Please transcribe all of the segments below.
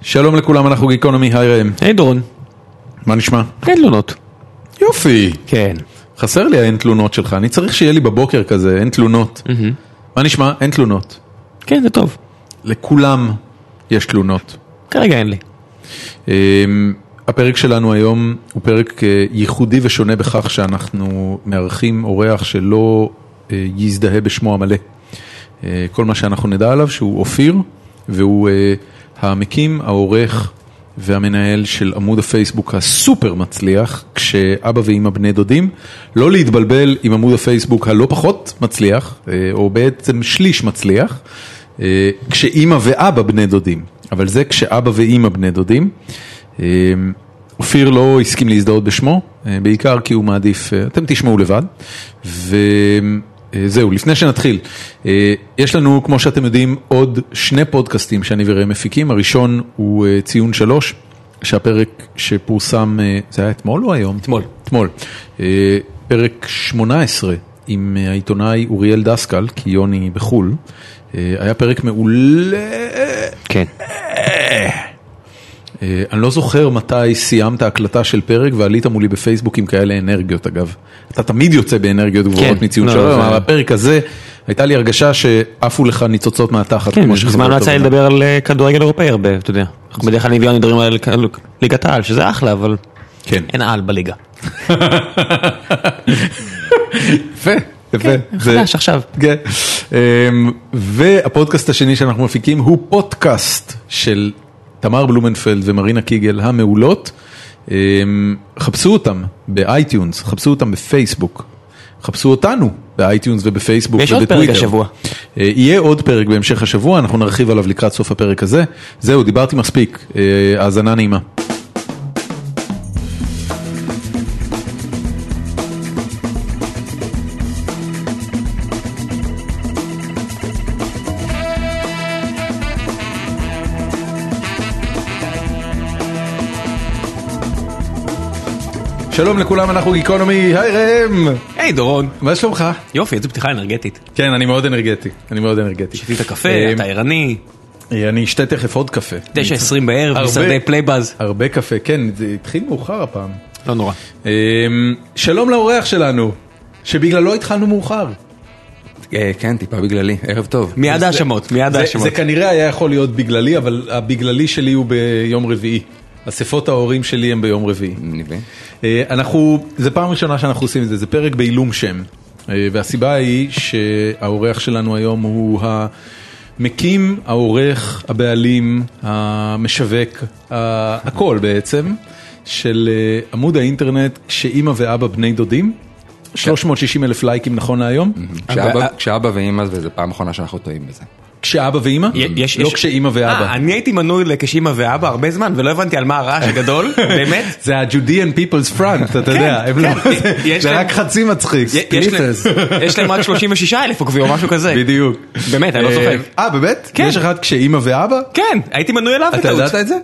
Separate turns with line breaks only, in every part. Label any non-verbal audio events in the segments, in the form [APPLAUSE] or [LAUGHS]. שלום לכולם, אנחנו גיקונומי, היי ראם.
היי דורון,
מה נשמע?
אין תלונות.
יופי.
כן.
חסר לי האין תלונות שלך, אני צריך שיהיה לי בבוקר כזה, אין תלונות. מה נשמע? אין תלונות.
כן, זה טוב.
לכולם יש תלונות.
כרגע אין לי.
אמ, הפרק שלנו היום הוא פרק אה, ייחודי ושונה בכך שאנחנו מארחים אורח שלא אה, יזדהה בשמו המלא. אה, כל מה שאנחנו נדע עליו שהוא אופיר, והוא אה, המקים, העורך והמנהל של עמוד הפייסבוק הסופר מצליח, כשאבא ואימא בני דודים, לא להתבלבל עם עמוד הפייסבוק הלא פחות מצליח, אה, או בעצם שליש מצליח. אה, כשאימא ואבא בני דודים, אבל זה כשאבא ואימא בני דודים. אה, אופיר לא הסכים להזדהות בשמו, אה, בעיקר כי הוא מעדיף, אה, אתם תשמעו לבד. וזהו, לפני שנתחיל, אה, יש לנו, כמו שאתם יודעים, עוד שני פודקאסטים שאני וראם מפיקים, הראשון הוא אה, ציון שלוש, שהפרק שפורסם, אה, זה היה אתמול או היום?
אתמול.
אתמול. אה, פרק 18 עם אה, העיתונאי אוריאל דסקל, כי יוני בחול. אה, היה פרק מעולה.
כן.
אה, אני לא זוכר מתי סיימת הקלטה של פרק ועלית מולי בפייסבוק עם כאלה אנרגיות אגב. אתה תמיד יוצא באנרגיות גבוהות
כן.
מציון
לא,
שלו,
זה-
אבל הפרק הזה, הייתה לי הרגשה שעפו לך ניצוצות מהתחת.
כן,
כמו שחברת
בזמן לא יצא לי
עבודה.
לדבר על אה, כדורגל אירופאי הרבה, אתה יודע. אנחנו בדרך כלל נביאנו דברים על על ליגת העל, שזה אחלה, אבל
כן.
אין על בליגה.
יפה, יפה. זה-
כן, חדש עכשיו.
כן. אמ, והפודקאסט השני שאנחנו מפיקים הוא פודקאסט של תמר בלומנפלד ומרינה קיגל המעולות. אמ, חפשו אותם באייטיונס, חפשו אותם בפייסבוק. חפשו אותנו באייטיונס ובפייסבוק
ויש עוד פרק
ובטוויטר.
השבוע.
אה, יהיה עוד פרק בהמשך השבוע, אנחנו נרחיב עליו לקראת סוף הפרק הזה. זהו, דיברתי מספיק, אה, האזנה נעימה. שלום לכולם, אנחנו גיקונומי, היי ראם!
היי דורון.
מה שלומך?
יופי, איזו פתיחה אנרגטית.
כן, אני מאוד אנרגטי, אני מאוד אנרגטי.
שתית הקפה,
אה,
אתה ערני,
אה, אני אשתה תכף עוד קפה.
9-20 בערב,
הרבה.
מסעדי פלייבאז.
הרבה קפה, כן, זה התחיל מאוחר הפעם.
לא נורא.
אה, שלום לאורח שלנו, שבגללו התחלנו מאוחר.
אה, כן, טיפה בגללי, ערב טוב.
מיד האשמות, מיד
זה- זה
האשמות.
כנראה היה יכול להיות בגללי, אבל הבגללי שלי הוא ביום רביעי. אספות ההורים שלי הם ביום רביעי.
אני מבין.
אה, אנחנו, זו פעם ראשונה שאנחנו עושים את זה, זה פרק בעילום שם. אה, והסיבה היא שהאורח שלנו היום הוא המקים, העורך, הבעלים, המשווק, ה- הכל בעצם, של אה, עמוד האינטרנט כשאימא ואבא בני דודים. 360 אלף לייקים נכון להיום,
כשאבא- כשאבא ואימא, וזו פעם אחרונה שאנחנו טועים בזה.
כשאבא ואימא?
יש-
לא
יש-
כשאימא
אה,
ואבא.
אני הייתי מנוי לכשאימא ואבא הרבה זמן, ולא הבנתי על מה הרעש הגדול, באמת.
זה ה-Judean People's Front, אתה יודע, הם לא-
כן, יש
זה
להם-
רק חצי מצחיק,
יש להם-
ספליטרס.
יש להם רק 36 אלף עוקבים או משהו כזה.
בדיוק.
באמת, אני לא צוחק.
אה, באמת?
כן.
יש אחד כשאימא ואבא?
כן, הייתי מנוי אליו
אתה
בטעות.
ידעת את זה?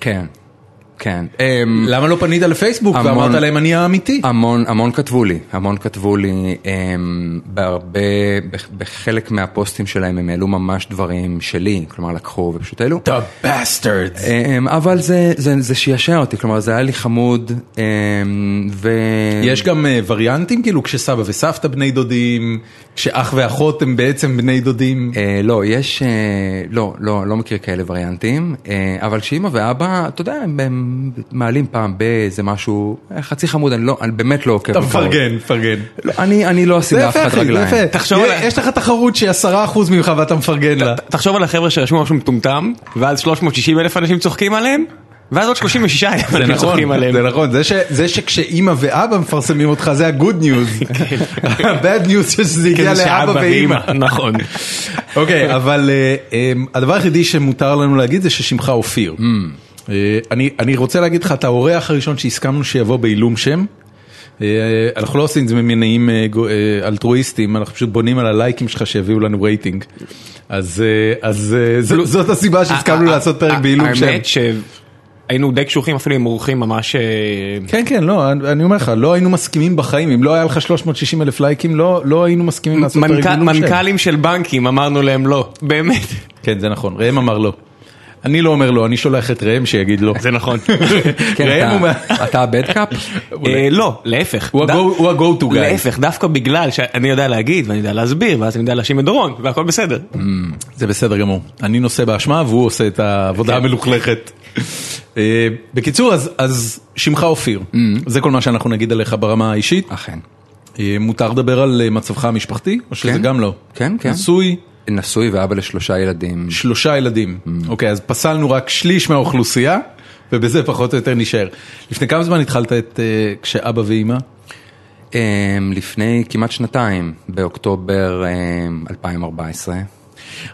כן, כן. אמ,
למה לא פנית לפייסבוק
המון.
ואמרת להם אני האמיתי?
המון, המון כתבו לי, המון כתבו לי, אמ, בהרבה, בח- בחלק מהפוסטים שלהם הם העלו ממש דברים שלי, כלומר לקחו ופשוט העלו.
The bastards.
אמ, אבל זה, זה, זה שישע אותי, כלומר זה היה לי חמוד, אמ, ו...
יש גם אה, וריאנטים כאילו כשסבא וסבתא בני דודים, כשאח ואחות הם בעצם בני דודים.
אה, לא, יש, אה, לא, לא, לא מכיר כאלה וריאנטים, אה, אבל שאימא ואבא, אתה יודע, הם, הם מעלים פעם באיזה משהו, אה, חצי חמוד, אני לא, אני באמת לא עוקב.
אתה
מקרוב.
מפרגן, מפרגן.
לא, אני, אני לא אשים
זה
לאף
יפה
אחד
אחי, זה
רגליים.
יפה.
תחשוב
יש-
עליי.
יש לך תחרות שהיא 10% ממך ואתה מפרגן
[LAUGHS]
לה.
תחשוב על החבר'ה שרשמו משהו מטומטם, ואז 360 אלף אנשים צוחקים עליהם, ואז עוד 36 אלף
זה
אנשים
נכון,
צוחקים עליהם.
זה נכון, זה ש- זה שכשאימא ואבא מפרסמים אותך זה ה-good news. [LAUGHS] ה-bad news שזה
כי
הגיע
כן, זה כאילו שאבא
לאבא ואימא.
נכון.
[LAUGHS] אוקיי, אבל אה, אה, הדבר היחידי שמותר לנו להגיד זה ששמך אופיר.
Mm.
אה, אני אני רוצה להגיד לך, אתה האורח הראשון שהסכמנו שיבוא בעילום שם. אה, אנחנו לא עושים את זה ממניעים אה, גו- אה, אלטרואיסטים, אנחנו פשוט בונים על הלייקים שלך שיביאו לנו רייטינג. אז אה, אז, אה, זו- זאת הסיבה שהסכמנו לעשות פרק בעילום שם.
אה, האמת שהיינו די קשוחים אפילו עם אורחים ממש... אה,
כן כן לא אני אני אומר לך לא היינו מסכימים בחיים אם לא היה לך 360 אלף לייקים לא לא היינו מסכימים לעשות פרק
מנכ"ל-
בעילום שם.
מנכ"לים של בנקים אמרנו להם לא, באמת.
כן זה נכון ראם אמר לא. אני לא אומר לא, אני שולח את ראם שיגיד לא.
זה נכון.
כן,
ראם
אתה-
הוא מה-
[LAUGHS] אתה הבד קאפ?
[LAUGHS] אה, לא, להפך.
הוא
ד-
ה-go- הוא ה-go to guy.
להפך, דווקא בגלל שאני יודע להגיד ואני יודע להסביר ואז אני יודע להאשים את דורון והכל בסדר.
זה בסדר גמור. אני נושא באשמה והוא עושה את
כן.
העבודה המלוכלכת. אה, בקיצור, אז- אז שמך אופיר.
Mm.
זה כל מה שאנחנו נגיד עליך ברמה האישית.
אכן.
אה, מותר לדבר על אה, מצבך המשפחתי? או שזה
כן.
גם לא?
כן, כן.
נשוי,
נשוי ואבא לשלושה ילדים.
שלושה ילדים.
Mm.
אוקיי, אז פסלנו רק שליש מהאוכלוסייה, ובזה פחות או יותר נישאר. לפני כמה זמן התחלת את אה, כשאבא ואימא?
אמ, לפני כמעט שנתיים, באוקטובר אמ, 2014.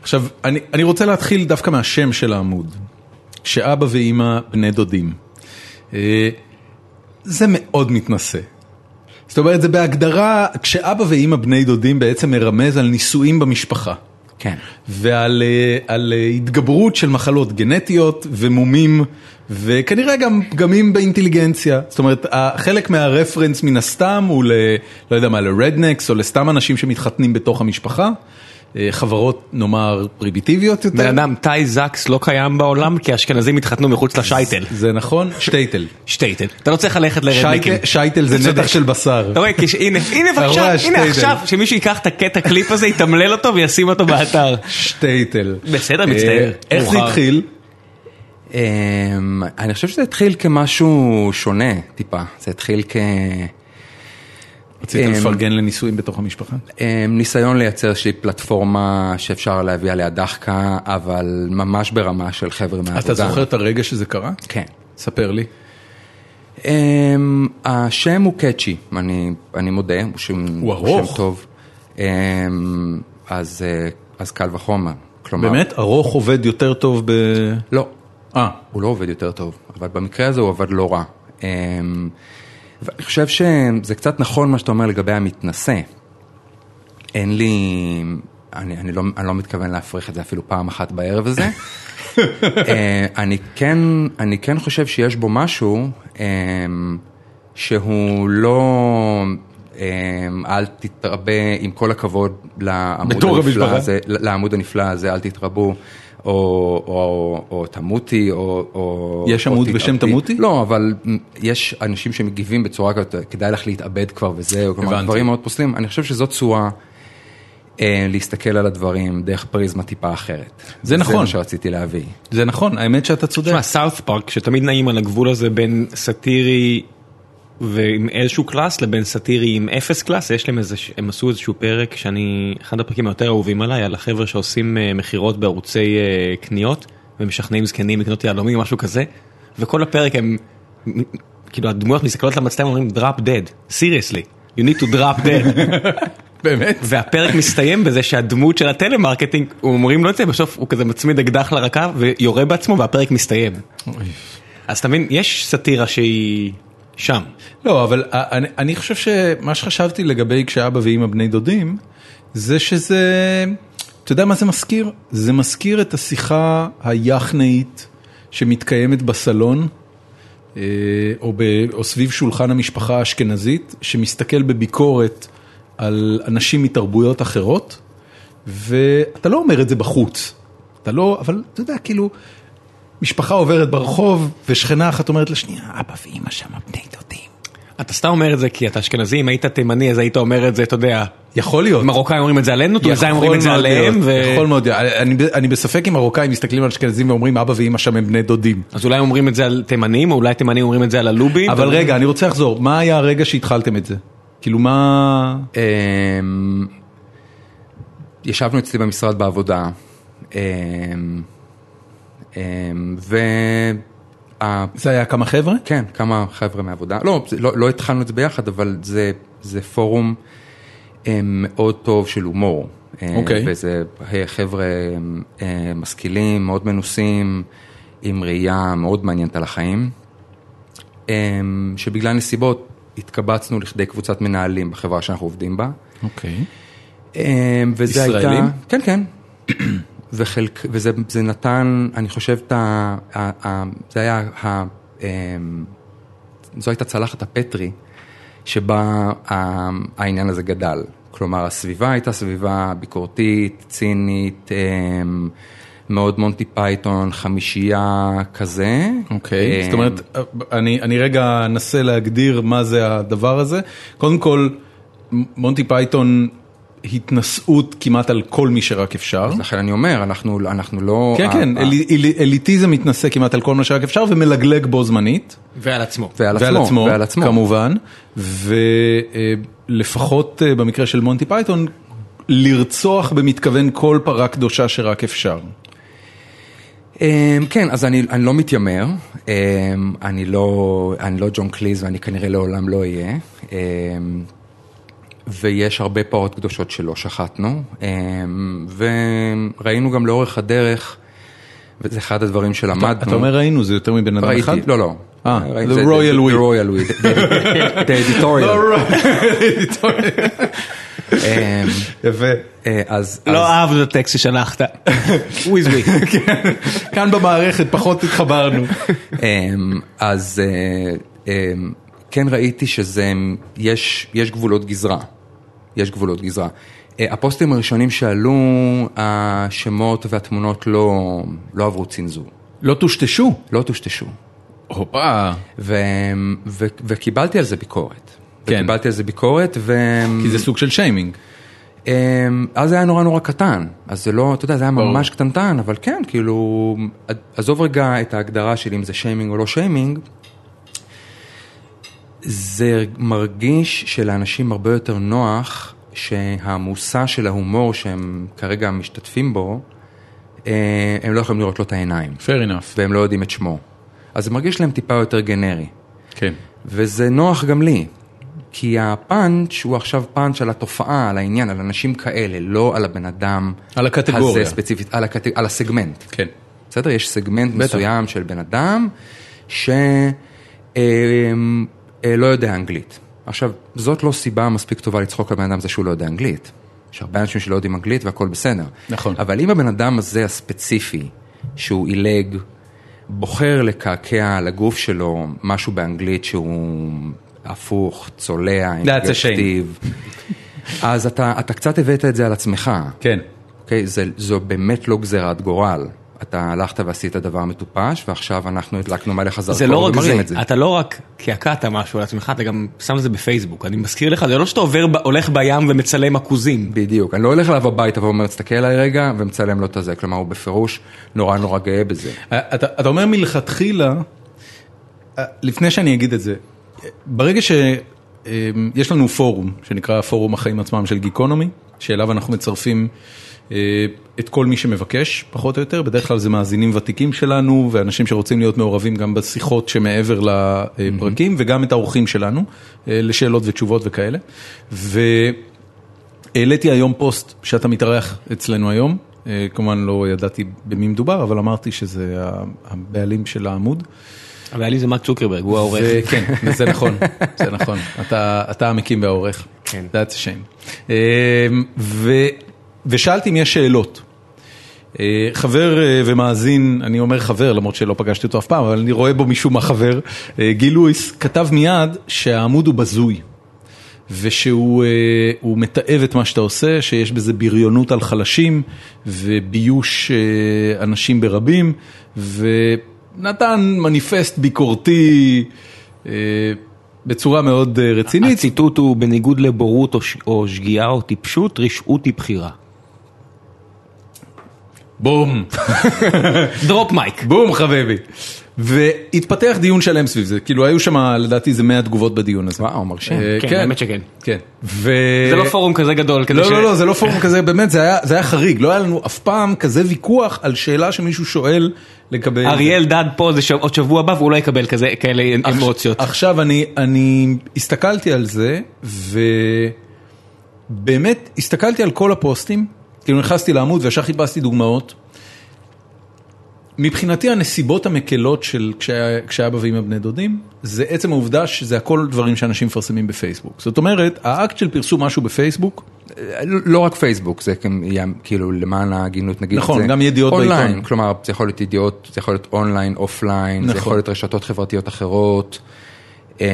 עכשיו, אני, אני רוצה להתחיל דווקא מהשם של העמוד. כשאבא ואימא בני דודים. אה, זה מאוד מתנשא. זאת אומרת, זה בהגדרה, כשאבא ואימא בני דודים בעצם מרמז על נישואים במשפחה.
כן.
ועל אה, על, אה, התגברות של מחלות גנטיות ומומים, וכנראה גם פגמים באינטליגנציה. זאת אומרת, ה- חלק מהרפרנס מן הסתם הוא ל... לא יודע מה, לרדנקס, או לסתם אנשים שמתחתנים בתוך המשפחה. אה, חברות, נאמר, פרימיטיביות יותר.
בן אדם, טאי זקס לא קיים בעולם כי האשכנזים התחתנו מחוץ לשייטל.
זה נכון?
[LAUGHS]
שטייטל.
שטייטל. אתה לא צריך ללכת לרדניקים.
שייטל- שייטל זה
צודק.
נתח של בשר.
אתה רואה, כש- הנה, הנה בבקשה,
ממש,
הנה
שטייטל.
עכשיו, שמישהו ייקח את הקטע קליפ הזה, יתמלל אותו וישים אותו באתר.
שטייטל.
בסדר, מצטער.
אה, איך זה
מאוחר.
התחיל?
Um, אני חושב שזה התחיל כמשהו שונה טיפה, זה התחיל
רצית
אה,
לפרגן לנישואים בתוך המשפחה?
כניסיון אמ, לייצר איזושהי פלטפורמה שאפשר להביא עליה דחקה, אבל ממש ברמה של חבר'ה מהעבודה.
אתה זוכר את הרגע שזה קרה?
כן.
ספר לי.
Um, השם הוא קאצ'י, אני, אני מודה, הוא שם,
הוא ארוך.
שם טוב. Um, אז, אה, אז קל וחומר, כלומר...
באמת? ארוך עובד יותר טוב ב...
לא,
אה,
הוא לא עובד יותר טוב, אבל במקרה הזה הוא עבד לא רע. אמ, ואני חושב שזה קצת נכון מה שאתה אומר לגבי המתנשא. אין לי, אני, אני, לא, אני לא מתכוון להפריך את זה אפילו פעם אחת
[LAUGHS]
בערב הזה. אה, אני, כן, אני כן חושב שיש בו משהו אמ, שהוא לא, אמ, אל תתרבה, עם כל הכבוד לעמוד
בתור
הנפלא
המשפחה.
הזה, לעמוד הנפלא הזה, אל תתרבו. או, או, או תמותי, או... או
יש
או
עמוד
תתאבדי.
בשם תמותי?
לא, אבל מ, יש אנשים שמגיבים בצורה כזאת, כדאי לך להתאבד כבר וזהו, כלומר
הבנתי.
דברים מאוד פוסלים. אני חושב שזו צורה אה, להסתכל על הדברים דרך פריזמה טיפה אחרת.
זה
זה
נכון.
מה שרציתי להביא.
זה נכון, האמת שאתה צודק.
תשמע, סאוף פארק, שתמיד נעים על הגבול הזה בין סאטירי ועם איזשהו קלאס לבין סאטירי עם אפס קלאס, יש להם איזה, הם עשו איזשהו פרק שאני, אחד הפרקים היותר אהובים עליי, על החבר'ה שעושים אה, מכירות בערוצי אה, קניות ומשכנעים זקנים לקנות יהלומים משהו כזה, וכל הפרק הם, מ- כאילו הדמויות מסתכלות למצלם ואומרים דראפ dead, סיריוסלי, you need to drop dead. [LAUGHS]
באמת?
והפרק מסתיים בזה שהדמות של הטלמרקטינג, אומרים לו את זה, בסוף הוא כזה מצמיד אקדח לרקה ויורה בעצמו והפרק מסתיים. אז אתה מבין, יש סאטירה שהיא שם.
לא, אבל ה- אני, אני חושב שמה שחשבתי לגבי כשאבא ואימא בני דודים, זה שזה, אתה יודע מה זה מזכיר? זה מזכיר את השיחה היחנאית שמתקיימת בסלון, אה, או, ב, או סביב שולחן המשפחה האשכנזית, שמסתכל בביקורת על אנשים מתרבויות אחרות, ואתה לא אומר את זה בחוץ. אתה לא, אבל אתה יודע, כאילו, משפחה עוברת ברחוב, ושכנה אחת אומרת לשנייה, אבא ואימא שם בני דודים.
אתה סתם אומר את זה כי אתה אשכנזי, אם היית תימני אז היית אומר את זה, אתה יודע,
יכול להיות.
מרוקאים אומרים את זה עלינו, טוליזאים אומרים את זה
מאוד
עליהם,
להיות,
ו-
יכול מאוד להיות. אני, אני בספק אם מרוקאים מסתכלים על אשכנזים ואומרים אבא ואימא שם הם בני דודים.
אז אולי אומרים את זה על תימנים, או אולי תימנים אומרים את זה על הלובים.
אבל רגע, אני רוצה לחזור, מה היה הרגע שהתחלתם את זה? כאילו מה...
אמ, ישבנו אצלי במשרד בעבודה, אמ, אמ, וה...
זה היה כמה חבר'ה?
כן, כמה חבר'ה מהעבודה. לא, זה- לא, לא התחלנו את זה ביחד, אבל זה, זה פורום אה, מאוד טוב של הומור. אה,
אוקיי.
וזה אה, חבר'ה אה, משכילים, מאוד מנוסים, עם ראייה מאוד מעניינת על החיים, אה, שבגלל נסיבות התקבצנו לכדי קבוצת מנהלים בחברה שאנחנו עובדים בה.
אוקיי.
אה, וזה
ישראלים?
הייתה... כן, כן. [CLEARS THROAT] וחלק, וזה זה נתן, אני חושב, את ה, ה, ה, זה היה, ה, אמ, זו הייתה צלחת הפטרי, שבה ה, העניין הזה גדל. כלומר, הסביבה הייתה סביבה ביקורתית, צינית, אמ, מאוד מונטי פייתון, חמישייה כזה.
אוקיי,
אה,
זאת אומרת, אני, אני רגע אנסה להגדיר מה זה הדבר הזה. קודם כל, מ- מונטי פייתון התנשאות כמעט על כל מי שרק אפשר.
אמ, לכן אני אומר, אנחנו, אנחנו לא...
כן,
ה-
כן,
ה-
אלי- אלי- אליטיזם מתנשא כמעט על כל מה שרק אפשר ומלגלג בו זמנית.
ועל עצמו.
ועל
ועל
עצמו,
עצמו,
ועל עצמו.
כמובן, ולפחות אה, במקרה של מונטי פייתון, לרצוח במתכוון כל פרה קדושה שרק אפשר.
אמ, כן, אז אני, אני לא מתיימר, אמ, אני לא, אני לא ג'ון קליז ואני כנראה לעולם לא אהיה, אמ, ויש הרבה פרות קדושות שלא שחטנו, אמ, וראינו גם לאורך הדרך, וזה אחד הדברים שלמדנו.
אתה אומר ראינו, זה יותר מבן אדם אחד?
ראיתי, לא, לא.
אה,
ראיתי,
the
זה-
royal לא, we.
The royal
[LAUGHS]
we, the- the- the editorial. אמ,
יפה.
אה, אז...
לא
אז-
אהב את הטקסט ששלחת. וויז וויז.
כאן במערכת פחות התחברנו.
אמ, אז אה, אמ, כן ראיתי שזה, יש, יש גבולות גזרה. יש גבולות גזרה. אה, הפוסטים הראשונים שעלו, השמות והתמונות לא, לא עברו צנזור,
לא טושטשו.
[LAUGHS] לא טושטשו.
הופה.
ו, ו, וקיבלתי על זה ביקורת.
כן.
וקיבלתי על זה ביקורת, ו...
כי זה סוג של שיימינג.
אמ, אז זה היה נורא נורא קטן, אז זה לא, אתה יודע, זה היה
ברור.
ממש קטנטן, אבל כן, כאילו, עד- עזוב רגע את ההגדרה של אם זה שיימינג או לא שיימינג, זה מרגיש שלאנשים הרבה יותר נוח שהמושא של ההומור שהם כרגע משתתפים בו, אה, הם לא יכולים לראות לו את העיניים,
Fair enough.
והם לא יודעים את שמו. אז זה מרגיש להם טיפה יותר גנרי.
כן.
וזה נוח גם לי, כי הפאנץ' הוא עכשיו פאנץ' על התופעה, על העניין, על אנשים כאלה, לא על הבן אדם.
על הקטגוריה.
הזה ספציפית, על, הקט... על הסגמנט.
כן.
בסדר? יש סגמנט בטח. מסוים של בן אדם שלא אה, אה, לא יודע אנגלית. עכשיו, זאת לא סיבה מספיק טובה לצחוק על בן אדם זה שהוא לא יודע אנגלית. יש הרבה אנשים שלא יודעים אנגלית והכל בסדר.
נכון.
אבל אם הבן אדם הזה הספציפי, שהוא עילג, בוחר לקעקע על הגוף שלו משהו באנגלית שהוא הפוך, צולע,
That's a shame.
אינטגרטיב, אז אתה, אתה קצת הבאת את זה על עצמך.
כן.
אוקיי? זה, זו באמת לא גזירת גורל. אתה הלכת ועשית דבר מטופש, ועכשיו אנחנו הדלקנו מלך הזרקור
זה לא רק
ומראים
זה,
את זה.
אתה לא רק קעקעת משהו על עצמך, אתה גם שם את זה בפייסבוק. אני מזכיר לך, זה לא שאתה עובר ב- הולך בים ומצלם עכוזים.
בדיוק. אני לא הולך אליו הביתה ואומר, תסתכל עליי רגע, ומצלם לו את הזה. כלומר, הוא בפירוש נורא נורא גאה בזה.
אתה אתה אומר מלכתחילה, אה, לפני שאני אגיד את זה, ברגע שיש לנו פורום שנקרא פורום החיים עצמם של גיקונומי, שאליו אנחנו מצרפים אה, את כל מי שמבקש, פחות או יותר, בדרך כלל זה מאזינים ותיקים שלנו ואנשים שרוצים להיות מעורבים גם בשיחות שמעבר לפרקים וגם את האורחים שלנו אה, לשאלות ותשובות וכאלה. ו... העליתי היום פוסט שאתה מתארח אצלנו היום, אה, כמובן לא ידעתי במי מדובר, אבל אמרתי שזה ה- הבעלים של העמוד.
אבל היה לי זה מרק צוקרברג, הוא העורך.
ו- כן, זה נכון, זה
[LAUGHS]
נכון. אתה, אתה המקים והעורך.
כן.
That's a shame. אה, ו, ושאלתי אם יש שאלות. אה, חבר אה, ומאזין, אני אומר חבר למרות שלא פגשתי אותו אף פעם, אבל אני רואה בו משום מה חבר, אה, גיל לואיס, כתב מיד שהעמוד הוא בזוי. ושהוא אה, הוא מתעב את מה שאתה עושה, שיש בזה בריונות על חלשים וביוש אה, אנשים ברבים, ונתן מניפסט ביקורתי אה, בצורה מאוד אה, רצינית.
[LAUGHS] הציטוט הוא בניגוד לבורות או ש- או שגיאה או טיפשות, רשעות היא בחירה. [LAUGHS]
בום.
דרופ מייק.
בום חביבי. והתפתח דיון שלם סביב זה, כאילו היו שם לדעתי איזה 100 תגובות בדיון הזה.
וואו, מרשים.
אה,
כן, האמת שכן.
כן. ו...
זה לא פורום כזה גדול כדי
אה, לא, לא, לא, זה לא פורום כזה, באמת, זה היה, זה היה חריג, לא היה לנו אף פעם כזה ויכוח על שאלה שמישהו שואל לגבי...
אריאל דד פה זה ש- עוד שבוע הבא והוא לא יקבל כזה כאלה אמוציות.
עכשיו אני, אני הסתכלתי על זה, ובאמת הסתכלתי על כל הפוסטים, כאילו נכנסתי לעמוד וישר חיפשתי דוגמאות. מבחינתי הנסיבות המקלות של כשהיה- כשאבא ואמא בני דודים, זה עצם העובדה שזה הכל דברים שאנשים מפרסמים בפייסבוק. זאת אומרת, האקט של פרסום משהו בפייסבוק,
אה, לא רק פייסבוק, זה גם יהיה, כאילו למען ההגינות נגיד.
נכון,
זה
גם ידיעות
אונליין,
בעיתון.
כלומר, זה יכול להיות ידיעות, זה יכול להיות אונליין, אופליין, זה
נכון.
יכול להיות רשתות חברתיות אחרות. אמ,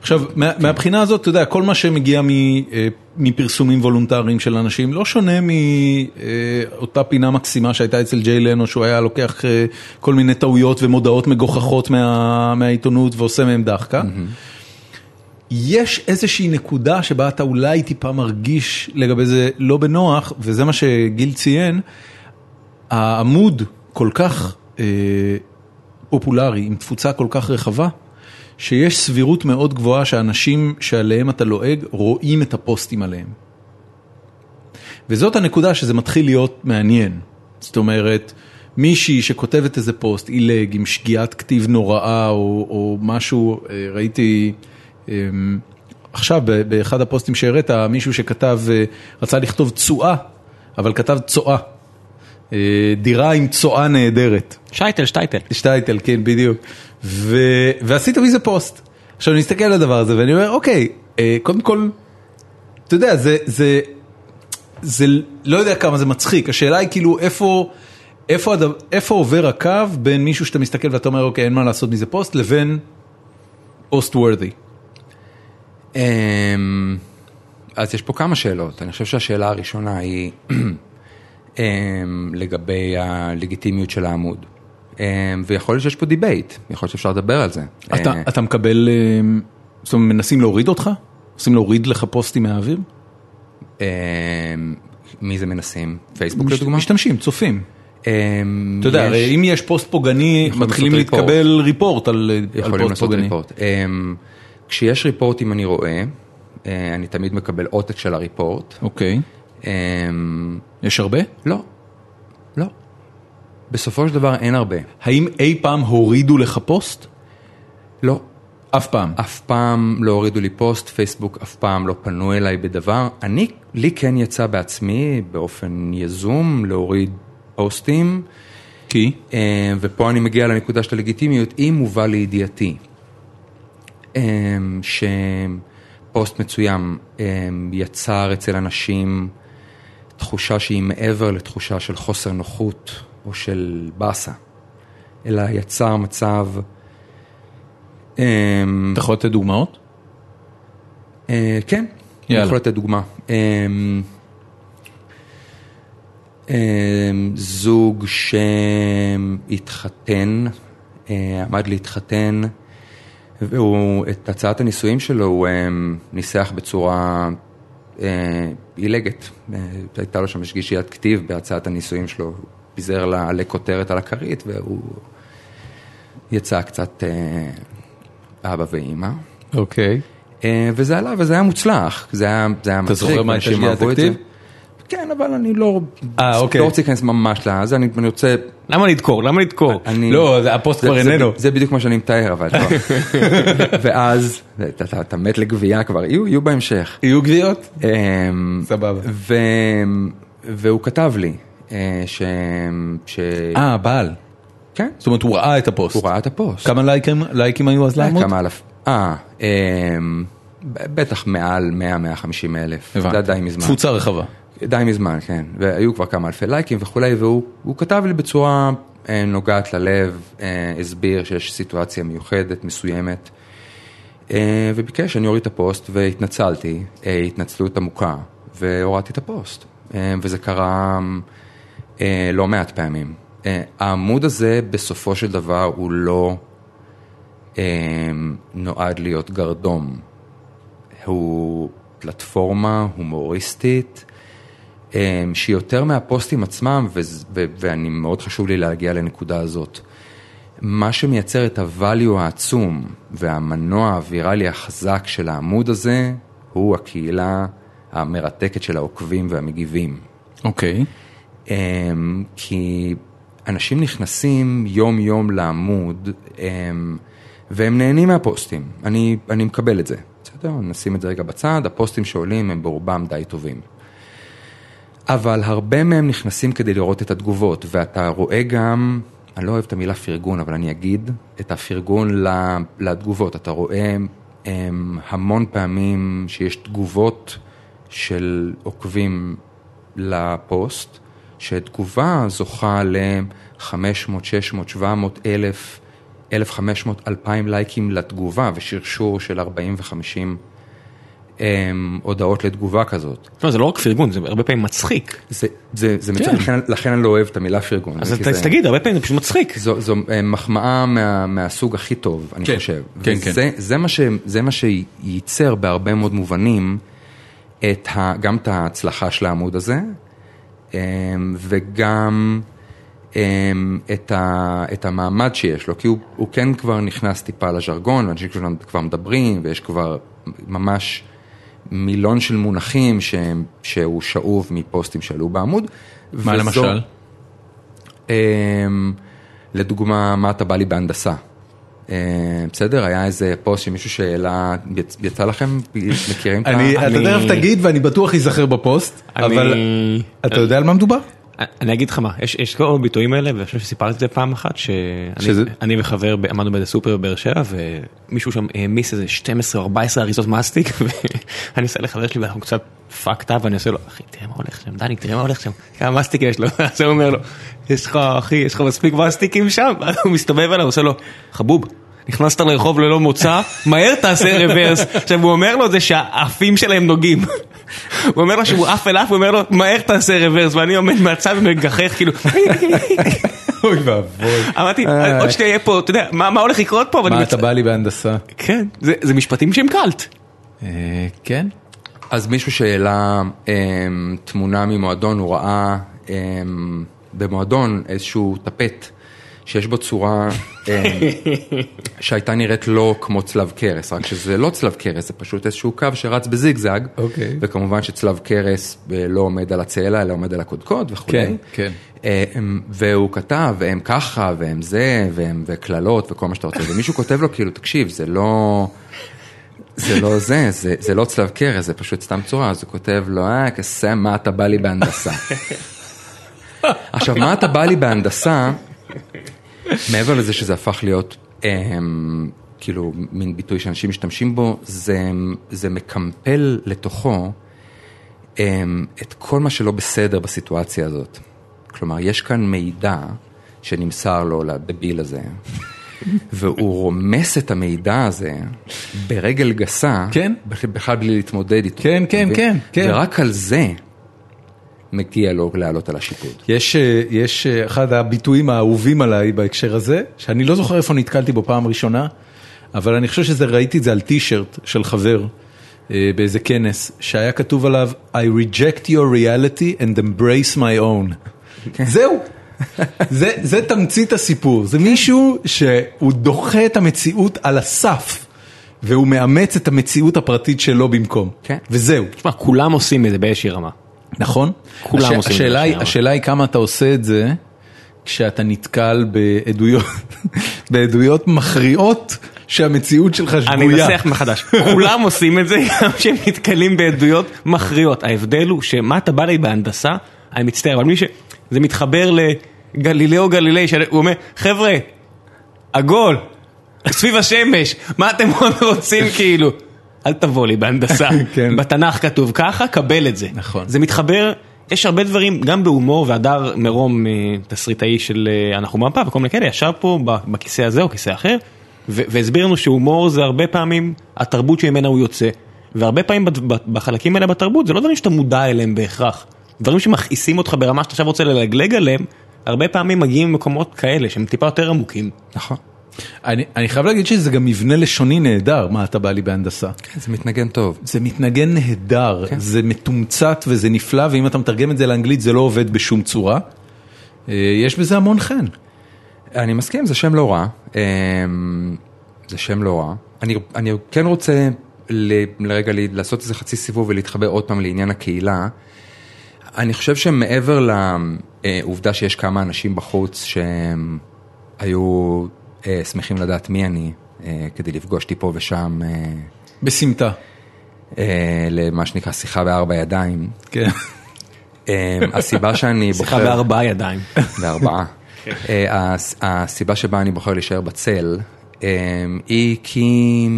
עכשיו, מה- מהבחינה הזאת, אתה יודע, כל מה שמגיע מ- אה, מפרסומים וולונטריים של אנשים לא שונה מאותה פינה מקסימה שהייתה אצל ג'יי לנו, שהוא היה לוקח אה, כל מיני טעויות ומודעות מגוחכות מה- מהעיתונות ועושה מהם דחקה. יש איזושהי נקודה שבה אתה אולי טיפה מרגיש לגבי זה לא בנוח, וזה מה שגיל ציין, העמוד כל כך אה, פופולרי, עם תפוצה כל כך רחבה, שיש סבירות מאוד גבוהה שהאנשים שעליהם אתה לועג רואים את הפוסטים עליהם. וזאת הנקודה שזה מתחיל להיות מעניין. זאת אומרת, מישהי שכותבת איזה פוסט, עילג עם שגיאת כתיב נוראה או, או משהו, אה, ראיתי אה, עכשיו ב- באחד הפוסטים שהראית, מישהו שכתב, אה, רצה לכתוב תשואה, אבל כתב צואה. אה, דירה עם צואה נהדרת.
שייטל, שטייטל.
שטייטל, כן, בדיוק. ו... ועשית מזה פוסט. עכשיו אני מסתכל על הדבר הזה ואני אומר, אוקיי, אה, קודם כל, אתה יודע, זה, זה, זה, לא יודע כמה זה מצחיק, השאלה היא כאילו איפה, איפה, הדבר, איפה עובר הקו בין מישהו שאתה מסתכל ואתה אומר, אוקיי, אין מה לעשות מזה פוסט, לבין פוסט וורדי.
אמ, אז יש פה כמה שאלות. אני חושב שהשאלה הראשונה היא [CLEARS THROAT] אמ, לגבי הלגיטימיות של העמוד. אמ, ויכול להיות שיש פה דיבייט, יכול להיות שאפשר לדבר על זה.
אתה,
אה,
אתה מקבל, אה, זאת אומרת, מנסים להוריד אותך? מנסים להוריד לך פוסטים מהאוויר?
אמ, מי זה מנסים? פייסבוק לדוגמה?
משתמשים, צופים.
אמ,
אתה יודע,
יש-
הרי אם יש פוסט פוגעני,
יכולים
מתחילים
לעשות ריפורט.
להתקבל ריפורט על על
יכולים
פוסט
לעשות
פוגעני.
ריפורט. אמ, כשיש ריפורט, אם אני רואה, אה, אני תמיד מקבל עותק של הריפורט.
אוקיי.
אמ,
יש הרבה?
לא, לא. בסופו של דבר אין הרבה.
האם אי פעם הורידו לך פוסט?
לא.
אף פעם.
אף פעם לא הורידו לי פוסט, פייסבוק אף פעם לא פנו אליי בדבר. אני, לי כן יצא בעצמי באופן יזום להוריד פוסטים,
כי?
אה, ופה אני מגיע לנקודה של הלגיטימיות, אם הובא לידיעתי אה, שפוסט מסוים אה, יצר אצל אנשים תחושה שהיא מעבר לתחושה של חוסר נוחות או של באסה, אלא יצר מצב... אה,
אתה יכול לתת דוגמאות?
אה, כן, אני
יאללה.
יכול לתת דוגמה. אה, אה, זוג שהתחתן, אה, עמד להתחתן, והוא, את הצעת הנישואים שלו הוא אה, ניסח בצורה אה, עילגת. אה, הייתה לו שם שגישיית כתיב בהצעת הנישואים שלו, הוא פיזר לה עלי כותרת על הכרית, והוא יצא קצת אה, אבא ואימא.
אוקיי.
אה, וזה עלה וזה היה מוצלח, זה היה, זה היה מצחיק,
זוכר מה הייתה
אנשים
שגיאת
אהבו את זה.
הכתיב?
כן, אבל אני לא,
אה, אוקיי.
לא רוצה להיכנס ממש לזה, אני, אני רוצה,
למה לדקור? למה לדקור?
אני...
לא, זה- הפוסט
זה-
כבר
זה-
איננו.
זה בדיוק מה שאני מתאר, אבל
[LAUGHS]
לא. ואז, אתה, אתה, אתה מת לגבייה כבר, יהיו, יהיו בהמשך.
יהיו גביעות?
אמ,
סבבה.
ו, והוא כתב לי, אה, ש... ש...
אה, בעל.
כן,
זאת אומרת, הוא ראה את הפוסט.
הוא ראה את הפוסט.
כמה לייקים, לייקים היו אז לעמוד?
כמה אלף? אה, אמ, ב- בטח מעל 100-150 אלף.
הבנתי.
זה די מזמן.
תפוצה רחבה.
די מזמן, כן. והיו כבר כמה אלפי לייקים וכולי, והוא הוא כתב לי בצורה אה, נוגעת ללב, אה, הסביר שיש סיטואציה מיוחדת, מסוימת, אה, וביקש שאני אוריד את הפוסט, והתנצלתי, אה, התנצלות עמוקה, והורדתי את הפוסט. אה, וזה קרה אה, לא מעט פעמים. אה, העמוד הזה בסופו של דבר הוא לא אה, נועד להיות גרדום. הוא פלטפורמה הומוריסטית, אה, שהיא יותר מהפוסטים עצמם, ו- ו- ואני מאוד חשוב לי להגיע לנקודה הזאת. מה שמייצר את הvalue העצום והמנוע הוויראלי החזק של העמוד הזה, הוא הקהילה המרתקת של העוקבים והמגיבים.
אוקיי.
אמ, כי אנשים נכנסים יום-יום לעמוד, אמ, והם נהנים מהפוסטים. אני, אני מקבל את זה. בסדר, נשים את זה רגע בצד, הפוסטים שעולים הם ברובם די טובים. אבל הרבה מהם נכנסים כדי לראות את התגובות, ואתה רואה גם, אני לא אוהב את המילה פרגון, אבל אני אגיד, את הפרגון ל- לתגובות. אתה רואה הם, המון פעמים שיש תגובות של עוקבים לפוסט, שתגובה זוכה ל-500, 600, 700 אלף 1,500-2,000 לייקים לתגובה ושרשור של 40 ו-50 הודעות לתגובה כזאת.
לא, זה לא רק פרגון, זה הרבה פעמים מצחיק.
זה, זה, זה מצחיק,
כן.
לכן, לכן אני לא אוהב את המילה פרגון.
אז
כי
אתה- אז
זה-
תגיד, הרבה פעמים זה פשוט מצחיק.
זו, זו אה, מחמאה מה, מהסוג הכי טוב, אני
כן,
חושב.
כן,
וזה, זה מה, ש, זה מה שייצר בהרבה מאוד מובנים את ה, גם את ההצלחה של העמוד הזה, אה, וגם אה, את, ה, את המעמד שיש לו, כי הוא, הוא כן כבר נכנס טיפה לז'רגון, ואנשים כבר, כבר מדברים, ויש כבר ממש מילון של מונחים שהם, שהוא שאוב מפוסטים שעלו בעמוד.
מה
וזו-
למשל?
אמ, לדוגמה, מה אתה בא לי בהנדסה? אמ, בסדר, היה איזה פוסט שמישהו שהעלה, יצ- יצא לכם, מכירים את ה...
אני, אתה
אני-
תכף תגיד ואני בטוח ייזכר בפוסט,
אני-
אבל אתה יודע על מה מדובר?
אני אגיד לך מה, יש, יש כל הביטויים האלה, ואני חושב שסיפרתי את זה פעם אחת, שאני
שזה?
אני וחבר ב- עמדנו באיזה סופר בבאר שבע, ומישהו שם העמיס איזה 12 או 14 אריזות מסטיק, [LAUGHS] ואני עושה לחבר שלי ואנחנו קצת fucked up, ואני עושה לו, אחי, תראה מה הולך שם, דני, תראה מה הולך שם, כמה מסטיק יש לו, [LAUGHS] אז הוא אומר לו, יש לך, אחי, יש לך מספיק מסטיקים שם, [LAUGHS] ואז הוא מסתובב אליו, עושה לו, חבוב. נכנסת לרחוב ללא מוצא, מהר תעשה רוורס. [LAUGHS] עכשיו הוא אומר לו את זה שהעפים שלהם נוגעים. [LAUGHS] הוא אומר לו שהוא עף אל עף, הוא אומר לו, מהר תעשה רוורס, ואני עומד מהצד ומגחך, כאילו... [LAUGHS]
אוי ואבוי.
אמרתי, עוד שנייה יהיה פה, אתה יודע, מה מה הולך לקרות פה? אבל אני
מה
מצ-
אתה בא לי בהנדסה?
כן, זה זה משפטים שהם קאלט.
כן.
אז מישהו שהעלה אמ, תמונה ממועדון, הוא ראה אמ, במועדון איזשהו טפט שיש בו צורה
[LAUGHS]
אמ, שהייתה נראית לא כמו צלב קרס, רק שזה לא צלב קרס, זה פשוט איזשהו קו שרץ בזיגזג,
אוקיי.
וכמובן שצלב קרס אה, לא עומד על הצאלה, אלא עומד על הקודקוד וכולי.
כן, כן.
אה, הם- והוא כתב, והם ככה, והם זה, והם וקללות, וכל מה שאתה רוצה, ומישהו כותב לו, כאילו, תקשיב, זה לא... זה לא זה, זה, זה לא צלב קרס, זה פשוט סתם צורה, אז הוא כותב לו, אה, קסם, מה אתה בא לי בהנדסה.
[LAUGHS]
עכשיו, מה אתה בא לי בהנדסה, מעבר לזה שזה הפך להיות, הם, כאילו, מין ביטוי שאנשים משתמשים בו, זה, זה מקמפל לתוכו הם, את כל מה שלא בסדר בסיטואציה הזאת. כלומר, יש כאן מידע שנמסר לו לדביל הזה, [LAUGHS] והוא רומס את המידע הזה ברגל גסה,
כן.
בכלל בלי להתמודד איתו.
כן, כן,
ו-
כן, כן.
ורק על זה מגיע לו לעלות על השיפוט.
יש, אה, יש אה, אחד הביטויים האהובים עליי בהקשר הזה, שאני לא זוכר איפה נתקלתי בו פעם ראשונה, אבל אני חושב שזה, ראיתי את זה על טישרט של חבר אה, באיזה כנס, שהיה כתוב עליו, I reject your reality and embrace my own. זהו. זה, זה תמצית הסיפור, זה מישהו שהוא דוחה את המציאות על הסף והוא מאמץ את המציאות הפרטית שלו במקום,
כן.
וזהו.
תשמע, כולם עושים את זה באיזושהי רמה.
נכון?
כולם
הש...
עושים את זה
השאלה, היא,
בשנייה.
השאלה היא כמה אתה עושה את זה כשאתה נתקל בעדויות, [LAUGHS] בעדויות מכריעות שהמציאות שלך
אני
שגויה.
אנסח מחדש. כולם עושים את זה גם כשהם נתקלים בעדויות מכריעות. ההבדל הוא שמה אתה בא לי בהנדסה, אני מצטער, אבל מי ש... זה מתחבר לגלילאו גלילי, שהוא אומר, חבר'ה, עגול, סביב השמש, מה אתם עוד רוצים כאילו? אל תבוא לי [LAUGHS] בהנדסה.
כן.
בתנ"ך כתוב ככה, קבל את זה.
נכון.
זה מתחבר, יש הרבה דברים, גם בהומור, והדר מרום, אה, תסריטאי של אה, אנחנו מהפה וכל מיני כאלה, ישב פה ב- בכיסא הזה או כיסא אחר, ו- והסביר לנו שהומור זה הרבה פעמים התרבות שממנה הוא יוצא. והרבה פעמים בד- ב- בחלקים האלה בתרבות זה לא דברים שאתה מודע אליהם בהכרח. דברים שמכעיסים אותך ברמה שאתה עכשיו רוצה ללגלג עליהם, הרבה פעמים מגיעים ממקומות כאלה שהם טיפה יותר עמוקים.
נכון.
אני, אני חייב להגיד שזה גם מבנה לשוני נהדר, מה אתה בא לי בהנדסה.
כן, זה מתנגן טוב.
זה מתנגן נהדר, כן. זה מתומצת וזה נפלא, ואם אתה מתרגם את זה לאנגלית זה לא עובד בשום צורה. אה, יש בזה המון חן.
אני מסכים, זה שם לא רע. אמ, זה שם לא רע. אני, אני כן רוצה ל- לרגע ל- לעשות איזה חצי סיבוב ולהתחבר עוד פעם לעניין הקהילה. אני חושב שמעבר לעובדה שיש כמה אנשים בחוץ שהם היו אה, שמחים לדעת מי אני, אה, כדי לפגוש אותי פה ושם אה,
בסמטה.
אה, למה שנקרא שיחה בארבע ידיים,
כן.
אה, הסיבה שאני בוחר...
שיחה בארבעה ידיים.
בארבעה.
אוקיי.
אה, הס- הסיבה שבה אני בוחר להישאר בצל אה, היא כי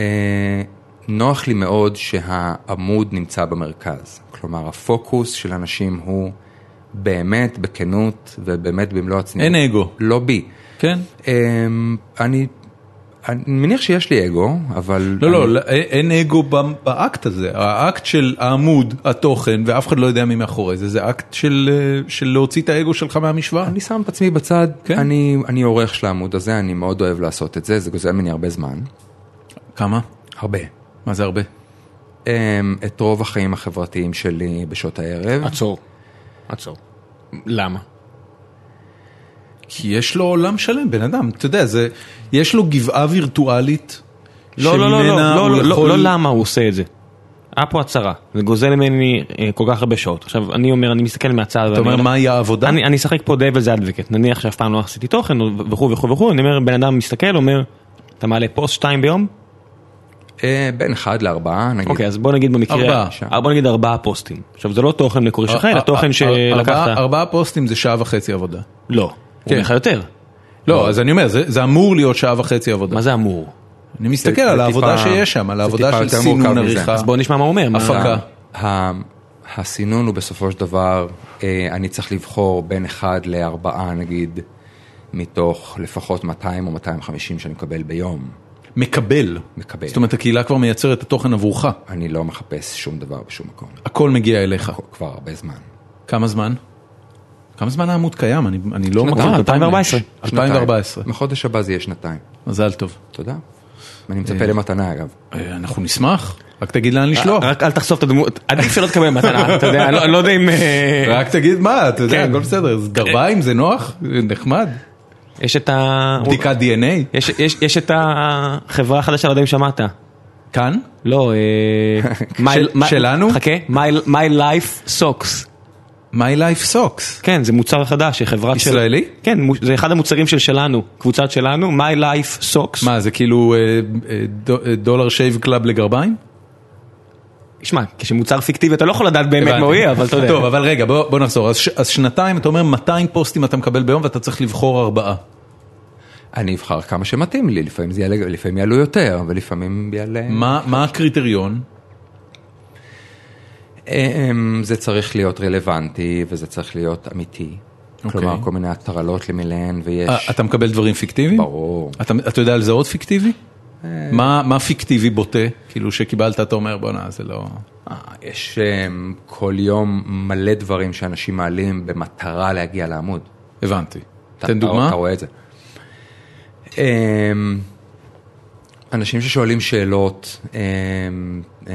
אה, נוח לי מאוד שהעמוד נמצא במרכז. כלומר, הפוקוס של אנשים הוא באמת, בכנות ובאמת במלוא הצניעות.
אין אגו.
לא בי.
כן.
אמ, אני, אני מניח שיש לי אגו, אבל...
לא,
אני-
לא, לא, אין- אין אגו במ- באקט הזה. האקט של העמוד, התוכן, ואף אחד לא יודע מי מאחורי זה, זה אקט של אה, של להוציא את האגו שלך מהמשוואה.
אני שם את עצמי בצד,
כן.
אני, אני עורך של העמוד הזה, אני מאוד אוהב לעשות את זה, זה גוזל ממני הרבה זמן.
כמה?
הרבה.
מה זה הרבה?
אמ, את רוב החיים החברתיים שלי בשעות הערב.
עצור. עצור. למה?
כי יש לו עולם שלם, בן אדם, אתה יודע, זה, יש לו גבעה וירטואלית.
לא, לא, לא, לא,
שממנה
לא,
הוא
לא,
יכול-
לא, לא למה הוא עושה את זה. היה פה הצהרה, זה גוזל ממני אה, כל כך הרבה שעות. עכשיו, אני אומר, אני מסתכל מהצד,
אתה
ואני
אומר, מה היא העבודה?
אני, אני אשחק פה דאבלס אדבקט, נניח שאף פעם לא עשיתי תוכן ו- וכו' וכו' וכו', אני אומר, בן אדם מסתכל, אומר, אתה מעלה פוסט שתיים ביום?
כן.
אה, בין אחד לארבעה, נגיד.
אוקיי, אז בוא נגיד במקרה,
ארבעה.
אה, בוא נגיד ארבעה פוסטים. עכשיו, זה לא תוכן מקורי שלך, אלא
אר- אר-
תוכן
אה, ארבעה-
שלקחת.
ארבעה כן. פוסטים זה שעה וחצי עבודה.
לא, הוא אומר לך יותר.
לא, אז אני אומר, זה זה אמור להיות שעה וחצי עבודה.
מה זה אמור?
אני מסתכל
זה-
על
זה
העבודה
טיפה-
שיש שם, על
זה
העבודה
טיפה
של
יותר
סינון
מורכב מזה.
עריכה.
אז בוא נשמע מה הוא אומר. מה-
הפקה.
ה- הסינון הוא בסופו של דבר, אה, אני צריך לבחור בין אחד לארבעה נגיד, מתוך לפחות 200 או 250 שאני מקבל ביום.
מקבל.
אה,
מקבל.
זאת אומרת, הקהילה כבר מייצרת את התוכן עבורך.
אני לא מחפש שום דבר בשום מקום,
הכל מגיע אליך.
כבר הרבה זמן.
כמה זמן? כמה זמן העמוד קיים? אני אני לא
שנתיים,
מכיר.
אה,
את הטיימליין.
2014.
2014.
שנתיים. בחודש הבא זה יהיה שנתיים.
מזל טוב.
תודה. אני מצפה למתנה אגב.
אה, אנחנו נשמח, רק תגיד לאן לשלוח.
אה, רק אל תחשוף את הדמות, עדיף שלא תקבל מתנה, אתה יודע, אני לא- אני לא יודע אם... אה,
רק תגיד מה, אתה יודע,
כן.
הכל בסדר, זה גרביים, זה נוח, זה נחמד,
יש את ה...
בדיקת DNA,
יש- יש- יש את החברה החדשה, לא יודע אם שמעת.
כאן, [LAUGHS]
לא, אה, my-
של-
my-
שלנו?
חכה, My- My Life Socks.
My Life Socks,
כן, זה מוצר חדש, חברה של...
ישראלי?
כן, מו- זה אחד המוצרים של שלנו, קבוצת שלנו, My Life Socks.
מה זה כאילו אה, אה, דו- אה, דולר שייב קלאב לגרביים?
שמע, כשמוצר פיקטיבי אתה לא יכול לדעת באמת מה הוא יהיה, אבל אתה יודע.
טוב, אבל רגע, בוא בוא נחזור, אז ש- אז שנתיים, אתה אומר 200 פוסטים אתה מקבל ביום ואתה צריך לבחור ארבעה.
אני אבחר כמה שמתאים לי, לפעמים זה יעלה, לפעמים יעלו יותר, ולפעמים יעלה...
מה מה הקריטריון?
אמ, זה צריך להיות רלוונטי, וזה צריך להיות אמיתי.
אוקיי.
כלומר, כל מיני הטרלות למיליהן,
אה,
ויש...
אתה מקבל דברים פיקטיביים?
ברור. אה.
אתה אתה יודע לזהות פיקטיבי? מה מה פיקטיבי בוטה? כאילו שקיבלת, אתה אומר, בואנה, זה לא...
אה, יש אמ, כל יום מלא דברים שאנשים מעלים במטרה להגיע לעמוד.
הבנתי.
אתה-
תן
אתה-
דוגמה.
אתה רואה את זה. אמ, אנשים ששואלים שאלות אמ, אמ,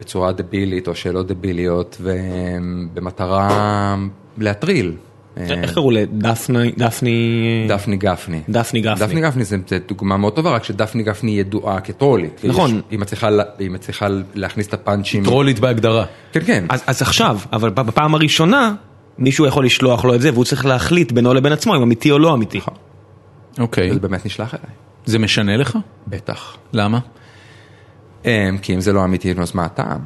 בצורה דבילית או שאלות דביליות, ובמטרה להטריל.
אוקיי.
אמ,
אה, איך קראו לדפני... דפני...
דפני גפני.
דפני גפני.
דפני גפני זה זה דוגמה מאוד טובה, רק שדפני גפני ידועה כטרולית.
נכון.
יש- היא מצליחה לה- היא מצליחה להכניס את הפאנצ'ים.
טרולית בהגדרה.
כן, כן.
אז, אז עכשיו, אבל בפ- בפעם הראשונה, מישהו יכול לשלוח לו את זה, והוא צריך להחליט בינו לבין עצמו אם אמיתי או לא אמיתי.
נכון. אוקיי.
זה באמת נשלח אליי.
זה משנה לך?
בטח.
למה?
אמ, כי אם זה לא אמיתי, אז מה הטעם?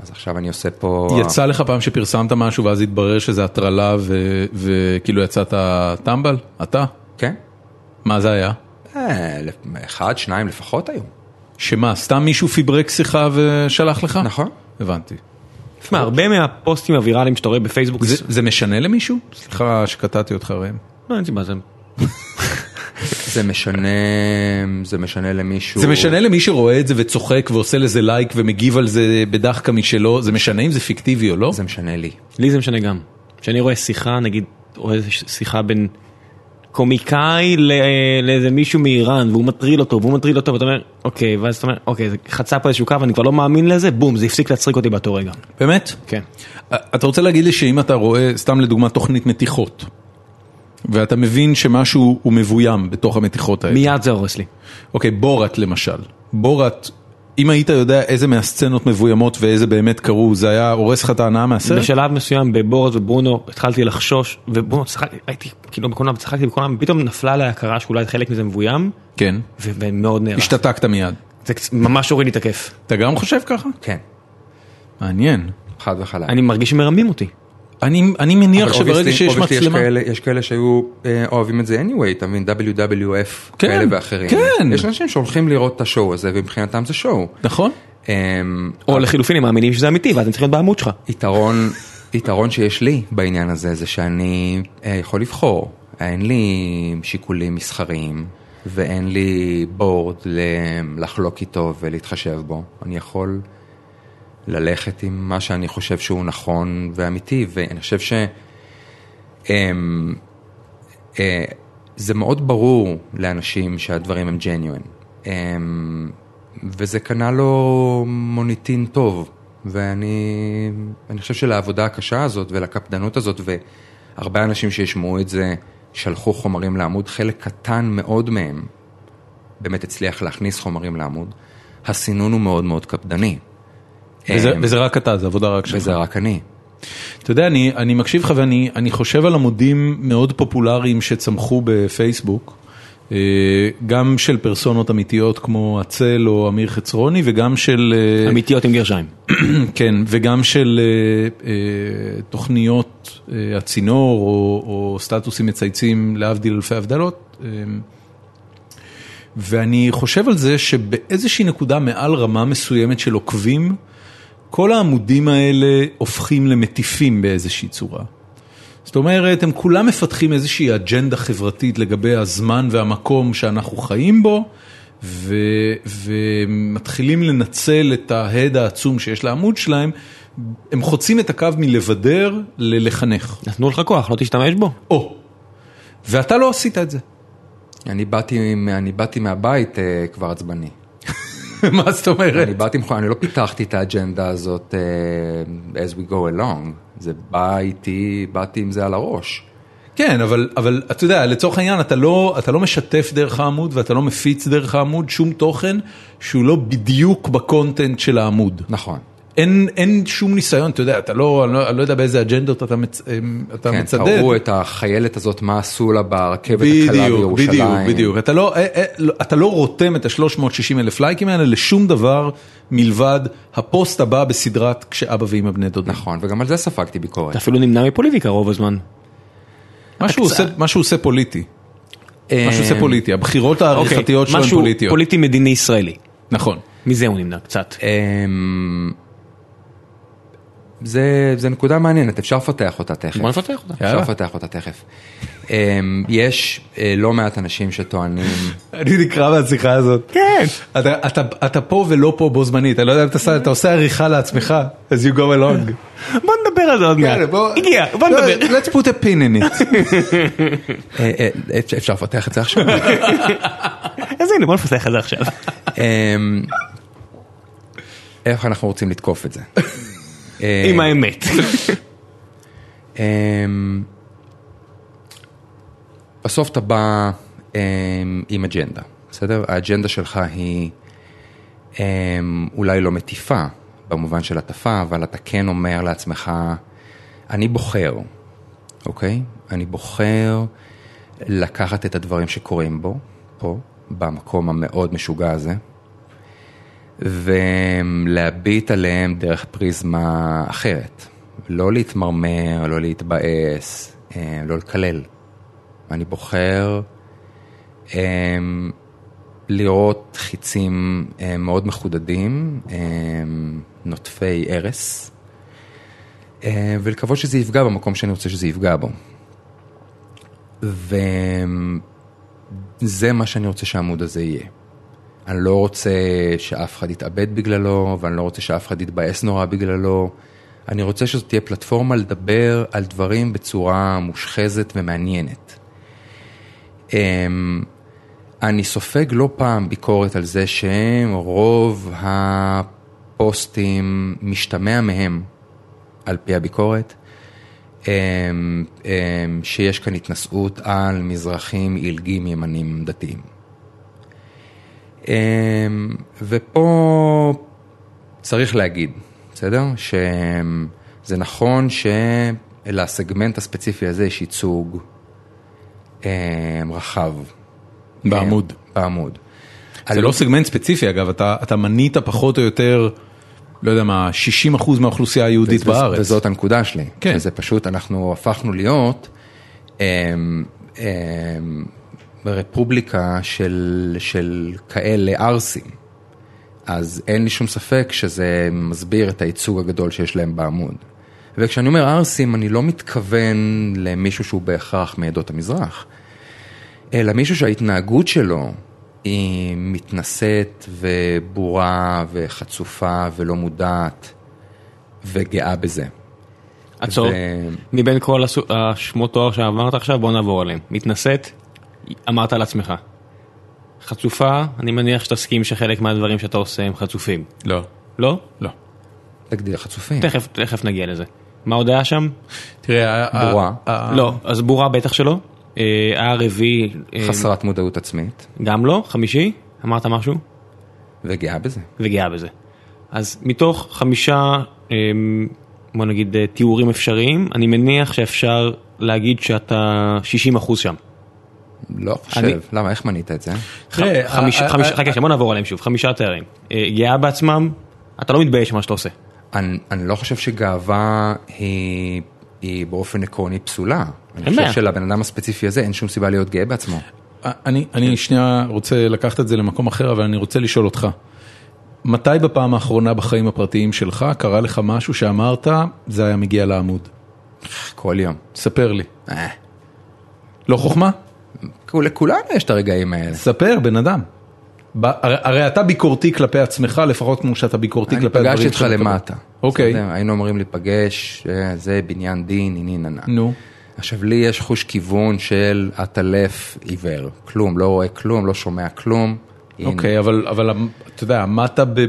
אז עכשיו אני עושה פה...
יצא לך פעם שפרסמת משהו ואז התברר שזה הטרלה ו- וכאילו יצאת טמבל? אתה?
כן?
מה זה היה?
אה, לפ- אחד, שניים לפחות היו.
שמה, סתם מישהו פיברק שיחה ושלח לך?
נכון.
הבנתי.
תשמע, הרבה מהפוסטים הוויראליים שאתה רואה בפייסבוק,
זה, זה משנה למישהו? סליחה שקטעתי אותך ראם.
לא, אין סיבה, זה...
זה משנה, זה משנה למישהו...
זה משנה למי שרואה את זה וצוחק ועושה לזה לייק ומגיב על זה בדחקה משלו, זה משנה אם זה פיקטיבי או לא?
זה משנה לי.
לי זה משנה גם. כשאני רואה שיחה, נגיד, רואה איזה ש- שיחה בין קומיקאי ל- לאיזה מישהו מאיראן, והוא מטריל אותו, והוא מטריל אותו, ואתה אומר, אוקיי, ואז אתה אומר, אוקיי, זה חצה פה איזשהו קו, אני כבר לא מאמין לזה, בום, זה הפסיק להצחיק אותי באותו רגע.
באמת?
כן.
אה, אתה רוצה להגיד לי שאם אתה רואה, סתם לדוגמה, תוכנית מתיחות, ואתה מבין שמשהו הוא מבוים בתוך המתיחות האלה.
מיד זה הורס לי.
אוקיי, בורת למשל. בורת, אם היית יודע איזה מהסצנות מבוימות ואיזה באמת קרו, זה היה הורס לך את ההנאה מהסרט?
בשלב מסוים בבורת וברונו התחלתי לחשוש, וברונו צחקתי, הייתי כאילו בקולנוע וצחקתי בקולנוע, פתאום נפלה לי הכרה שאולי חלק מזה מבוים,
כן.
ו- ומאוד נערך.
השתתקת מיד.
זה קצ- ממש הוריד לי את הכיף.
אתה גם חושב ככה?
כן,
מעניין.
חד וחלק.
אני מרגיש שמרמים אותי.
אני, אני מניח
אבל
שברגע
obviously-
שיש
obviously
מצלמה...
יש כאלה, יש כאלה שהיו אה, אוהבים את זה anyway, אתה מבין, WWF
כן,
כאלה ואחרים.
כן.
יש אנשים שהולכים לראות את השואו הזה, ומבחינתם זה שואו.
נכון?
אמ,
או לחילופין, הם מאמינים שזה אמיתי, ואז הם צריכים להיות בעמוד שלך.
יתרון, יתרון שיש לי בעניין הזה, זה שאני אה, יכול לבחור. אין לי שיקולים מסחריים, ואין לי בורד ל- לחלוק איתו ולהתחשב בו. אני יכול ללכת עם מה שאני חושב שהוא נכון ואמיתי, ואני חושב ש... אמ, אה, זה מאוד ברור לאנשים שהדברים הם ג'ניואן. אמ, וזה קנה לו מוניטין טוב, ואני אני חושב שלעבודה הקשה הזאת ולקפדנות הזאת, והרבה אנשים שישמעו את זה שלחו חומרים לעמוד, חלק קטן מאוד מהם באמת הצליח להכניס חומרים לעמוד. הסינון הוא מאוד מאוד קפדני.
וזה,
אמ,
וזה רק אתה, זה עבודה רק שלך.
וזה רק אני.
אתה יודע, אני, אני מקשיב לך ואני אני חושב על עמודים מאוד פופולריים שצמחו בפייסבוק, אה, גם של פרסונות אמיתיות כמו הצל או אמיר חצרוני וגם של... אה,
אמיתיות עם גרשיים.
[CLEARS THROAT] כן, וגם של אה, אה, תוכניות אה, הצינור או, או סטטוסים מצייצים להבדיל אלפי הבדלות. אה, ואני חושב על זה שבאיזושהי נקודה מעל רמה מסוימת של עוקבים, כל העמודים האלה הופכים למטיפים באיזושהי צורה. זאת אומרת, הם כולם מפתחים איזושהי אג'נדה חברתית לגבי הזמן והמקום שאנחנו חיים בו, ו, ומתחילים לנצל את ההד העצום שיש לעמוד שלהם. הם חוצים את הקו מלבדר ללחנך.
נתנו לך כוח, לא תשתמש בו.
או, ואתה לא עשית את זה. [LAUGHS]
אני באתי, אני באתי מהבית אה, כבר עצבני.
מה זאת אומרת?
אני באתי מכונה, אני לא פיתחתי את האג'נדה הזאת אה, as we go along, זה בא איתי, באתי עם זה על הראש.
כן, אבל, אבל אתה יודע, לצורך העניין, אתה לא, אתה לא משתף דרך העמוד ואתה לא מפיץ דרך העמוד שום תוכן שהוא לא בדיוק בקונטנט של העמוד.
נכון.
אין, אין שום ניסיון, אתה יודע, אתה לא, אני לא, אני לא יודע באיזה אג'נדות אתה, מצ, אמ, אתה
כן,
מצדד.
תראו את החיילת הזאת, מה עשו לה ברכבת הקלה
בדיוק,
בירושלים.
בדיוק, בדיוק. אתה לא, אה, אה, לא- אתה לא רותם את ה-360 אלף לייקים האלה לשום דבר מלבד הפוסט הבא בסדרת כשאבא ואמא בני דודים.
נכון, וגם על זה ספגתי ביקורת.
אתה אפילו נמנע מפוליטיקה רוב הזמן.
מה שהוא עושה- מה שהוא עושה פוליטי, מה שהוא עושה
אה,
פוליטי, הבחירות העריכתיות שלו הן
משהו
פוליטיות.
פוליטי מדיני ישראלי.
נכון.
מזה הוא נמנע קצת.
אמ, זה, זה נקודה מעניינת, אפשר לפתח אותה תכף.
בוא נפתח אותה.
יאללה.
אפשר לפתח אותה תכף. אמ, יש אה, לא מעט אנשים שטוענים
אני נקרע מהשיחה הזאת. כן. אתה, אתה, אתה פה ולא פה בו זמנית, אני לא יודע אם אתה, עושה- אתה עושה עריכה לעצמך, as you go along.
בוא נדבר על זה עוד מעט. כן, הגיע, בוא
כן, לא,
נדבר.
Let's put a pin in it.
אה, אה, אפשר- אפשר לפתח את זה עכשיו.
אז הנה, בוא נפתח את זה עכשיו.
אמ, איך אנחנו רוצים לתקוף את זה? אה,
עם האמת.
אמ, בסוף אתה בא אמ, עם אג'נדה, בסדר? האג'נדה שלך היא אמ, אולי לא מטיפה, במובן של הטפה, אבל אתה כן אומר לעצמך, אני בוחר, אוקיי? אני בוחר לקחת את הדברים שקורים בו, פה, במקום המאוד משוגע הזה, ולהביט עליהם דרך פריזמה אחרת. לא להתמרמר, לא להתבאס, אה, לא לקלל. אני בוחר אה, לראות חיצים אה, מאוד מחודדים, אה, נוטפי ארס, אה, ולקוות שזה יפגע במקום שאני רוצה שזה יפגע בו. וזה מה שאני רוצה שהעמוד הזה יהיה. אני לא רוצה שאף אחד יתאבד בגללו, ואני לא רוצה שאף אחד יתבאס נורא בגללו. אני רוצה שזאת תהיה פלטפורמה לדבר על דברים בצורה מושחזת ומעניינת. אמ, אני סופג לא פעם ביקורת על זה שרוב הפוסטים משתמע מהם, על פי הביקורת, אמ, אמ, שיש כאן התנשאות על מזרחים עילגים ימנים דתיים. אמ, ופה צריך להגיד, בסדר? שזה נכון שלסגמנט הספציפי הזה יש ייצוג אמ, רחב.
[LAUGHS] בעמוד.
אמ, בעמוד.
זה לא סגמנט ספציפי אגב, אתה, אתה מנית פחות או יותר, לא יודע מה, 60% מהאוכלוסייה היהודית
וז-
בארץ.
וזאת הנקודה שלי.
כן.
כן. זה פשוט, אנחנו הפכנו להיות אמ, אמ, רפובליקה של, של כאלה ערסים. אז אין לי שום ספק שזה מסביר את הייצוג הגדול שיש להם בעמוד. וכשאני אומר ערסים, אני לא מתכוון למישהו שהוא בהכרח מעדות המזרח, אלא מישהו שההתנהגות שלו היא מתנשאת ובורה וחצופה ולא מודעת וגאה בזה.
עצור,
ו-
מבין כל הסו- השמות תואר שאמרת עכשיו, בוא נעבור עליהם. מתנשאת, אמרת על עצמך. חצופה, אני מניח שתסכים שחלק מהדברים שאתה עושה הם חצופים.
לא.
לא?
לא.
תגדיר חצופים.
תכף, תכף נגיע לזה. מה עוד היה שם?
תראה, ה- ה-
בורה.
ה-
לא, אז בורה בטח שלא. אה, הרביעי, אה,
חסרת מודעות עצמית
גם לא. חמישי, אמרת משהו?
וגאה בזה.
וגאה בזה. אז מתוך חמישה, אמ, בוא נגיד, אה, תיאורים אפשריים, אני מניח שאפשר להגיד שאתה 60% שם.
לא חושב.
אני-
למה, איך מנית את זה?
ח-
תראה, אה,
חמישה,
ה- ה-
חמישה-
ה-
חכה, שנייה, בוא נעבור עליהם שוב, חמישה תארים. אה, גאה בעצמם, אתה לא מתבייש ממה שאתה עושה.
אני, אני לא חושב שגאווה היא, היא באופן עקרוני פסולה. אני
בעיה.
חושב שלבן אדם הספציפי הזה אין שום סיבה להיות גאה בעצמו.
אני, אני שנייה רוצה לקחת את זה למקום אחר, אבל אני רוצה לשאול אותך. מתי בפעם האחרונה בחיים הפרטיים שלך קרה לך משהו שאמרת, זה היה מגיע לעמוד?
כל יום.
ספר לי.
אה,
לא חוכמה?
לכולנו יש את הרגעים האלה.
ספר, בן אדם. ב, הרי, הרי אתה ביקורתי כלפי עצמך, לפחות כמו שאתה ביקורתי
אני
כלפי הדברים
פגשתי אותך
שאתה מקבל.
למטה.
אוקיי,
בסדר? היינו אמורים להיפגש, אה, זה בניין דין, הנה ננה.
נו.
עכשיו, לי יש חוש כיוון של עטלף עיוור. כלום, לא רואה כלום, לא שומע כלום. הנה.
אוקיי, אבל, אבל אמ- אתה יודע, עמדת בסניף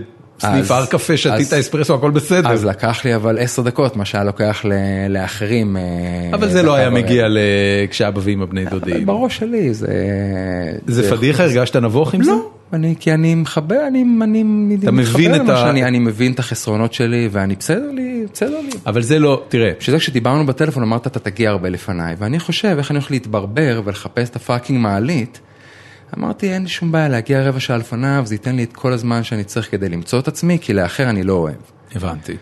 אז-
הר קפה, שתית
אז-
אספרסו, הכל בסדר.
אז לקח לי אבל עשר דקות, מה שהיה לוקח ל- לאחרים. אה,
אבל זה לא
דקה
היה
ורבע.
מגיע ל... כשאבא ואמא בני
אבל
דודים.
בראש שלי זה...
זה פדיחה, הרגשת נבוך עם זה?
לא, אני, כי אני מחבר, אני, אני,
אתה
אני
מבין את
למה
ה-
שאני, אני מבין את החסרונות שלי, ואני בסדר לי, בסדר לי.
אבל זה לא, תראה,
בשביל זה כשדיברנו בטלפון אמרת אתה תגיע הרבה לפניי, ואני חושב איך אני הולך להתברבר ולחפש את הפאקינג מעלית. אמרתי אין לי שום בעיה להגיע רבע שעה לפניו, זה ייתן לי את כל הזמן שאני צריך כדי למצוא את עצמי, כי לאחר אני לא אוהב.
הבנתי.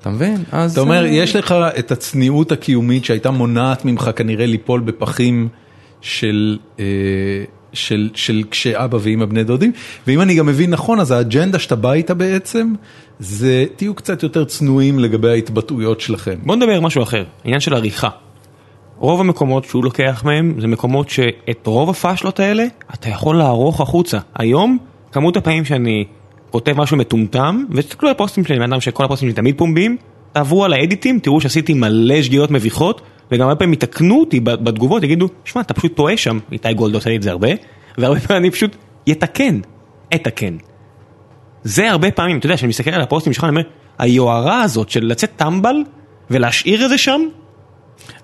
אתה מבין? אז...
אתה אומר,
אה,
יש לך את הצניעות הקיומית שהייתה מונעת ממך כנראה ליפול בפחים של, אה, של, של כשאבא ואמא בני דודים, ואם אני גם מבין נכון, אז האג'נדה שאתה בא איתה בעצם, זה תהיו קצת יותר צנועים לגבי ההתבטאויות שלכם.
בוא נדבר על משהו אחר, עניין של עריכה. רוב המקומות שהוא לוקח מהם זה מקומות שאת רוב הפאשלות האלה אתה יכול לערוך החוצה. היום, כמות הפעמים שאני כותב משהו מטומטם, ותסתכלו על הפוסטים שלי, בן אדם שכל הפוסטים שלי תמיד פומביים, תעברו על האדיטים, תראו שעשיתי מלא שגיאות מביכות, וגם הרבה פעמים יתקנו אותי ב- בתגובות, יגידו, שמע, אתה פשוט טועה שם, איתי גולד עושה לי את זה הרבה, והרבה פעמים אני פשוט יתקן, אתקן. זה הרבה פעמים, אתה יודע, כשאני מסתכל על הפוסטים שלך, אני אומר, היוהרה הזאת של לצאת טמבל ולהשאיר את זה שם,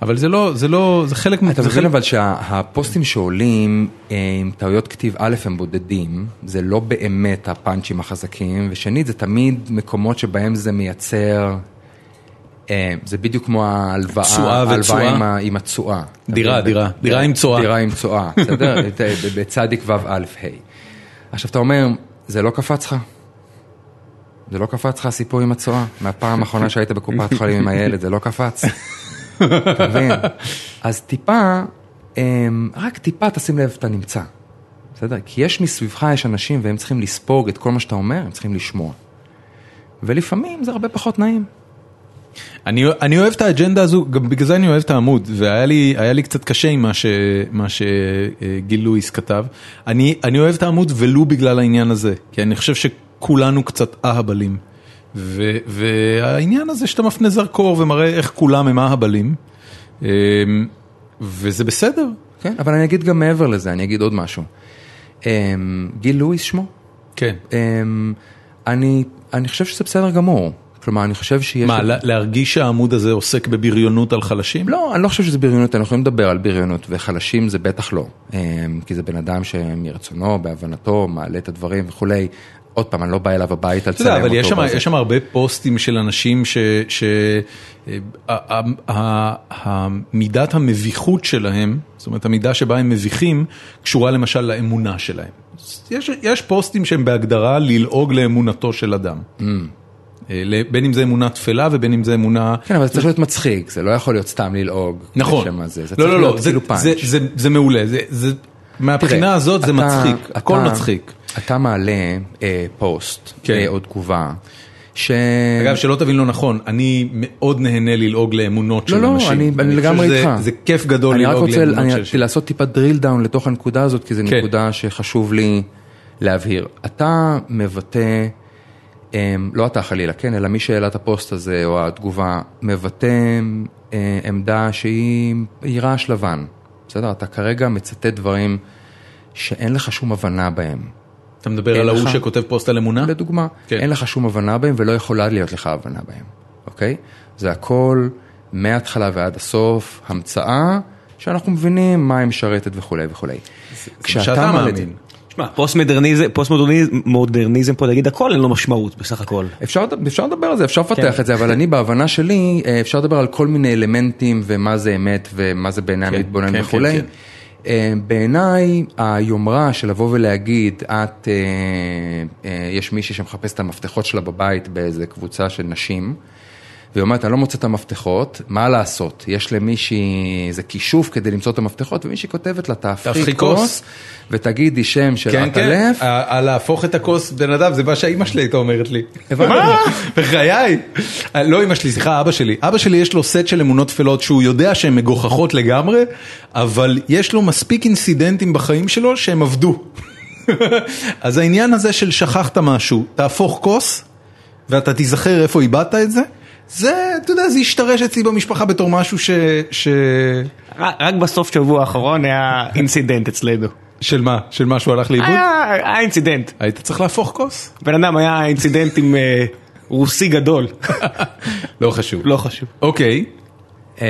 אבל זה לא, זה לא, זה חלק
אתה מבין אבל שהפוסטים שעולים אה, עם טעויות כתיב א' הם בודדים, זה לא באמת הפאנצ'ים החזקים, ושנית זה תמיד מקומות שבהם זה מייצר, אה, זה בדיוק כמו ההלוואה,
תשואה
ההלוואה
ותשואה.
עם ה- עם התשואה.
דירה,
אתה יודע,
דירה, כן. דירה עם תשואה.
דירה עם תשואה, בסדר? את- בצדיק ו' א' ה'. עכשיו אתה אומר, זה לא קפץ לך? זה לא קפץ לך הסיפור עם התשואה? מהפעם האחרונה שהיית בקופת חולים עם הילד, זה לא קפץ? אתה מבין? אז טיפה, אמ, רק טיפה תשים לב אתה נמצא. בסדר? כי יש מסביבך, יש אנשים והם צריכים לספוג את כל מה שאתה אומר, הם צריכים לשמוע. ולפעמים זה הרבה פחות נעים.
אני, אני אוהב את האג'נדה הזו, גם בגלל זה אני אוהב את העמוד, והיה לי, היה לי קצת קשה עם מה, ש, מה שגיל לואיס כתב. אני, אני אוהב את העמוד ולו בגלל העניין הזה, כי אני חושב שכולנו קצת אהבלים. ו, והעניין הזה שאתה מפנה זרקור ומראה איך כולם הם אהבלים, אמ, וזה בסדר.
כן? אבל אני אגיד גם מעבר לזה, אני אגיד עוד משהו. אמ, גיל לואיס שמו?
כן.
אמ, אני, אני חושב שזה בסדר גמור. כלומר, אני חושב שיש...
מה, לא? לה- להרגיש שהעמוד הזה עוסק בבריונות על חלשים?
לא, אני לא חושב שזה בריונות, אנחנו יכולים לדבר על בריונות, וחלשים זה בטח לא. אמ, כי זה בן אדם שמרצונו, בהבנתו, מעלה את הדברים וכולי. עוד פעם, אני לא בא אליו הביתה
אתה יודע,
לצלם
אבל יש
אותו.
שם,
וזה.
יש שם הרבה פוסטים של אנשים ש... ש אה, ה- ה- ה- ה- מידת המביכות שלהם, זאת אומרת המידה שבה הם מביכים, קשורה למשל לאמונה שלהם. אז יש, יש פוסטים שהם בהגדרה ללעוג לאמונתו של אדם.
Mm.
אה, ל- בין אם זה אמונה טפלה ובין אם זה אמונה...
כן, אבל זה צריך להיות מצחיק, זה לא יכול להיות סתם ללעוג.
נכון.
לשם הזה, זה
לא,
צריך
לא,
להיות
לא, זה,
כאילו פאנץ'.
זה, זה, זה מעולה. זה, זה, מהבחינה
תראה,
הזאת זה
אתה-
מצחיק, הכל
אתה-
מצחיק.
אתה מעלה אה, פוסט
כן.
אה, או תגובה ש...
אגב, שלא תבין לא נכון, אני מאוד נהנה ללעוג לאמונות של
לא, לא,
אנשים.
אני- אני
חושב
לגמרי
שזה-
איתך.
זה כיף גדול
אני רק
ללעוג
רוצה
לאמונות
אני-
של אנשים.
לעשות טיפה drill down לתוך הנקודה הזאת, כי זו
כן.
נקודה שחשוב לי להבהיר. אתה מבטא, אמ, לא אתה חלילה, כן, אלא מי שהעלה את הפוסט הזה או התגובה, מבטא אה, עמדה שהיא היא רעש לבן. בסדר? אתה כרגע מצטט דברים שאין לך שום הבנה בהם.
אתה מדבר
אין
על ההוא
לך.
שכותב פוסט על אמונה?
לדוגמה,
כן.
כן. אין לך שום הבנה בהם ולא יכולה להיות לך הבנה בהם, אוקיי? זה הכל מההתחלה ועד הסוף, המצאה שאנחנו מבינים מה היא משרתת וכולי וכולי.
שאתה
מעלה-
מאמין.
שמע, פוסט מודרניזם, פוסט מודרניזם- מודרניזם פה להגיד הכל אין לו משמעות בסך הכל.
אפשר, אפשר לדבר על זה, אפשר לפתח כן. את זה, אבל אני בהבנה שלי, אה, אפשר לדבר על כל מיני אלמנטים ומה זה אמת ומה זה בעיני
כן,
המתבונן
כן, כן,
וכולי.
כן.
אה, בעיניי היומרה של לבוא ולהגיד, את, אה, אה, יש מישהי שמחפש את המפתחות שלה בבית באיזה קבוצה של נשים, והיא אומרת, אני לא מוצא את המפתחות, מה לעשות? יש למישהי איזה כישוף כדי למצוא את המפתחות, ומישהי כותבת לה,
תהפכי
תהפכי
כוס."
כוס, ותגידי שם של
כן,
את
כן,
הלף.
ה- ה- להפוך את הכוס בן אדם, זה מה שהאימא שלי הייתה אומרת לי. מה? בחיי. אה, לא אימא שלי, סליחה, אבא שלי. אבא שלי יש לו סט של אמונות טפלות שהוא יודע שהן מגוחכות לגמרי, אבל יש לו מספיק אינסידנטים בחיים שלו שהם עבדו. [LAUGHS] אז העניין הזה של שכחת משהו, תהפוך כוס, ואתה תיזכר איפה איבדת את זה, זה, אתה יודע, זה השתרש אצלי במשפחה בתור משהו ש... ש...
רק רק בסוף שבוע האחרון היה אינסידנט אצלנו.
של מה? של מה שהוא הלך לאיבוד?
היה היה אינסידנט.
היית צריך להפוך כוס?
בן אדם היה אינסידנט עם אה, רוסי גדול.
לא חשוב.
לא חשוב.
אוקיי.
אמ,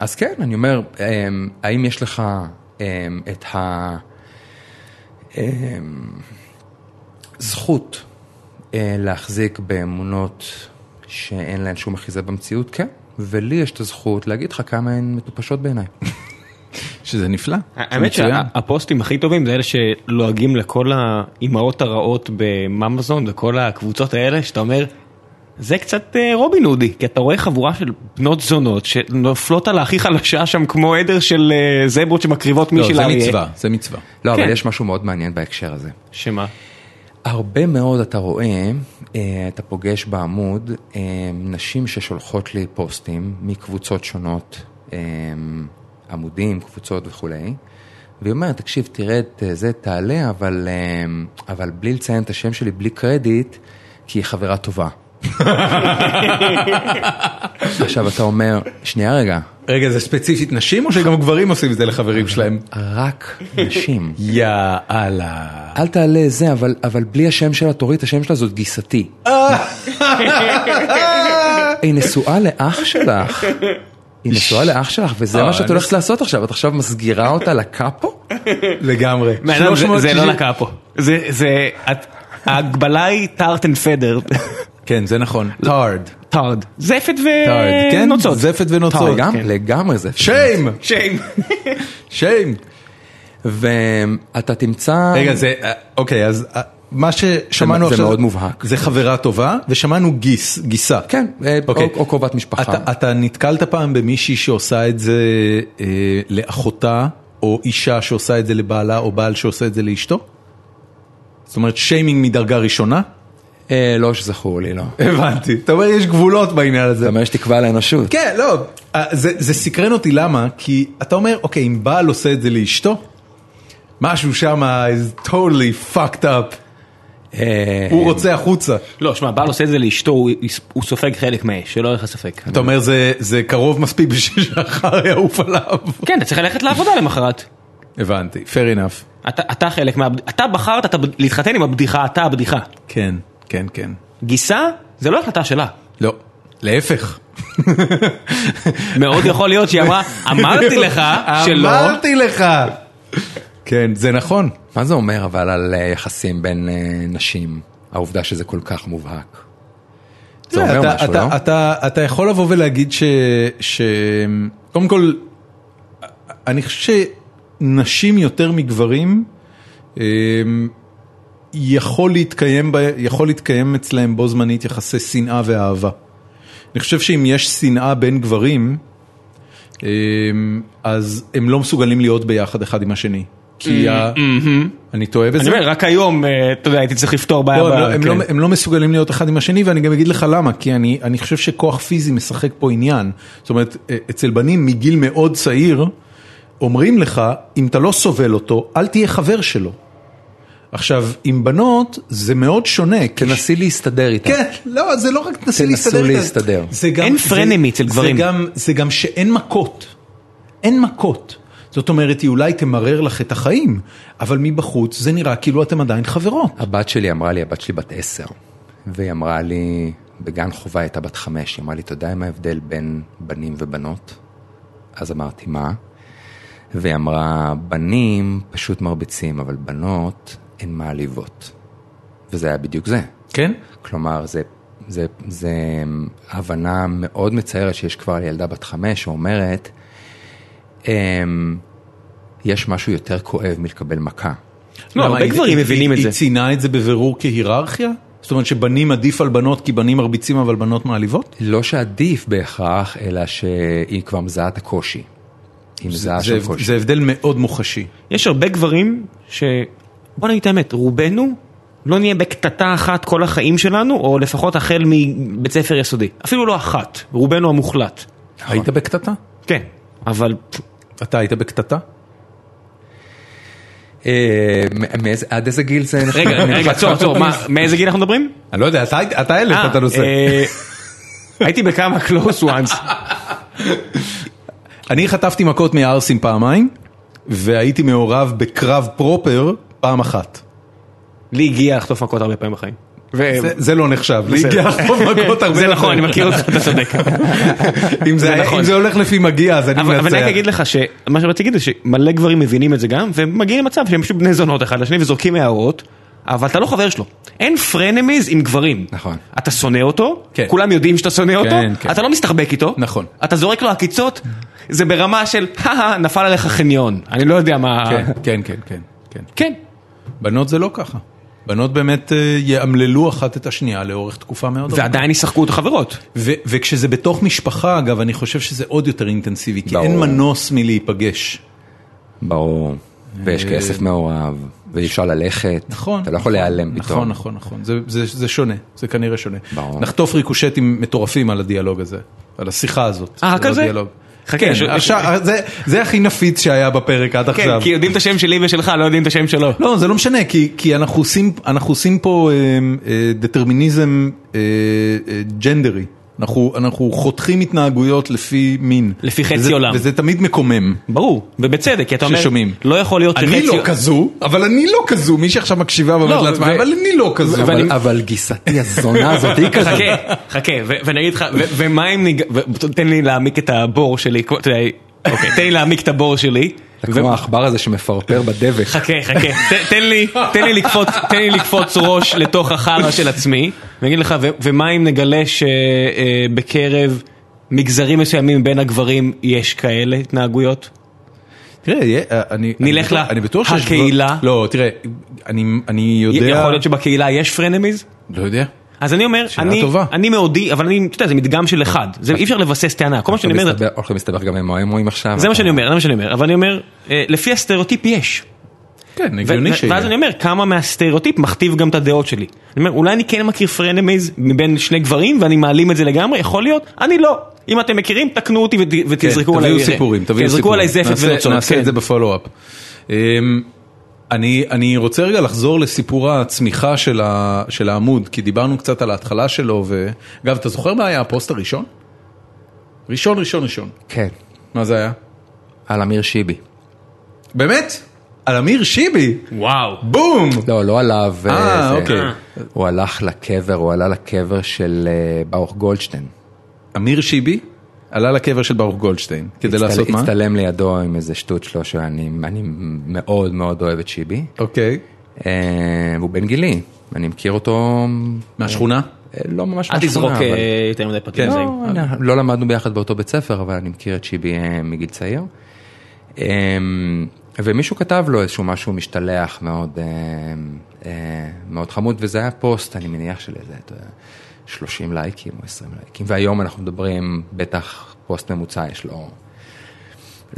אז כן, אני אומר, אמ, האם יש לך אמ, את ה... אמ, זכות אה, להחזיק באמונות שאין להן שום אחיזה במציאות? כן. ולי יש את הזכות להגיד לך כמה הן מטופשות בעיניי.
שזה נפלא.
האמת
מצוין. לא,
שהפוסטים הכי טובים זה אלה שלועגים לכל האימהות הרעות בממזון וכל הקבוצות האלה שאתה אומר זה קצת אה, רובין הודי כי אתה רואה חבורה של בנות זונות שנופלות על הכי חלשה שם כמו עדר של אה, זברות שמקריבות
לא,
מישהי
זה
לאריה.
מצווה, זה מצווה.
לא,
כן.
אבל יש משהו מאוד מעניין בהקשר הזה.
שמה?
הרבה מאוד אתה רואה, אה, אתה פוגש בעמוד, אה, נשים ששולחות לי פוסטים מקבוצות שונות, אה, עמודים, קבוצות וכולי, והיא אומרת, תקשיב, תראה את אה, זה, תעלה, אבל, אה, אבל בלי לציין את השם שלי, בלי קרדיט, כי היא חברה טובה. עכשיו אתה אומר, שנייה רגע,
רגע, זה ספציפית נשים או שגם גברים עושים את זה לחברים שלהם?
רק נשים.
יאללה.
אל תעלה זה, אבל, אבל בלי השם שלה, תוריד את השם שלה, זאת גיסתי.
אה!
היא נשואה לאח
[LAUGHS]
שלך. היא נשואה לאח שלך, וזה
אה,
מה שאת
אני-
הולכת לעשות עכשיו, את עכשיו מסגירה
[LAUGHS]
אותה לקאפו?
לגמרי.
מעניין, זה- זה
360.
לא לקה פה. זה זה את- ההגבלה היא טארט אנד פדר. [LAUGHS]
כן, זה נכון.
לא.
טארד.
טארד. זפת
טארד,
אה,
כן?
ונוצות.
זפת ונוצות.
לגמרי, לגמרי זה.
שיים!
שיים.
[LAUGHS] שיים!
ואתה תמצא...
רגע, זה, אה, אוקיי, אז אה, מה ששמענו
זה
עכשיו...
מאוד מובהק.
זה חברה טובה, ושמענו גיס, גיסה.
כן, אה,
אוקיי.
או- או קרובת משפחה.
אתה, אתה נתקלת פעם במישהי שעושה את זה אה, לאחותה, או אישה שעושה את זה לבעלה, או בעל שעושה את זה לאשתו? זאת אומרת, שיימינג מדרגה ראשונה?
אה, לא שזכור לי, לא.
[LAUGHS] הבנתי. אתה אומר, יש גבולות בעניין הזה.
אתה אומר יש תקווה לאנושות.
כן, לא, אה, זה, זה סקרן אותי למה, כי אתה אומר, אוקיי, אם בעל עושה את זה לאשתו, משהו שם is totally fucked up,
אה,
הוא רוצה החוצה.
לא, שמע, בעל עושה את זה לאשתו, הוא- הוא סופג חלק מהאש, שלא יהיה לך ספק.
אתה אומר, זה, זה קרוב מספיק בשביל שהחר יעוף עליו.
כן, אתה צריך ללכת לעבודה למחרת.
הבנתי, fair enough.
אתה, אתה חלק מה... אתה בחרת אתה, ב- להתחתן עם הבדיחה, אתה הבדיחה.
כן, כן, כן.
גיסה, זה לא החלטה שלה.
לא, להפך. [LAUGHS]
מאוד יכול להיות שהיא אמרה, אמרתי לך שלא.
אמרתי לך. כן, זה נכון.
מה זה אומר אבל על אה, יחסים בין אה, נשים, העובדה שזה כל כך מובהק? זה אומר
כן, אתה-
משהו,
אתה-
לא?
אתה- אתה יכול לבוא ולהגיד ש... ש- קודם כל, אני חושב שנשים יותר מגברים, אה, יכול להתקיים, ב- יכול להתקיים אצלהם בו זמנית יחסי שנאה ואהבה. אני חושב שאם יש שנאה בין גברים, אמ, אז הם לא מסוגלים להיות ביחד אחד עם השני. כי ה... אני טועה בזה.
אני אומר, רק היום, אה, אתה יודע, הייתי צריך לפתור בעיה.
לא,
ב-
הם לא- הם
כן.
לא- הם לא מסוגלים להיות אחד עם השני, ואני גם אגיד לך למה, כי אני אני חושב שכוח פיזי משחק פה עניין. זאת אומרת, אה, אצל בנים מגיל מאוד צעיר, אומרים לך, אם אתה לא סובל אותו, אל תהיה חבר שלו. עכשיו, עם בנות זה מאוד שונה. כי
תנסי להסתדר איתה.
כן, לא, זה לא רק תנסי
כן. תנסו
להסתדר. איתה.
להסתדר.
זה גם-
אין
זה-
פרנמי אצל
זה
גברים.
גם- זה גם שאין מכות. אין מכות. זאת אומרת, היא אולי תמרר לך את החיים, אבל מבחוץ זה נראה כאילו אתם עדיין חברות.
הבת שלי אמרה לי, הבת שלי בת עשר, והיא אמרה לי, בגן חובה הייתה בת חמש, היא אמרה לי, אתה יודע מה ההבדל בין בנים ובנות? אז אמרתי, מה? והיא אמרה, בנים פשוט מרביצים, אבל בנות הן מעליבות. וזה היה בדיוק זה.
כן?
כלומר, זה, זה, זה אה, הבנה מאוד מצערת שיש כבר לילדה בת חמש שאומרת, אמ, יש משהו יותר כואב מלקבל מכה.
לא,
למה,
הרבה
היא-
גברים
היא-
מבינים את
היא
זה.
ציינה את זה בבירור כהיררכיה? זאת אומרת שבנים עדיף על בנות כי בנים מרביצים אבל בנות מעליבות?
לא שעדיף בהכרח, אלא שהיא כבר מזהה את הקושי. היא
אה,
מזהה
זה-
של קושי.
זה הבדל מאוד מוחשי.
יש הרבה גברים ש... בוא נגיד את האמת, רובנו לא נהיה בקטטה אחת כל החיים שלנו, או לפחות החל מבית ספר יסודי. אפילו לא אחת, רובנו המוחלט.
היית
נכון.
בקטטה?
כן, אבל
אתה היית בקטטה?
אה, מ- מאיזה- עד איזה גיל זה?
רגע, [LAUGHS] רגע, עצור,
[LAUGHS]
עצור, מה, מאיזה גיל אנחנו מדברים?
אני לא יודע, אתה היית- אתה העלית את
אה,
הנושא.
אה, הייתי בכמה close ones.
אני חטפתי מכות מהערסים פעמיים, והייתי מעורב בקרב פרופר פעם אחת.
לי הגיע לחטוף מכות הרבה פעמים בחיים. ו-
זה- זה לא נחשב, לי
אה, בסדר.
הגיע לחטוף מכות הרבה
[LAUGHS] זה
יותר.
נכון, אני מכיר אותך, אתה צודק.
אם זה
זה
היה-
נכון.
אם זה הולך לפי מגיע, אז אני
אבל
מנצח.
אבל אני רק אגיד לך שמה שרציתי להגיד זה שמלא גברים מבינים את זה גם, ומגיעים למצב שהם פשוט בני זונות אחד לשני וזורקים הערות, אבל אתה לא חבר שלו. אין פרנמיז עם גברים.
נכון.
אתה שונא אותו,
כן.
כולם יודעים שאתה שונא אותו,
כן, כן.
אתה לא מסתחבק איתו,
נכון.
אתה זורק לו עקיצות, זה ברמה של, "הא, הא, נפל עליך חניון, אני לא יודע מה...
כן, כן, כן, כן, כן.
כן.
בנות זה לא ככה. בנות באמת אה, יאמללו אחת את השנייה לאורך תקופה מאוד ארוכה.
ועדיין ישחקו את החברות.
ו- וכשזה בתוך משפחה, אגב, אני חושב שזה עוד יותר אינטנסיבי, כי
ברור.
אין מנוס מלהיפגש.
ברור. ויש כסף מעורב, ואי אפשר ללכת.
אה, נכון.
אתה לא יכול להיעלם פתאום.
נכון, נכון, נכון. זה, זה, זה שונה, זה כנראה שונה.
ברור.
נחטוף ריקושטים מטורפים על הדיאלוג הזה, על השיחה הזאת.
אה, רק
לא
על זה?
דיאלוג.
חכה,
כן,
יש-
עכשיו, זה, זה הכי נפיץ שהיה בפרק עד
כן,
עכשיו.
כי יודעים את השם שלי ושלך, לא יודעים את השם שלו.
לא, זה לא משנה, כי, כי אנחנו, עושים, אנחנו עושים פה אה, אה, דטרמיניזם אה, אה, ג'נדרי. אנחנו, אנחנו חותכים התנהגויות לפי מין.
לפי חצי
וזה,
עולם.
וזה תמיד מקומם.
ברור, ובצדק, כי אתה אומר,
ששומעים.
לא יכול להיות
אני
שחצי-
לא כזו, אבל אני לא כזו, מי שעכשיו מקשיבה ואומרת
לא,
לעצמה,
ו-
אבל אני לא כזו.
אבל-
אבל-
אבל גיסתי הזונה
[LAUGHS]
[LAUGHS]
הזאת היא כזאת.
חכה, חכה, ו- ואני אגיד לך, ו- ומה אם ניג... ו- תן לי להעמיק את הבור שלי, כמו- אתה יודע, אוקיי, תן לי להעמיק את הבור שלי.
אתה כמו העכבר הזה שמפרפר בדבק.
חכה, חכה, ת- תן לי, תן לי לקפוץ, תן לי לקפוץ ראש לתוך החרא של עצמי, ואני אגיד לך, ו- ומה אם נגלה שבקרב מגזרים מסוימים בין הגברים יש כאלה התנהגויות?
[LAUGHS] תראה, יהיה- אה, אני...
נלך
אני
ל-
בטוח- אני בטוח שיש...
הקהילה.
לא, תראה, אני- אני
י-
יודע...
יכול להיות שבקהילה יש פרנמיז?
לא יודע.
אז אני אומר,
שאלה
אני,
טובה.
אני מאודי, אבל אני, אתה יודע, זה מדגם של אחד, זה אי אפשר לבסס טענה, כל מה שאני אומר,
מסתבר- הולכים להסתבך גם עם ההומואים עכשיו.
זה מה שאני אומר, זה מה שאני אומר, אבל אני אומר, אה, לפי הסטריאוטיפ יש.
כן,
ו-
הגיוני
ו-
שיהיה.
ואז אני אומר, כמה מהסטריאוטיפ מכתיב גם את הדעות שלי. אני אומר, אולי אני כן מכיר פרנמיז מבין שני גברים, ואני מעלים את זה לגמרי, יכול להיות, אני לא. אם אתם מכירים, תקנו אותי ות-
כן,
ותזרקו עליי...
תביאו סיפורים, תביאו סיפורים.
תזרקו עליי זפת
נעשה-
ונוצות.
נעשה
כן.
את זה בפולו-אפ. אמ, אני, אני רוצה רגע לחזור לסיפור הצמיחה של, ה, של העמוד, כי דיברנו קצת על ההתחלה שלו, ואגב, אתה זוכר מה היה הפוסט הראשון? ראשון, ראשון, ראשון.
כן.
מה זה היה?
על אמיר שיבי.
באמת? על אמיר שיבי?
וואו.
בום!
לא, לא עליו.
אה,
זה.
אוקיי.
הוא הלך לקבר, הוא עלה לקבר של אה, ברוך גולדשטיין.
אמיר שיבי עלה לקבר של ברוך גולדשטיין, כדי
הצטל-
לעשות מה?
הצטלם לידו עם איזה שטות שלו שאני אני מאוד מאוד אוהב את שיבי.
אוקיי.
אה, הוא בן גילי, אני מכיר אותו
מהשכונה?
אה, לא ממש
אל תזרוק
מהשכונה, אבל-
אה, יותר מדי פרטים.
כן.
זה-
לא.
לא, אני- לא למדנו ביחד באותו בית ספר, אבל אני מכיר את שיבי אה, מגיל צעיר. אה, ומישהו כתב לו איזשהו משהו משתלח מאוד, אה, אה, מאוד חמוד, וזה היה פוסט, אני מניח, של איזה, אתה יודע, 30 לייקים או 20 לייקים, והיום אנחנו מדברים, בטח פוסט ממוצע יש לו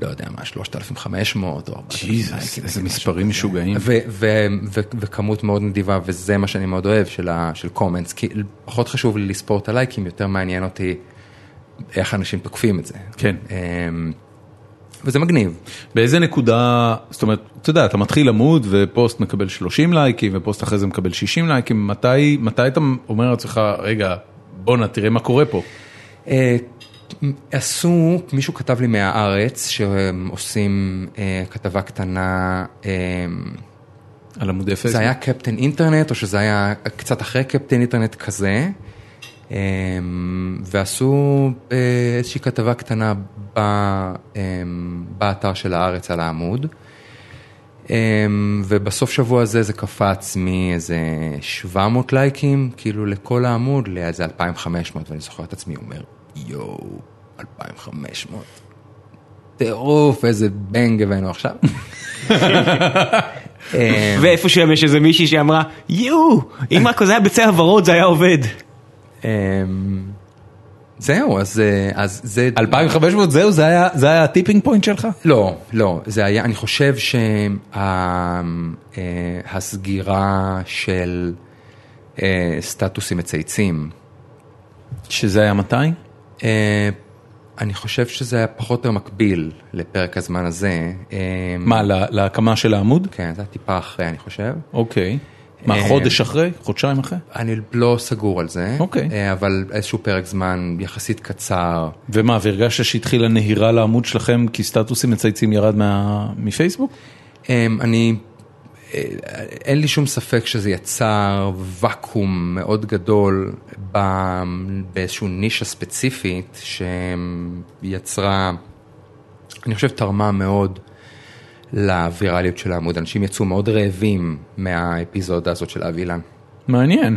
לא יודע מה, 3,500 או 4,000.
ג'יזוס, איזה מספרים משוגעים.
ו- ו- ו- וכמות מאוד נדיבה, וזה מה שאני מאוד אוהב של, ה- של קומנס, כי פחות חשוב לי לספור את הלייקים, יותר מעניין אותי איך אנשים תוקפים את זה.
כן.
אמ, וזה מגניב.
באיזה נקודה, זאת אומרת, אתה יודע, אתה מתחיל עמוד ופוסט מקבל 30 לייקים ופוסט אחרי זה מקבל 60 לייקים, מתי, מתי אתה אומר לעצמך, רגע, בואנה, תראה מה קורה פה.
אה, עשו, מישהו כתב לי מהארץ, שהם עושים אה, כתבה קטנה, אה,
על עמוד אפס.
זה היה קפטן אינטרנט, או שזה היה קצת אחרי קפטן אינטרנט כזה, אה, ועשו אה, איזושהי כתבה קטנה ב, אה, באתר של הארץ על העמוד. אה, ובסוף שבוע הזה זה קפץ מאיזה 700 לייקים, כאילו לכל העמוד, לאיזה 2,500, ואני זוכר את עצמי אומר, יואו, 2,500. טירוף, איזה בנג הבאנו עכשיו. אה,
[LAUGHS] ואיפה שם יש איזה מישהי שאמרה, יואו, אם רק זה היה בצבע ורוד זה היה עובד.
אה,
אמ, זהו, אז, אה, אז זה...
2500 זהו, זה היה, זה היה הטיפינג פוינט שלך?
לא, לא, זה היה, אני חושב שהסגירה של אה, סטטוסים מצייצים,
שזה היה מתי?
אה, אני חושב שזה היה פחות או יותר מקביל לפרק הזמן הזה. אה,
מה, לה- להקמה של העמוד?
כן, זה היה טיפה אחרי, אני חושב.
אוקיי. מה,
אה,
חודש אחרי? חודשיים אחרי?
אני לא סגור על זה,
אוקיי.
אה, אבל איזשהו פרק זמן יחסית קצר.
ומה, והרגשת שהתחילה נהירה לעמוד שלכם כי סטטוסים מצייצים ירד מה... מפייסבוק?
אמ, אני, אה, אין לי שום ספק שזה יצר ואקום מאוד גדול ב- באיזשהו נישה ספציפית שיצרה, אני חושב תרמה מאוד לווירליות של העמוד. אנשים יצאו מאוד רעבים מהאפיזודה הזאת של אבי אילן.
מעניין.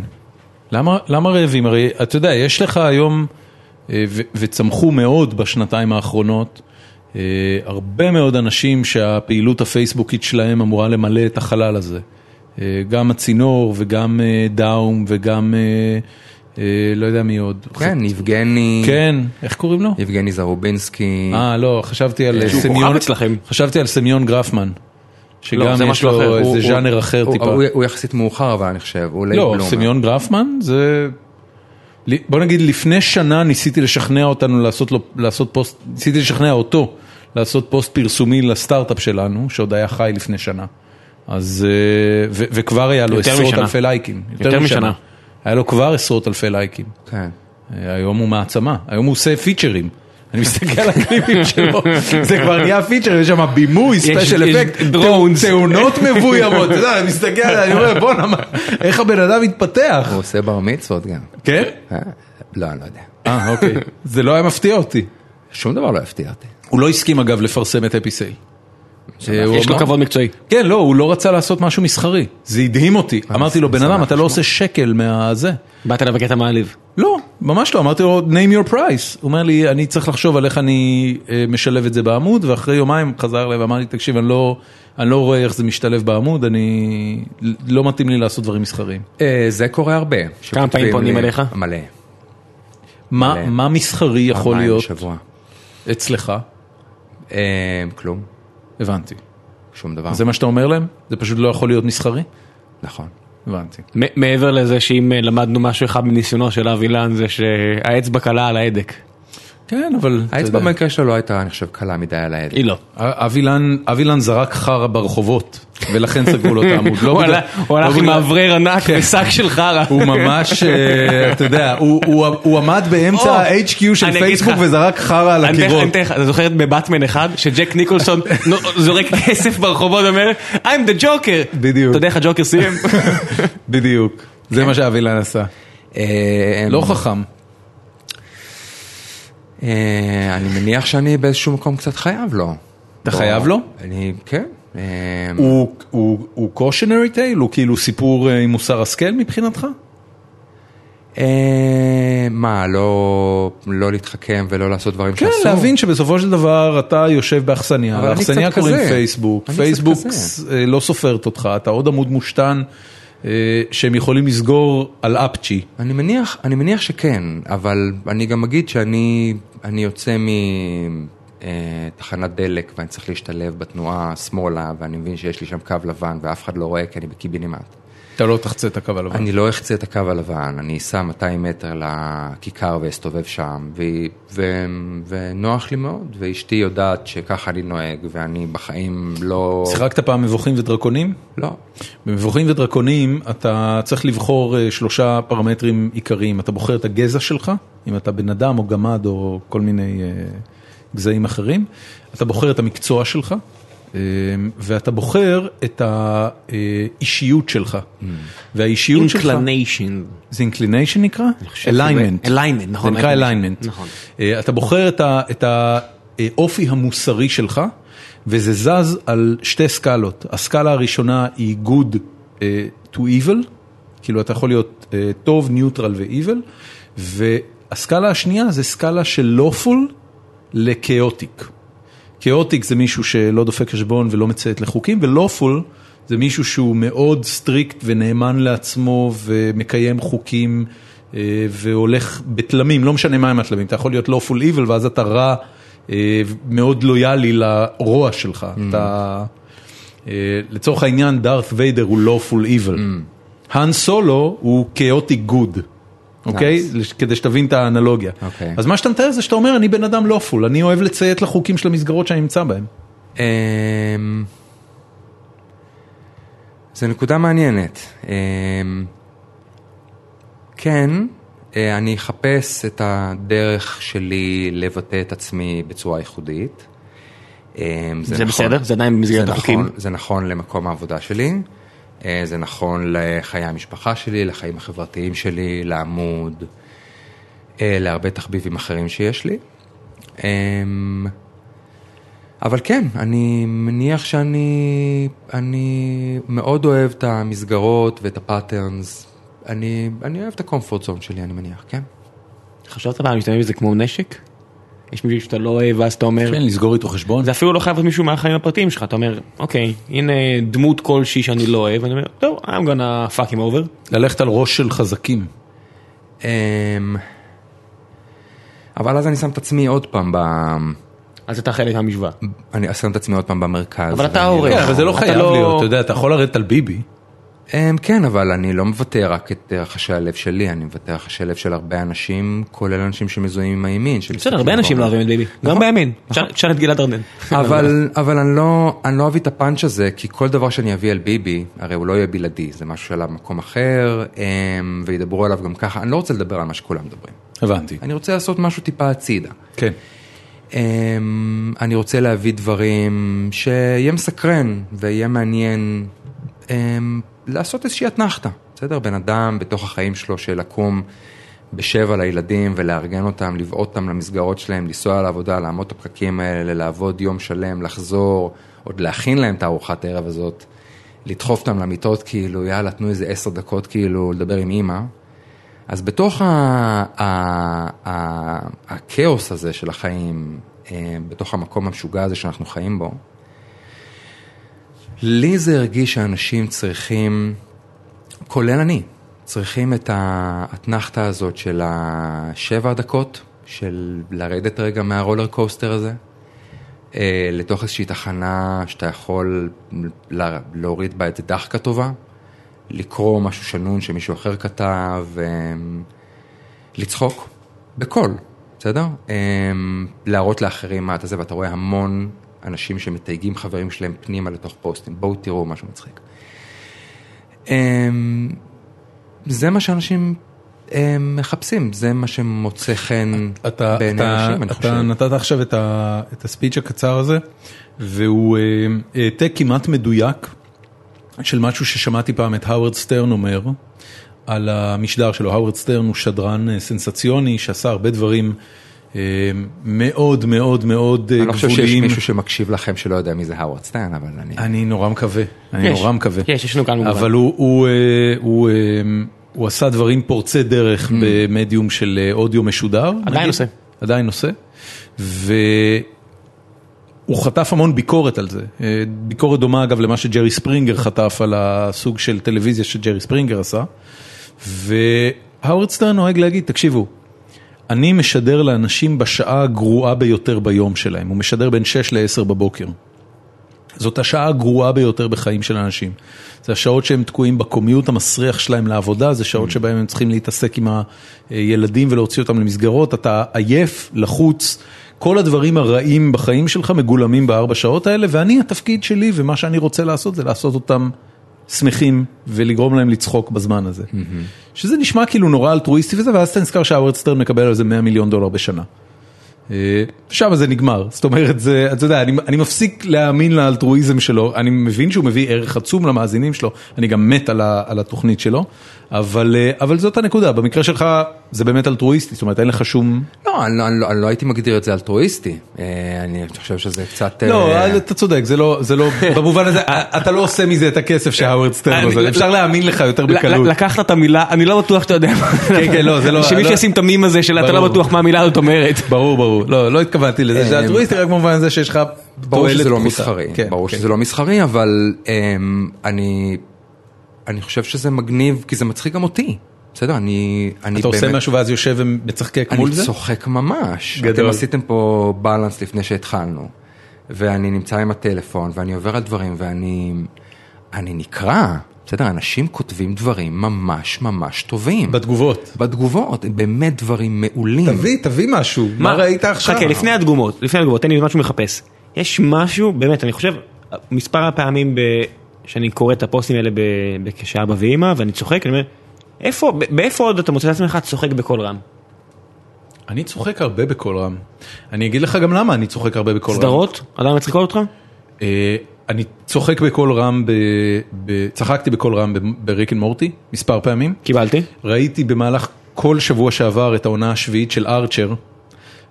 למה, למה רעבים? הרי אתה יודע, יש לך היום, אה, ו- וצמחו מאוד בשנתיים האחרונות, אה, הרבה מאוד אנשים שהפעילות הפייסבוקית שלהם אמורה למלא את החלל הזה. אה, גם הצינור וגם אה, דאום וגם אה, אה, לא יודע מי עוד.
כן, יבגני,
כן, איך קוראים לו?
יבגני זרובינסקי.
אה, לא, חשבתי על
שהוא
סמיון,
כוכב אצלכם.
חשבתי על סמיון גרפמן,
לא,
שגם
זה
יש
משהו אחר.
לו
הוא-
איזה
כן, הוא-
ז'אנר אחר
הוא-
טיפה.
הוא- הוא יחסית מאוחר אבל אני חושב, הוא לייט
לא,
בלומר.
סמיון גרפמן זה... בוא נגיד לפני שנה ניסיתי לשכנע אותנו לעשות, לו, לעשות פוסט, ניסיתי לשכנע אותו לעשות פוסט פרסומי לסטארט-אפ שלנו, שעוד היה חי לפני שנה. אז, אה, ו, וכבר היה לו
יותר
עשרות
משנה.
אלפי לייקים.
יותר משנה.
היה לו כבר עשרות אלפי לייקים.
כן.
אה, היום הוא מעצמה, היום הוא עושה פיצ'רים. אני מסתכל על [LAUGHS] הקליפים שלו, זה כבר נהיה פיצ'ר, יש שם בימוי, ספיישל
יש
אפקט,
drones.
תאונות מבוימות, אתה יודע, אני מסתכל, אני אומר, בואנה, מה- איך הבן אדם התפתח?
הוא עושה בר מצוות גם.
כן?
אה? לא, אני לא יודע.
אה, אוקיי. זה לא היה מפתיע אותי.
שום דבר לא הפתיע אותי.
הוא לא הסכים אגב לפרסם את אפיסייל. אה,
יש לו כבוד מקצועי.
כן, לא, הוא לא רצה לעשות משהו מסחרי. זה הדהים אותי. אמרתי לו, בן אדם, אתה לא עושה שקל מהזה.
באת אליו בקטע מעליב.
לא, ממש לא, אמרתי לו, name your price. הוא אומר לי, אני צריך לחשוב על איך אני אה, משלב את זה בעמוד, ואחרי יומיים חזר אליי ואמר לי, תקשיב, אני לא, אני לא רואה איך זה משתלב בעמוד, אני... לא מתאים לי לעשות דברים מסחריים.
אה, זה קורה הרבה. שכותבים
פעמים פונים
לי-
אליך?
מלא.
מה,
מלא.
מה מסחרי יכול
פעמיים
להיות
בשבוע.
אצלך?
אה, כלום,
הבנתי.
אה.
שום דבר.
זה מה שאתה אומר להם? זה פשוט לא יכול להיות מסחרי?
נכון.
הבנתי.
מ- מעבר לזה שאם אה, למדנו משהו אחד מניסיונו של אבי לן זה שהאצבע קלה על ההדק.
כן, אבל... אתה
האצבע
יודע.
במקרה שלו לא הייתה, אני חושב, קלה מדי על ההדק.
היא לא.
אבילן, אבילן זרק חרא ברחובות, ולכן סגרו לו את העמוד. לא
הוא
בגלל-
הלך- הוא
לא
הלך עם
בגלל-
מאוורר ענק ושק של חרא.
הוא ממש, אה, אתה יודע, הוא- הוא הוא עמד
או,
באמצע ה-HQ של
אני אגיד
פייסבוק
לך.
וזרק חרא על
אני אתן לך- אני
הקירות.
אתן לך, אתה זוכר את בבטמן אחד, שג'ק [LAUGHS] ניקולסון נו- זורק כסף ברחובות ואומר, I'm the Joker.
בדיוק.
אתה יודע איך הג'וקר [LAUGHS] סיים?
בדיוק, זה מה שאבילן עשה.
אה,
לא חכם.
אה, אני מניח שאני באיזשהו מקום קצת חייב לו.
אתה
לא.
חייב לו?
אני, כן. אה,
הוא קושנרי טייל? הוא כאילו סיפור אה, עם מוסר השכל מבחינתך?
אה, מה, לא לא להתחכם ולא לעשות דברים
כן,
שאסור?
להבין שבסופו של דבר אתה יושב באכסניה,
אבל אני
לאכסניה
קצת
קוראים
כזה.
פייסבוק,
אני
פייסבוק
קצת כזה.
אה, לא סופרת אותך, אתה עוד עמוד מושתן אה, שהם יכולים לסגור על אפצ'י.
אני מניח, אני מניח שכן, אבל אני גם אגיד שאני אני יוצא מ... אה, תחנת דלק ואני צריך להשתלב בתנועה שמאלה ואני מבין שיש לי שם קו לבן ואף אחד לא רואה כי אני בקיבינימט.
אתה לא תחצה את הקו הלבן.
אני לא אחצה את הקו הלבן, אני אסע 200 מטר לכיכר ואסתובב שם, ו... ו... ונוח לי מאוד, ואשתי יודעת שככה אני נוהג, ואני בחיים לא...
שיחקת פעם מבוכים ודרקונים?
לא.
במבוכים ודרקונים אתה צריך לבחור אה, שלושה פרמטרים עיקריים. אתה בוחר את הגזע שלך, אם אתה בן אדם או גמד או כל מיני אה, גזעים אחרים. אתה בוחר את המקצוע שלך, אה, ואתה בוחר את האישיות שלך. והאישיות שלך...
אינקלניישן.
זה inclination נקרא? alignment.
alignment, נכון.
זה נקרא
alignment.
alignment.
נכון.
אה, אתה בוחר את ה- את האופי המוסרי שלך, וזה זז על שתי סקלות. הסקלה הראשונה היא good אה, to evil, כאילו אתה יכול להיות אה, טוב, ניוטרל ו-evil, והסקלה השנייה זה סקלה של lawful לקאוטיק. כאוטיק זה מישהו שלא דופק חשבון ולא מציית לחוקים, ולופול זה מישהו שהוא מאוד סטריקט ונאמן לעצמו ומקיים חוקים אה, והולך בתלמים, לא משנה מהם התלמים, אתה יכול להיות לופול איבל ואז אתה רע, אה, מאוד לויאלי לרוע שלך. אתה, אה, לצורך העניין, דארת ויידר הוא לופול איבל. האן סולו הוא כאוטיק גוד. אוקיי? לש- כדי שתבין את האנלוגיה.
אוקיי.
אז מה שאתה מתאר זה שאתה אומר, אני בן אדם לא פול, אני אוהב לציית לחוקים של המסגרות שאני נמצא בהם.
אמ, זו נקודה מעניינת. אמ, כן, אה, אני אחפש את הדרך שלי לבטא את עצמי בצורה ייחודית. אמ,
זה
נכון-
בסדר? זה עדיין במסגרת
זה
החוקים?
נכון- זה נכון למקום העבודה שלי, אה, זה נכון לחיי המשפחה שלי, לחיים החברתיים שלי, לעמוד, אה, להרבה תחביבים אחרים שיש לי. אמ, אבל כן, אני מניח שאני אני מאוד אוהב את המסגרות ואת הפאטרנס. אני, אני אוהב את הקומפורט זון שלי, אני מניח, כן.
חשבת פעם להשתמש בזה כמו נשק? יש מישהו שאתה לא אוהב ואז אתה אומר...
כן, לסגור איתו חשבון.
זה אפילו לא חייב להיות מישהו מהחיים הפרטיים שלך, אתה אומר, אוקיי, הנה דמות כלשהי שאני לא אוהב, אני אומר, טוב, I'm gonna fuck him over.
ללכת על ראש של חזקים.
אמ, אבל אז אני שם את עצמי עוד פעם ב...
אז אתה חלק מהמשוואה.
אני שם את עצמי עוד פעם במרכז.
אבל אתה
ואני
העורך.
לא-
כן, אבל זה לא
אתה
חייב
לא-
להיות, אתה יודע, אתה יכול לרדת על ביבי.
אמ, כן, אבל אני לא מבטא רק את אה, רחשי הלב שלי, אני מבטא רחשי לב של הרבה אנשים, כולל אנשים שמזוהים עם הימין.
בסדר,
שמסתכלים
נכון.
הרבה אנשים לא
ואומרים,
אוהבים את ביבי, גם בימין, תשאל- תשאל את גלעד ארדן.
אבל, אבל אני, לא, אני לא אביא את הפאנץ' הזה, כי כל דבר שאני אביא על ביבי, הרי הוא לא יהיה בלעדי, זה משהו שעליו במקום אחר, אמ, וידברו עליו גם ככה, אני לא רוצה לדבר על מה שכולם מדברים.
הבנתי.
אני רוצה לעשות משהו טיפה הצידה.
כן.
אמ, אני רוצה להביא דברים שיהיה מסקרן ויהיה מעניין אמ, לעשות איזושהי אתנחתה, בסדר? בן אדם בתוך החיים שלו של לקום בשבע לילדים ולארגן אותם, לבעוט אותם למסגרות שלהם, לנסוע לעבודה, לעמוד את הפקקים האלה, לעבוד יום שלם, לחזור, עוד להכין להם את הארוחת הערב הזאת, לדחוף אותם למיטות כאילו, יאללה, תנו איזה עשר דקות כאילו לדבר עם אימא. אז בתוך ה- ה- ה- הכאוס הזה של החיים, אה, בתוך המקום המשוגע הזה שאנחנו חיים בו, לי זה הרגיש שאנשים צריכים, כולל אני, צריכים את האתנחתה הזאת של השבע דקות, של לרדת רגע מהרולר קוסטר הזה, אה, לתוך איזושהי תחנה שאתה יכול לה- להוריד בה איזה דחקה טובה, לקרוא משהו שנון שמישהו אחר כתב, אמ, לצחוק, בקול, בסדר? אמ, להראות לאחרים מה אתה זה, ואתה רואה המון אנשים שמתייגים חברים שלהם פנימה לתוך פוסטים, בואו תראו משהו מצחיק. אמ, זה מה שאנשים אמ, מחפשים, זה מה שמוצא חן
אתה,
בעיני
אתה,
אנשים, אני
אתה
חושב.
נתת עכשיו את, ה, את הספיץ' הקצר הזה, והוא אה, העתק כמעט מדויק של משהו ששמעתי פעם את האוורד סטרן אומר על המשדר שלו. האוורד סטרן הוא שדרן אה, סנסציוני שעשה הרבה דברים אה, מאוד מאוד מאוד אה, גבוליים.
אני לא חושב שיש מישהו שמקשיב לכם שלא יודע מי זה האוורד סטיין, אבל אני...
אני נורא מקווה, אני
יש,
נורא מקווה.
יש, יש לנו כאן מובן.
אבל הוא, הוא, אה, הוא, אה, הוא עשה דברים פורצי דרך במדיום של אה, אודיו משודר. נגיד.
Mm. עושה.
עדיין עושה. והוא חטף המון ביקורת על זה. אה, ביקורת דומה אגב למה שג'רי ספרינגר חטף על הסוג של טלוויזיה שג'רי ספרינגר עשה. והאוורד סטרן נוהג להגיד, תקשיבו, אני משדר לאנשים בשעה הגרועה ביותר ביום שלהם, הוא משדר בין 6 ל-10 בבוקר. זאת השעה הגרועה ביותר בחיים של אנשים. זה השעות שהם תקועים בקומיוט המסריח שלהם לעבודה, זה שעות שבהם הם צריכים להתעסק עם הילדים ולהוציא אותם למסגרות, אתה עייף, לחוץ, כל הדברים הרעים בחיים שלך מגולמים בארבע שעות האלה, ואני, התפקיד שלי ומה שאני רוצה לעשות זה לעשות אותם שמחים ולגרום להם לצחוק בזמן הזה. שזה נשמע כאילו נורא אלטרואיסטי וזה, ואז אתה נזכר שהאוורד סטרן מקבל על זה 100 מיליון דולר בשנה. אה, שם זה נגמר, זאת אומרת, זה, אתה יודע, אני, אני מפסיק להאמין לאלטרואיזם שלו, אני מבין שהוא מביא ערך עצום למאזינים שלו, אני גם מת על, ה, על התוכנית שלו, אבל, אה, אבל זאת הנקודה, במקרה שלך זה באמת אלטרואיסטי, זאת אומרת, אין לך שום...
לא, אני לא, אני לא, אני לא הייתי מגדיר את זה אלטרואיסטי. אה, אני חושב שזה קצת...
לא,
אה,
אה, אתה צודק, זה לא,
[LAUGHS]
זה לא, במובן הזה, אה, אתה לא עושה מזה את הכסף
אה,
שהאוורד סטרן
אני-
עושה, אפשר להאמין לך יותר
ל-
בקלות.
לקחת את המילה, אני לא בטוח שאתה יודע מה.
כן, כן, לא, זה לא-
שמישהו
לא-
ישים את המים הזה של אתה
ברור.
לא בטוח מה המילה הזאת אומרת.
ברור, ברור, לא, לא התכוונתי לזה, זה
אה,
אלטרואיסטי רק במובן זה שיש לך
ברור שזה לא
פחותה.
מסחרי,
כן,
ברור
כן.
שזה לא מסחרי, אבל אמ, אני אני חושב שזה מגניב, כי זה מצחיק גם אותי. בסדר, אני אני באמת...
אתה עושה משהו ואז יושב ומצחקק מול זה?
אני צוחק ממש.
גדול.
אתם עשיתם פה בלנס לפני שהתחלנו, ואני נמצא עם הטלפון, ואני עובר על דברים, ואני אני נקרע. בסדר, אנשים כותבים דברים ממש ממש טובים.
בתגובות.
בתגובות, הם באמת דברים מעולים.
תביא, תביא משהו, מה ראית עכשיו?
חכה, לפני הדגומות, לפני הדגומות, תן לי משהו מחפש. יש משהו, באמת, אני חושב, מספר הפעמים ב... שאני קורא את הפוסטים האלה ב... ב- כשאבא ואימא, ואני צוחק, אני אומר, איפה, ב- באיפה עוד אתה מוצא את עצמך צוחק בקול רם?
אני צוחק הרבה בקול רם. אני אגיד לך גם למה אני צוחק הרבה בקול רם.
סדרות? עדיין מצחיקות אותך?
אה, אני צוחק בקול רם, ב... ב... צחקתי בקול רם ב- בריק אנד מורטי מספר פעמים.
קיבלתי.
ראיתי במהלך כל שבוע שעבר את העונה השביעית של ארצ'ר,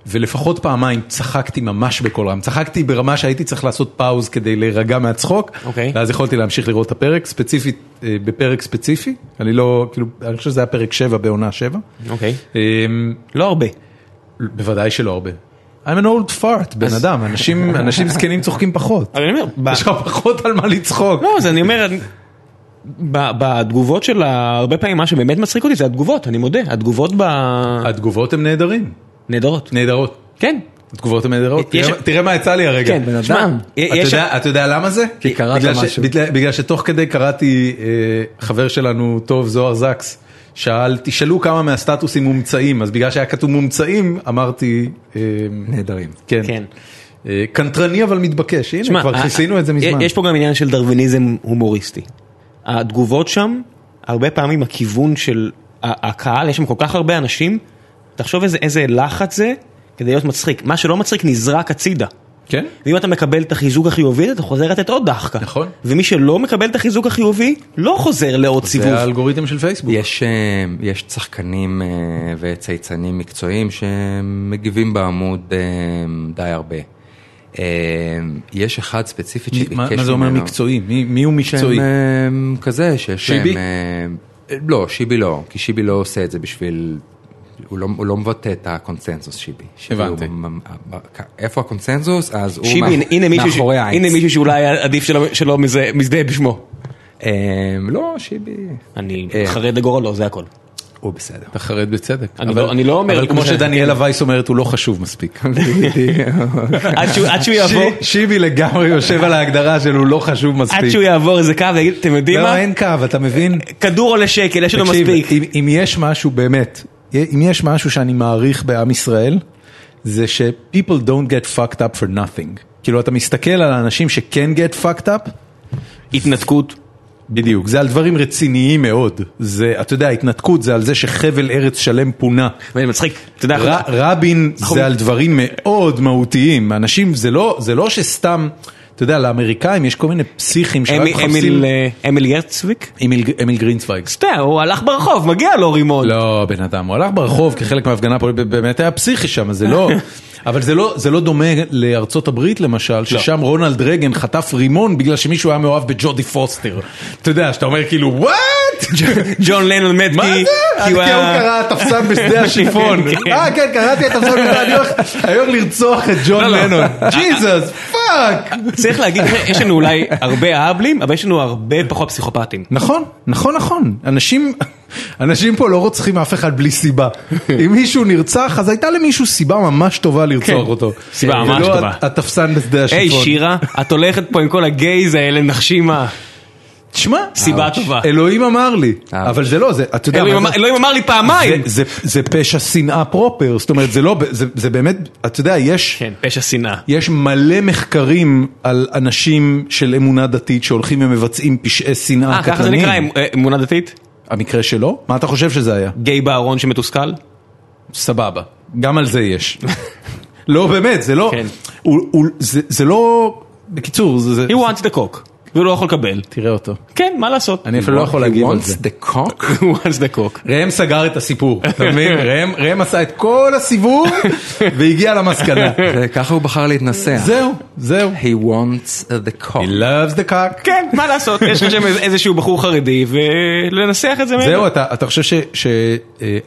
ולפחות פעמיים צחקתי ממש בקול רם. צחקתי ברמה שהייתי צריך לעשות פאוז כדי להירגע מהצחוק,
אוקיי.
ואז יכולתי להמשיך לראות את הפרק, ספציפית, אה, בפרק ספציפי. אני לא, כאילו, אני חושב שזה היה פרק 7 בעונה 7.
אוקיי.
אמ,
לא הרבה.
בוודאי שלא הרבה. I'm an old fart, בן אדם,
[LAUGHS]
אנשים אנשים זקנים צוחקים פחות.
אבל אני אומר, ב-
יש לך פחות על מה לצחוק.
לא, אז אני אומר, אני- ב- בתגובות של ה- הרבה פעמים מה שבאמת מצחיק אותי זה התגובות, אני מודה, התגובות ב...
התגובות הן נהדרים,
נהדרות.
נהדרות.
כן.
התגובות הן נהדרות.
יש-
תראה- תראה מה יצא לי הרגע.
כן, בן
שמע,
אדם.
אתה
יש-
יודע- אתה יודע למה זה?
כי קראת
בגלל ש-
משהו.
בגלל- בגלל שתוך כדי קראתי אה, חבר שלנו טוב זוהר זקס. שאל, תשאלו כמה מהסטטוסים מומצאים, אז בגלל שהיה כתוב מומצאים, אמרתי, אה,
נהדרים.
כן,
כן.
אה, קנטרני אבל מתבקש, הנה
שמע,
כבר
ה-
כיסינו את זה מזמן.
אה, יש פה גם עניין של דרוויניזם הומוריסטי. התגובות שם, הרבה פעמים הכיוון של ה- הקהל, יש שם כל כך הרבה אנשים, תחשוב איזה, איזה לחץ זה כדי להיות מצחיק. מה שלא מצחיק נזרק הצידה.
כן?
ואם אתה מקבל את החיזוק החיובי, אתה חוזר לתת עוד דחקה.
נכון.
ומי שלא מקבל את החיזוק החיובי, לא חוזר לעוד סיבוב.
זה האלגוריתם של פייסבוק.
יש, אה, יש צחקנים אה, וצייצנים מקצועיים שמגיבים בעמוד אה, די הרבה. אה, יש אחד ספציפית
מי-
שביקש
מה
ממנו.
מה זה אומר מקצועי? מי- מי הוא מקצועי?
שהם אה, כזה שיש להם...
שיבי?
אה, לא, שיבי לא, כי שיבי לא עושה את זה בשביל... הוא לא, הוא לא מבטא את הקונסנזוס שיבי. שיבי
הבנתי.
הוא ממ- אה, איפה הקונסנזוס? אז הוא
שיבי, הנה- הנה מישהו, ש...
מאחורי העץ.
הנה מישהו שאולי היה עדיף שלא, שלא מזה- מזדהה בשמו.
אה, לא, שיבי...
אני
אה.
חרד לגורלו, זה
[LAUGHS]
הכל.
הוא בסדר.
אתה חרד בצדק.
לא- אני לא- אני לא אומר-
אבל כמו
כמו ש-
שדניאלה וייס אומרת, הוא לא חשוב
[LAUGHS]
מספיק.
עד שהוא- עד שהוא יעבור...
שי- שיבי לגמרי יושב על ההגדרה של הוא לא חשוב מספיק.
עד שהוא יעבור איזה קו ויגיד, אתם יודעים
לא,
מה?
אין קו, אתה מבין?
כדור עולה שקל, יש לנו
תקשיב,
מספיק.
אם- אם יש משהו באמת, אם יש משהו שאני מעריך בעם ישראל, זה ש- people don't get fucked up for nothing. כאילו, אתה מסתכל על האנשים שכן get fucked up,
התנתקות.
בדיוק, זה על דברים רציניים מאוד. זה, אתה יודע, התנתקות זה על זה שחבל ארץ שלם פונה.
ואני מצחיק, אתה יודע,
ר,
אנחנו-
רבין
נכון.
זה על דברים מאוד מהותיים, אנשים, זה לא, זה לא שסתם, אתה יודע, לאמריקאים יש כל מיני פסיכים שרק
אמי-
מחפשים...
אמיל, אה, אמיל גרצוויק?
אמיל, אמיל גרינצווייג.
סתם, הוא הלך ברחוב, מגיע לו רימון.
לא, בן אדם, הוא הלך ברחוב כחלק מההפגנה, פה, באמת היה פסיכי שם, זה
[LAUGHS]
לא, אבל זה לא, זה לא דומה לארצות הברית
לא.
למשל, ששם רונלד רייגן חטף רימון בגלל שמישהו היה מאוהב בג'ודי פוסטר. אתה יודע, שאתה אומר כאילו, וואט?
[LAUGHS] ג'ון לנון מת
מה
כי...
זה? כי הוא קרא תפסן בשדה השיפון.
[LAUGHS] כן.
אה כן, קראתי את תפסן בשדה, אני הולך היום לרצוח את ג'ון
לא, לא. [LAUGHS]
לנון. ג'יזוס, פאק.
צריך להגיד, יש לנו אולי הרבה אהבלים, אבל יש לנו הרבה פחות פסיכופטים.
נכון, נכון, נכון. אנשים, אנשים פה לא רוצחים אף אחד בלי
[LAUGHS]
סיבה. אם מישהו נרצח, אז הייתה למישהו סיבה ממש טובה לרצוח אותו.
כן. סיבה
זה
ממש
לא
טובה.
התפסן בשדה השיטפון.
היי שירה, את הולכת פה עם כל הגייז האלה, נחשימה.
תשמע,
סיבה טובה.
אלוהים אמר לי.
אה.
אבל זה לא, זה, אתה יודע, מה
אלוהים
זה-
אמר- אלוהים אמר לי
זה-
פעמיים.
זה- זה פשע שנאה פרופר, זאת אומרת, זה לא, זה- זה באמת, אתה יודע, יש...
כן, פשע שנאה.
יש מלא מחקרים על אנשים של אמונה דתית שהולכים ומבצעים פשעי שנאה
אה,
קטלניים.
ככה זה נקרא אמ- אה, אמונה דתית?
המקרה שלו? מה אתה חושב שזה היה?
גיי בארון שמתוסכל?
סבבה, גם על זה
[LAUGHS]
יש. לא, באמת, זה לא...
כן.
הוא, הוא, זה, זה לא... בקיצור, זה... זה
He wants the cock. והוא לא יכול לקבל.
תראה אותו.
כן, מה לעשות?
אני אפילו לא יכול להגיב על זה.
He wants the cock?
He wants the cock.
ראם סגר את הסיפור, אתה מבין?
[LAUGHS]
ראם- ראם עשה את כל הסיבוב והגיע
[LAUGHS]
למסקנה.
זה- ככה הוא בחר להתנסח.
זהו, זהו.
He wants the
He
cock.
loves the cock.
כן, מה לעשות? יש לך שם איזה- איזשהו בחור חרדי, ולנסח את זה ממנו.
זהו, אתה, אתה חושב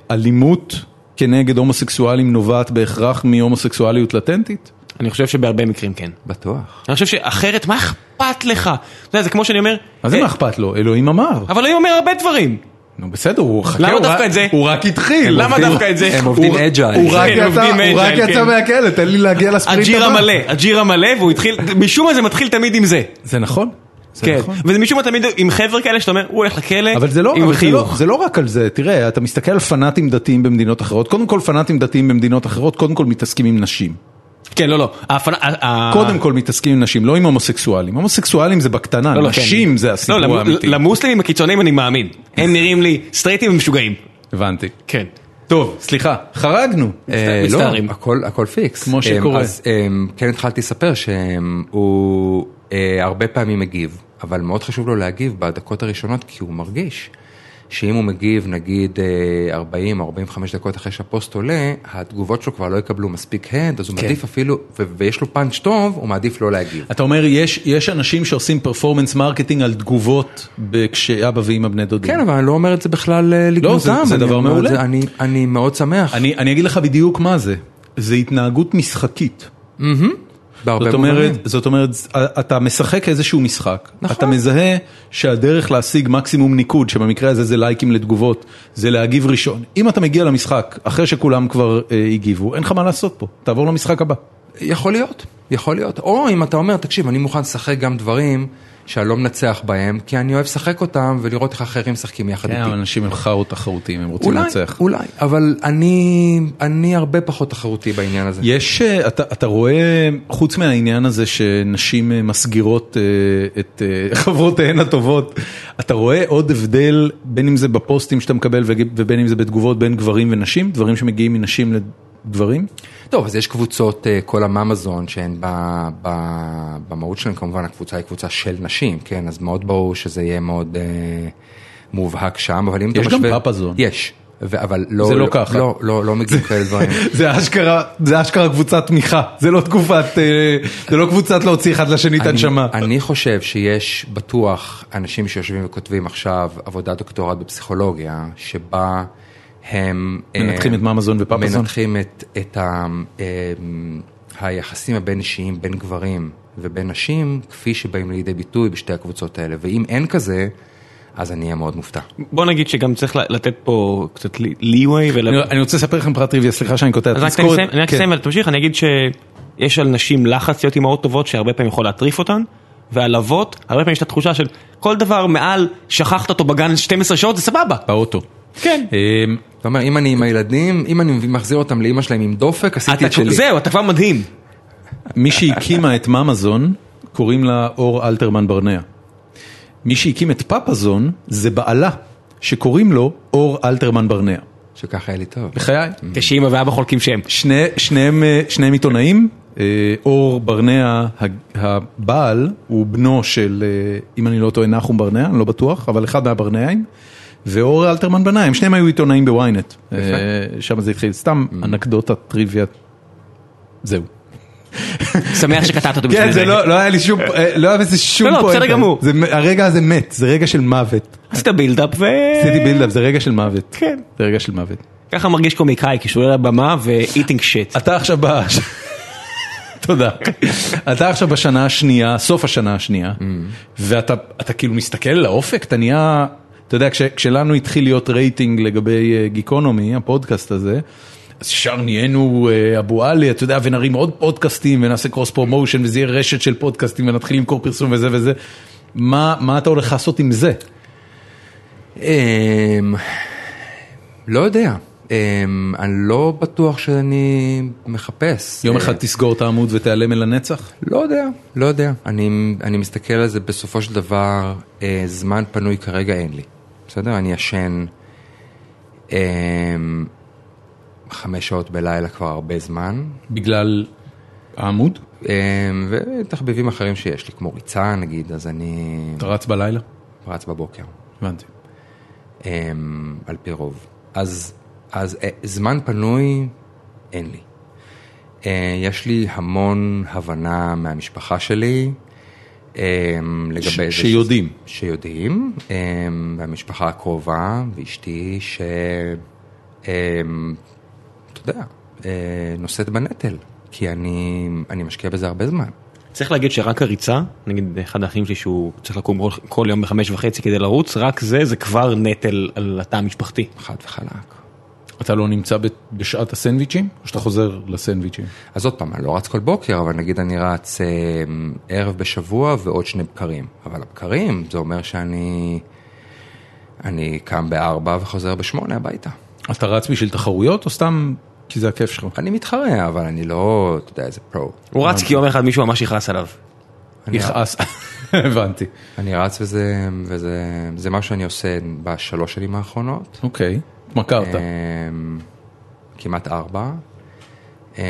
שאלימות כנגד הומוסקסואלים נובעת בהכרח מהומוסקסואליות לטנטית?
אני חושב שבהרבה מקרים כן.
בטוח.
אני חושב שאחרת, מה אכפת לך? אתה יודע, זה כמו שאני אומר...
מה זה
אה,
מה אכפת לו? אלוהים אמר.
אבל אני אומר הרבה דברים.
נו בסדר, הוא חכה,
למה
הוא
דווקא
רק-
את זה?
הוא רק התחיל.
למה
הוא-
דווקא את זה?
הם עובדים
הוא-
agile.
הוא רק
כן,
יצא-
עובדים
הוא רק
agile,
יצא
כן.
מהכלא, תן לי להגיע לספרינט
הג'ירה
הבא.
מלא, הג'ירה מלא, והוא התחיל, משום מה זה מתחיל תמיד עם זה.
זה נכון. זה
כן.
נכון.
וזה משום מה תמיד עם חבר'ה כאלה שאתה אומר, הוא הולך לכלא,
אבל זה לא,
עם
אבל זה, לא,
חיוך.
זה לא רק על זה, תראה, אתה מסתכל על פנאטים דתיים במדינות אחרות, קודם כל פנאטים דתיים במדינות אחרות, קודם כל מתעסקים עם נשים.
כן, לא, לא. ההפנה- ה- ה-
קודם כל מתעסקים עם נשים, לא עם הומוסקסואלים. הומוסקסואלים זה בקטנה,
לא, לא,
נשים
כן.
זה
לא,
הסיפור
למ-
האמיתי.
למוסלמים הקיצוניים אני מאמין. הם נראים לי סטרייטים ומשוגעים.
הבנתי.
כן.
טוב, סליחה, חרגנו.
אה, לא,
מצטערים.
הכל הכל פיקס.
כמו שקורה.
אה, אז אה, כן התחלתי לספר שהוא אה, הרבה פעמים מגיב, אבל מאוד חשוב לו להגיב בדקות הראשונות כי הוא מרגיש. שאם הוא מגיב נגיד אה, 40 או 45 דקות אחרי שהפוסט עולה, התגובות שלו כבר לא יקבלו מספיק הד, אז הוא
כן.
מעדיף אפילו, ו- ויש לו פאנץ' טוב, הוא מעדיף לא להגיב.
אתה אומר, יש, יש אנשים שעושים פרפורמנס מרקטינג על תגובות ב- כשאבא ואימא בני דודים.
כן, אבל אני לא אומר את זה בכלל אה, לגנותם.
זה- זה
אני
דבר
אומר את
מעולה.
זה- אני- אני מאוד שמח.
אני, אני אגיד לך בדיוק מה זה, זה התנהגות משחקית.
בהרבה
זאת
מובנים.
אומרת, זאת אומרת, אה, אתה משחק איזשהו משחק,
נכון.
אתה מזהה שהדרך להשיג מקסימום ניקוד, שבמקרה הזה זה לייקים לתגובות, זה להגיב ראשון. אם אתה מגיע למשחק אחרי שכולם כבר אה, הגיבו, אין לך מה לעשות פה, תעבור למשחק הבא.
יכול להיות, יכול להיות. או אם אתה אומר, תקשיב, אני מוכן לשחק גם דברים שאני לא מנצח בהם, כי אני אוהב לשחק אותם ולראות איך אחרים משחקים יחד
כן, אבל
איתי.
אנשים הם חארות תחרותיים, הם רוצים
אולי,
לנצח.
אולי, אבל אני, אני הרבה פחות תחרותי בעניין הזה.
יש, אה, אתה, אתה רואה, חוץ מהעניין הזה שנשים אה, מסגירות אה, את אה, [LAUGHS] חברותיהן הטובות, אתה רואה עוד הבדל, בין אם זה בפוסטים שאתה מקבל וג- ובין אם זה בתגובות בין גברים ונשים, דברים שמגיעים מנשים לגברים?
טוב, אז יש קבוצות, אה, כל המאמזון, שהן ב, ב, במהות שלהן, כמובן הקבוצה היא קבוצה של נשים, כן? אז מאוד ברור שזה יהיה מאוד אה, מובהק שם, אבל אם אתה
יש
משווה...
גם פאפאזון.
יש, ו- אבל לא...
זה לא ככה.
לא, לא, לא מגיעים כאלה דברים.
זה אשכרה, זה אשכרה קבוצת תמיכה, זה לא תקופת, אה, זה לא קבוצת להוציא אחד לשני את
אני-
הנשמה.
אני חושב שיש בטוח אנשים שיושבים וכותבים עכשיו עבודת דוקטורט בפסיכולוגיה, שבה הם...
מנתחים
אה,
את מאמזון ופאפאזון?
מנתחים את, את ה, אמ, היחסים הבין אישיים בין גברים ובין נשים, כפי שבאים לידי ביטוי בשתי הקבוצות האלה. ואם אין כזה, אז אני אהיה מאוד מופתע.
בוא נגיד שגם צריך ל- לתת פה קצת leeway ול...
אני אני רוצה לספר לכם פרט טריוויה, סליחה שאני קוטע,
אז רק תן לי
תזכורת-
לסיים, אני רק
כן.
אסיים ותמשיך, אני אגיד שיש על נשים לחץ להיות אימהות טובות שהרבה פעמים יכול להטריף אותן, ועל אבות, הרבה פעמים יש את התחושה של כל דבר מעל שכחת אותו בגן 12 שעות זה סבבה.
באוטו.
כן.
אמ,
זאת אומרת, אם אני עם הילדים, אם אני מחזיר אותם לאימא שלהם עם דופק, עשיתי
אתה-
את שלי.
זהו, אתה כבר מדהים.
Mm. מי שהקימה את ממזון, קוראים לה אור אלתרמן ברנע. מי שהקים את פאפאזון, זה בעלה, שקוראים לו אור אלתרמן ברנע.
שככה היה לי טוב.
בחיי.
כשאימא ואבא חולקים שם.
שני, שניהם, אה, שניהם עיתונאים, אה, אור ברנע, ה- הבעל, הוא בנו של, אה, אם אני לא טועה, נחום ברנע, אני לא בטוח, אבל אחד מהברנעים, ואור אלתרמן ברנע, הם שניהם היו עיתונאים בוויינט. אה, שם זה התחיל, סתם אנקדוטה טריוויה. זהו.
שמח
[LAUGHS]
שקטעת אותו
כן,
בשביל
זה
זה.
לא לא היה לי שום, אה, לא היה בזה שום
לא, לא, בסדר גמור.
זה מ- הרגע הזה מת, זה רגע של מוות.
עשית בילדאפ ו...
עשיתי בילדאפ, זה רגע של מוות.
אה. כן.
זה רגע של מוות.
ככה מרגיש קומיקאי, כשהוא על הבמה ו-eating shit.
אתה עכשיו ב... [LAUGHS] תודה. אתה עכשיו Mm. בשנה השנייה, סוף השנה השנייה, ואתה אתה כאילו מסתכל לאופק, אתה נהיה... אתה יודע, כש- כשלנו התחיל להיות רייטינג לגבי אה, גיקונומי, הפודקאסט הזה, אז ישר נהיינו אה, אבו עלי, אתה יודע, ונרים עוד פודקאסטים ונעשה קרוס פרומושן וזה יהיה רשת של פודקאסטים ונתחיל למכור פרסום וזה וזה. מה, מה אתה הולך לעשות עם זה?
אמ, לא יודע, אמ, אני לא בטוח שאני מחפש.
יום
אה,
אחד תסגור את העמוד ותיעלם אל הנצח?
לא יודע, לא יודע. אני, אני מסתכל על זה בסופו של דבר, אה, זמן פנוי כרגע אין לי. בסדר? אני ישן אה, חמש שעות בלילה כבר הרבה זמן,
בגלל העמוד?
אה, ותחביבים אחרים שיש לי, כמו ריצה נגיד, אז אני
אתה רץ בלילה?
רץ בבוקר.
הבנתי.
אמ, על פי רוב. אז, אז אה, זמן פנוי אין לי. אה, יש לי המון הבנה מהמשפחה שלי אמ, לגבי...
ש-
זה ש-
שיודעים.
שיודעים, אמ, והמשפחה הקרובה ואשתי, ש... אמ, אתה יודע, אה, נושאת בנטל, כי אני, אני משקיע בזה הרבה זמן.
צריך להגיד שרק הריצה, נגיד אחד האחים שלי שהוא צריך לקום כל- כל יום בחמש וחצי כדי לרוץ, רק זה, זה כבר נטל על התא המשפחתי.
חד וחלק.
אתה לא נמצא ב- בשעת הסנדוויצ'ים? או שאתה חוזר לסנדוויצ'ים?
אז עוד פעם, אני לא רץ כל בוקר, אבל נגיד אני רץ אה, ערב בשבוע ועוד שני בקרים. אבל הבקרים, זה אומר שאני אני קם בארבע וחוזר בשמונה הביתה.
אתה רץ בשביל תחרויות או סתם כי זה הכיף שלך?
אני מתחרה, אבל אני לא, אתה יודע, איזה פרו.
הוא רץ כי יום אחד מישהו ממש יכעס עליו.
אני,
יכעס, [LAUGHS] הבנתי.
אני רץ וזה, וזה זה מה שאני עושה בשלוש שנים האחרונות.
אוקיי, התמכרת.
אמ, כמעט ארבע. אמ,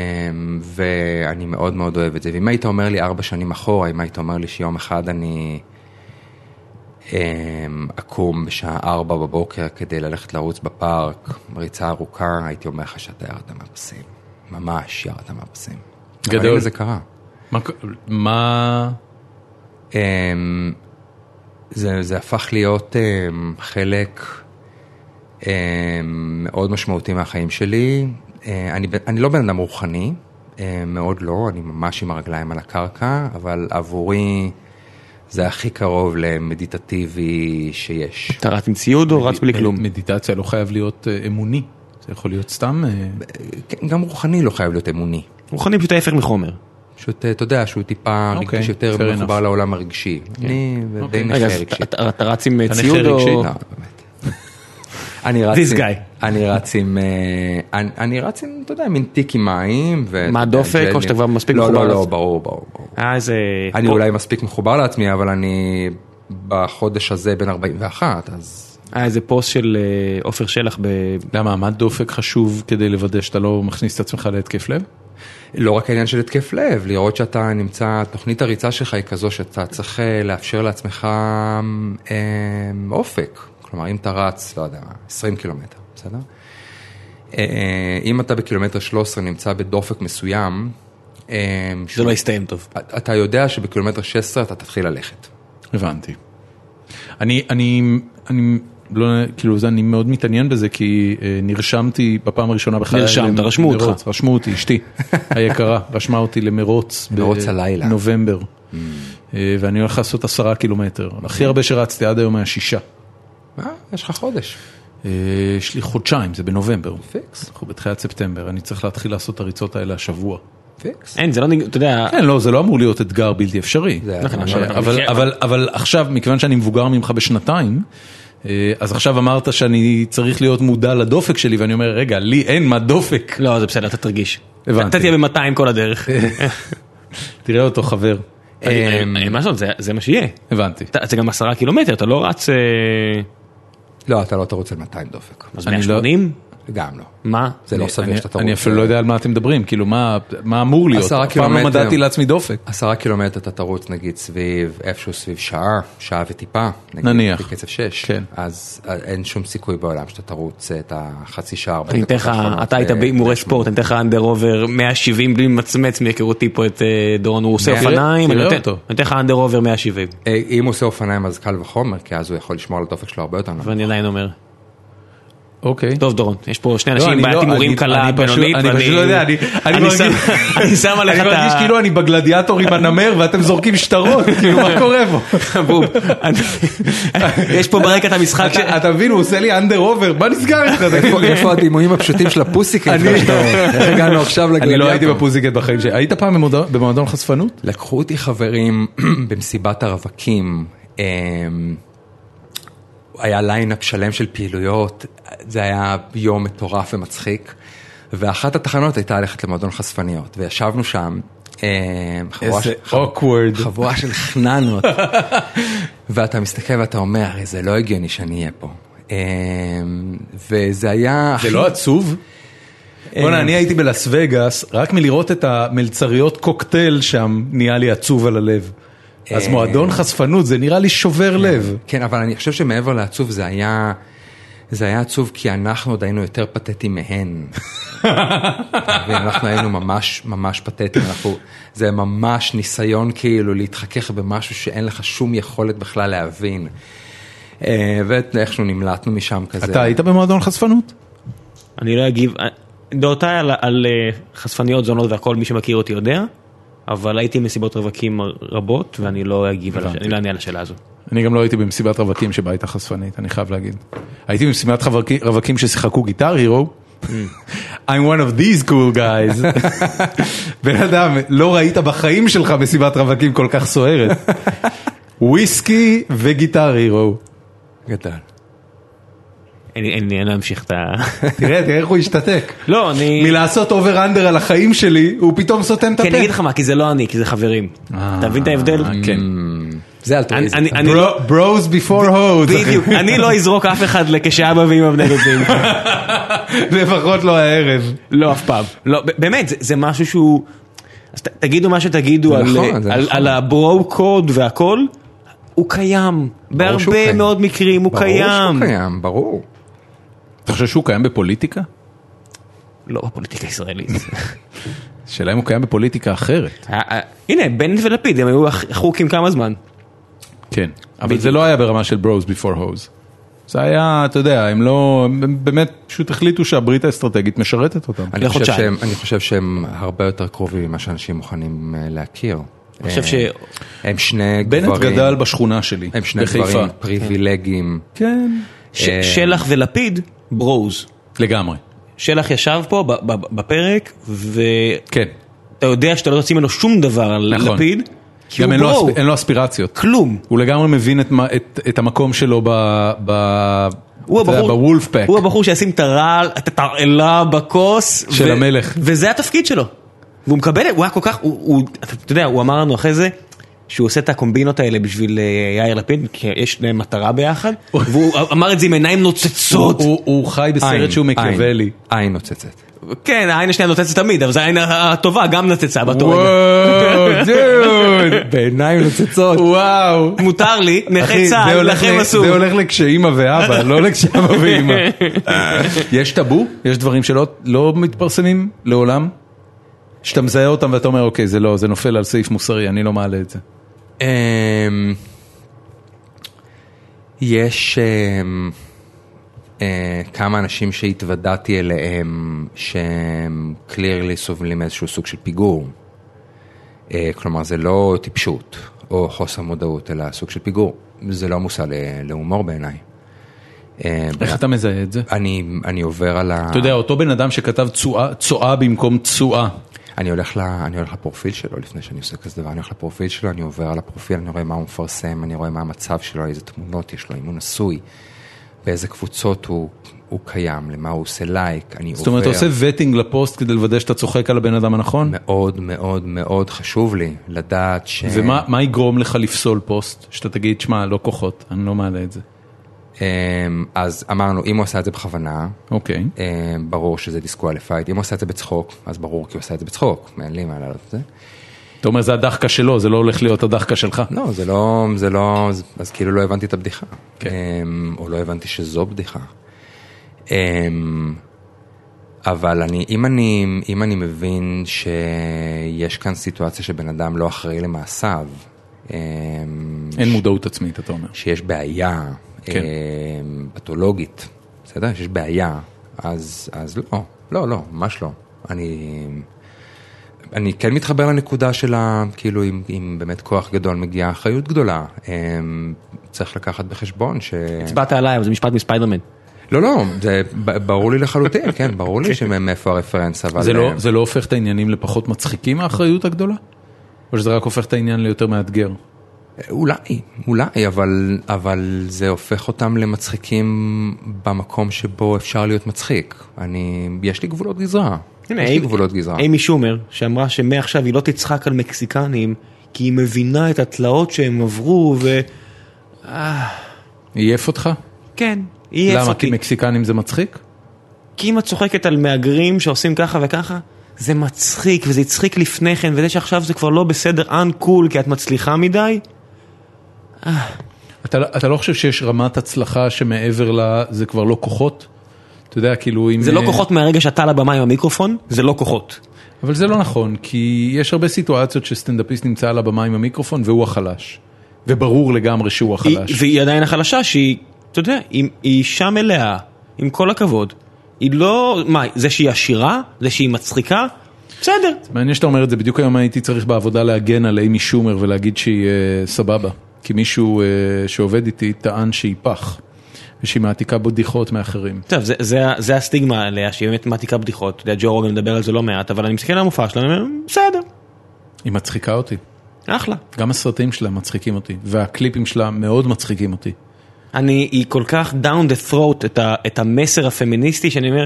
ואני מאוד מאוד אוהב את זה. ואם היית אומר לי ארבע שנים אחורה, אם היית אומר לי שיום אחד אני אמ, אקום בשעה ארבע בבוקר כדי ללכת לרוץ בפארק, ריצה ארוכה, הייתי אומר לך שאתה ירדת מהפסים. ממש ירדת מהפסים. אבל
גדול.
הנה זה קרה.
מה ק- מה...
אמ, זה, זה הפך להיות אמ, חלק אמ, מאוד משמעותי מהחיים שלי. אה, אני, ב- אני לא בן אדם רוחני, אה, מאוד לא, אני ממש עם הרגליים על הקרקע, אבל עבורי זה הכי קרוב למדיטטיבי שיש.
אתה רץ עם ציוד או רץ בלי כלום?
מדיטציה לא חייב להיות אה, אמוני, זה יכול להיות סתם... אה,
כן, גם רוחני לא חייב להיות אמוני.
מוכנים פשוט ההפך מחומר.
פשוט, אה, אתה יודע, שהוא טיפה
אוקיי,
רגש יותר
fair enough. כן. אוקיי.
מחובר לעולם הרגשי. אני די
רגע,
נכה
אז
רגשי.
אתה- אתה- אתה רץ עם אה,
אתה נכה
ציוד או...
רגשית?
לא, באמת. [LAUGHS] אני רץ
This
עם-
guy.
אני רץ עם, אה, אני- אני רץ עם, אתה יודע, מין תיק עם מים. ו-
מה, דופק, או שאתה כבר מספיק
מחובר?
מחובר
לא, לא, לא,
לעצמך?
ברור, ברור. ברור.
אה, איזה...
אני
פה-
אולי מספיק מחובר לעצמי, אבל אני בחודש הזה בן 41, אז
היה איזה פוסט של אה, עופר שלח ב...
למה, מה דופק חשוב כדי לוודא שאתה לא מכניס את עצמך להתקף לב?
לא רק העניין של התקף לב, לראות שאתה נמצא, תוכנית הריצה שלך היא כזו שאתה צריך אה, לאפשר לעצמך אה, אופק. כלומר, אם אתה רץ, לא יודע, 20 קילומטר, בסדר? אה, אם אתה בקילומטר 13 נמצא בדופק מסוים, אה, ש-
זה לא הסתיים טוב.
אתה יודע שבקילומטר 16 אתה תתחיל ללכת.
הבנתי. אני, אני, אני, לא, כאילו זה, אני מאוד מתעניין בזה, כי אה, נרשמתי בפעם הראשונה בחיי.
נרשמת,
למ-
רשמו אותך.
מרוץ, רשמו אותי,
[LAUGHS]
אשתי היקרה, רשמה אותי למרוץ.
מרוץ הלילה.
בנובמבר.
Mm.
אה, ואני הולך לעשות עשרה קילומטר. הכי הרבה שרצתי עד היום היה שישה.
מה? יש לך חודש.
אה, יש לי חודשיים, זה בנובמבר.
פיקס.
אנחנו בתחילת ספטמבר, אני צריך להתחיל לעשות את הריצות האלה השבוע.
פיקס.
אין, זה לא... נג- אתה יודע...
כן, לא, זה לא אמור להיות אתגר בלתי אפשרי.
זה- לא
נכון,
אבל-
עכשיו אתה
אבל,
מכיר-
אבל, אבל עכשיו, מכיוון שאני מבוגר ממך בשנתיים, אה, אז עכשיו אמרת שאני צריך להיות מודע לדופק שלי, ואני אומר, רגע, לי אין מה דופק.
לא, זה בסדר, אתה תרגיש.
הבנתי.
אתה תהיה ב-200 כל [LAUGHS] הדרך.
תראה אותו חבר.
אני- אני- מה זאת, זה- זה מה שיהיה.
הבנתי.
אתה- זה גם עשרה קילומטר, אתה לא רץ... אה,
לא, אתה לא תרוץ על 200 דופק.
אז
אני לא-
180?
גם לא.
מה?
זה לא
אני-
סביר
אני-
שאתה תרוץ.
אני אפילו לא יודע על מה אתם מדברים, כאילו, מה, מה אמור להיות?
עשרה
אף פעם לא
קילומטר.
מדדתי לעצמי דופק.
עשרה קילומטר אתה תרוץ נגיד סביב, איפשהו סביב שעה, שעה וטיפה. נגיד,
נניח.
בקצב שש.
כן.
אז אה, אין שום סיכוי בעולם שאתה תרוץ אה, את החצי שעה. ארבעים
אני אתן לך,
דקות אה, האחרונות
אתה היית
ב-
בהימורי ספורט, אני אתן לך אנדר עובר 170 בלי מצמץ מהיכרותי פה את אה, דורון, הוא עושה
תראה-
אופניים, אני
תראה
נותן-
אותו.
אני אתן לך אנדר עובר 170,
אה,
[LAUGHS]
אם הוא עושה אופניים אז קל וחומר, כי אז הוא יכול לשמור על הדופק שלו הרבה יותר. נמוך.
ואני עדיין אומר,
אוקיי.
טוב דורון, יש פה שני
לא,
אנשים,
אני
בעיית
לא-
הימורים
אני-
קלה,
אני פשוט-
בינונית,
אני פשוט לא יודע, אני- אני מרגיש-
שם- [LAUGHS] אני שם עליך את
אני מרגיש
ה... [LAUGHS]
כאילו אני בגלדיאטור עם הנמר ואתם זורקים שטרות, כאילו מה קורה פה?
בוב. יש פה ברקע את המשחק ש...
אתה אתה מבין, הוא עושה לי אנדר אובר, מה נסגר איתך? תגיד
איפה
לי?
איפה הדימויים הפשוטים של
כן,
הפוסיקט? איך [LAUGHS] הגענו עכשיו
אני לא הייתי
לגלדיאטור?
בפוזיקט בחיים שלי. היית פעם במועדון- במועדון חשפנות?
לקחו אותי חברים [CLEARS THROAT] במסיבת הרווקים. אמ, היה ליינאפ שלם של פעילויות, זה היה יום מטורף ומצחיק. ואחת התחנות הייתה ללכת למועדון חשפניות, וישבנו שם, אמ, חבורה
איזה
של-
awkward.
חבורה של חננות. [LAUGHS] ואתה מסתכל ואתה אומר, "הרי זה לא הגיוני שאני אהיה פה. אמ, וזה היה...
זה
הכי-
לא עצוב?
אה.
בוא'נה, אני הייתי בלאס וגאס, רק מלראות את המלצריות קוקטייל שם, נהיה לי עצוב על הלב. אז
אה.
מועדון חשפנות, זה נראה לי שובר לב.
כן, אבל אני חושב שמעבר לעצוב זה היה... זה היה עצוב כי אנחנו עוד היינו יותר פתטיים מהן. ואנחנו היינו ממש ממש פתטיים, אנחנו, זה ממש ניסיון כאילו להתחכך במשהו שאין לך שום יכולת בכלל להבין. אה, ואיכשהו נמלטנו משם כזה.
אתה היית במועדון חשפנות?
אני לא אגיב, דעותיי על- על אה, חשפניות זונות והכל, מי שמכיר אותי יודע, אבל הייתי במסיבות רווקים רבות, ואני לא אגיב, על הש- אני לא אענה על השאלה הזו.
אני גם לא הייתי במסיבת רווקים שבה הייתה חשפנית, אני חייב להגיד. הייתי במסיבת חברקי- רווקים ששיחקו גיטר הירו.
Mm.
I'm one of these cool guys.
[LAUGHS]
בן אדם, לא ראית בחיים שלך מסיבת רווקים כל כך סוערת. וויסקי וגיטר הירו.
גדל.
אין לי- אין לי אין להמשיך את ה... [LAUGHS]
תראה, תראה איך הוא השתתק.
לא, אני...
מלעשות אובר אנדר על החיים שלי, הוא פתאום סותם את הפה.
כי אני אגיד לך מה, כי זה לא אני, כי זה חברים. אתה מבין את ההבדל?
כן.
אה, זה
אני-
אלטרואיזם.
אני- אני לא- [LAUGHS]
Bro- bros before hoes, אחי.
בדיוק, אני לא אזרוק אף אחד לכשאבא ואמא בני דודים.
[LAUGHS] לפחות לא הערב.
[LAUGHS] לא, אף פעם. לא, ב- באמת, זה- זה משהו שהוא... אז ת- תגידו מה שתגידו
זה
על- אה,
נכון, זה
על-
נכון.
על הברו קוד והכל, הוא קיים.
ברור שהוא
בהרבה
קיים.
מאוד מקרים הוא
ברור
קיים.
שהוא קיים, ברור.
אתה חושב שהוא קיים בפוליטיקה?
לא בפוליטיקה הישראלית. [LAUGHS]
שאלה אם הוא קיים בפוליטיקה אחרת.
ה- ה- אה, הנה, בנט ולפיד, הם היו אח- חוקים כמה זמן.
כן. אבל זה לא היה ברמה של bros before hoes. זה היה, אתה יודע, הם לא, הם באמת פשוט החליטו שהברית האסטרטגית משרתת אותם.
אני חושב
לחודשיים.
שהם- אני חושב שהם הרבה יותר קרובים ממה שאנשים מוכנים אה, להכיר.
אני
אה,
חושב ש...
הם שני גברים.
בנט גדל בשכונה שלי,
הם שני
בחיפה.
גברים פריבילגיים.
כן.
ש-
אה.
שלח ולפיד, ברוז.
לגמרי.
שלח ישב פה ב- ב- בפרק, ואתה
כן.
יודע שאתה לא תוציא ממנו שום דבר על
נכון.
לפיד, כי
גם
הוא
אין לו
ברו,
אספ- אין לו אספירציות.
כלום.
הוא לגמרי מבין את מה- את- את המקום שלו ב... ב-
הוא
אתה יודע,
הבחור,
בוולף פאק.
הוא הבחור שישים את הרעל, את התרעלה בכוס.
של המלך.
וזה התפקיד שלו. והוא מקבל, הוא היה כל כך, הוא, הוא, אתה אתה יודע, הוא אמר לנו אחרי זה. שהוא עושה את הקומבינות האלה בשביל אה, יאיר לפיד, כי יש להם מטרה ביחד, והוא אמר את זה עם עיניים נוצצות.
הוא- הוא חי בסרט שהוא מקווה לי.
עין נוצצת.
כן, העין השנייה נוצצת תמיד, אבל זו העין הטובה, גם נוצצה באותו רגע.
וואו, דוד.
בעיניים נוצצות.
וואו.
מותר לי, נכי
אחי, זה
צה"ל,
הולך
לכם
ל-
אסור.
זה הולך לכשאימא ואבא, [LAUGHS] לא לכשאבא ואימא. יש טאבו? יש דברים שלא לא מתפרסמים לעולם? שאתה מזהה אותם ואתה אומר, אוקיי, זה לא, זה נופל על סעיף מוסרי, אני לא מעלה את זה.
אמ, יש אמ, אה, כמה אנשים שהתוודעתי אליהם שהם clearly סובלים מאיזשהו סוג של פיגור. אה, כלומר זה לא טיפשות או חוסר מודעות אלא סוג של פיגור. זה לא מושא ל- להומור בעיניי. אה,
איך אתה מזהה את זה?
אני, אני עובר על ה...
אתה יודע, אותו בן אדם שכתב צואה- צואה במקום צואה.
אני הולך, ל, אני הולך לפרופיל שלו לפני שאני עושה כזה דבר, אני הולך לפרופיל שלו, אני עובר על הפרופיל, אני רואה מה הוא מפרסם, אני רואה מה המצב שלו, איזה תמונות יש לו, אם הוא נשוי, באיזה קבוצות הוא, הוא קיים, למה הוא עושה לייק, אני
זאת
עובר.
אומרת, אתה עושה וטינג לפוסט כדי לוודא שאתה צוחק על הבן אדם הנכון?
מאוד מאוד מאוד חשוב לי לדעת ש...
ומה מה יגרום לך לפסול פוסט? שאתה תגיד, שמע, לא כוחות, אני לא מעלה את זה.
אמ, אז אמרנו, אם הוא עשה את זה בכוונה,
אוקיי.
אה, ברור שזה דיסקואליפייד, אם הוא עשה את זה בצחוק, אז ברור כי הוא עשה את זה בצחוק, אין לי מה לעלות את זה.
אתה אומר, זה הדחקה שלו, זה לא הולך להיות הדחקה שלך.
לא, זה לא, זה לא, אז- אז כאילו לא הבנתי את הבדיחה.
כן.
אמ, או לא הבנתי שזו בדיחה. אמ, אבל אני, אם אני, אם אני מבין שיש כאן סיטואציה שבן אדם לא אחראי למעשיו, אמ,
אין מודעות עצמית, אתה אומר.
שיש בעיה
כן.
אמ, פתולוגית, זה בסדר? שיש בעיה, אז, אז לא, לא, לא, ממש לא. אני, אני כן מתחבר לנקודה של ה... כאילו, אם, אם באמת כוח גדול מגיעה אחריות גדולה. אמ, צריך לקחת בחשבון ש...
הצבעת עליי, זה משפט מספיידרמן.
לא, לא, זה ב- ברור לי לחלוטין, כן,
[LAUGHS]
ברור לי שמאיפה הרפרנס, אבל...
זה
אמ,
לא, זה לא הופך את העניינים לפחות מצחיקים מהאחריות הגדולה? או שזה רק הופך את העניין ליותר מאתגר?
אולי, אולי, אבל, אבל זה הופך אותם למצחיקים במקום שבו אפשר להיות מצחיק. אני, יש לי גבולות גזרה.
הנה,
יש לי גבולות גזרה.
אימי שומר, שאמרה שמעכשיו היא לא תצחק על מקסיקנים, כי היא מבינה את התלאות שהם עברו,
עייף אותך?
וכן, היא
למה?
אותי.
כי מקסיקנים זה מצחיק?
כי אם את צוחקת על מהגרים שעושים ככה וככה, זה מצחיק, וזה הצחיק לפני כן, וזה שעכשיו זה כבר לא בסדר אנקול, כי את מצליחה מדי,
אתה, לא- אתה לא חושב שיש רמת הצלחה שמעבר לה זה כבר לא כוחות? אתה יודע, כאילו אם...
זה לא
אה,
כוחות מהרגע שאתה על הבמה עם המיקרופון, זה לא כוחות.
אבל זה לא נכון, כי יש הרבה סיטואציות שסטנדאפיסט נמצא על הבמה עם המיקרופון והוא החלש. וברור לגמרי שהוא
היא-
החלש.
והיא עדיין החלשה שהיא, אתה יודע, היא היא אישה מלאה, עם כל הכבוד. היא לא, מה, זה שהיא עשירה? זה שהיא מצחיקה? בסדר.
מעניין שאתה אומר את זה, בדיוק היום הייתי צריך בעבודה להגן על אימי שומר ולהגיד שהיא אה, סבבה. כי מישהו אה, שעובד איתי טען שהיא פח, ושהיא מעתיקה בדיחות מאחרים.
טוב, זה, זה, ה- זה הסטיגמה עליה, שהיא באמת מעתיקה בדיחות. אתה יודע, ג'ו רוגן מדבר על זה לא מעט, אבל אני מסתכל על המופע שלה, אני אומר, בסדר,
היא מצחיקה אותי.
אחלה.
גם הסרטים שלה מצחיקים אותי, והקליפים שלה מאוד מצחיקים אותי.
אני, היא כל כך down the throat את, ה, את המסר הפמיניסטי, שאני אומר,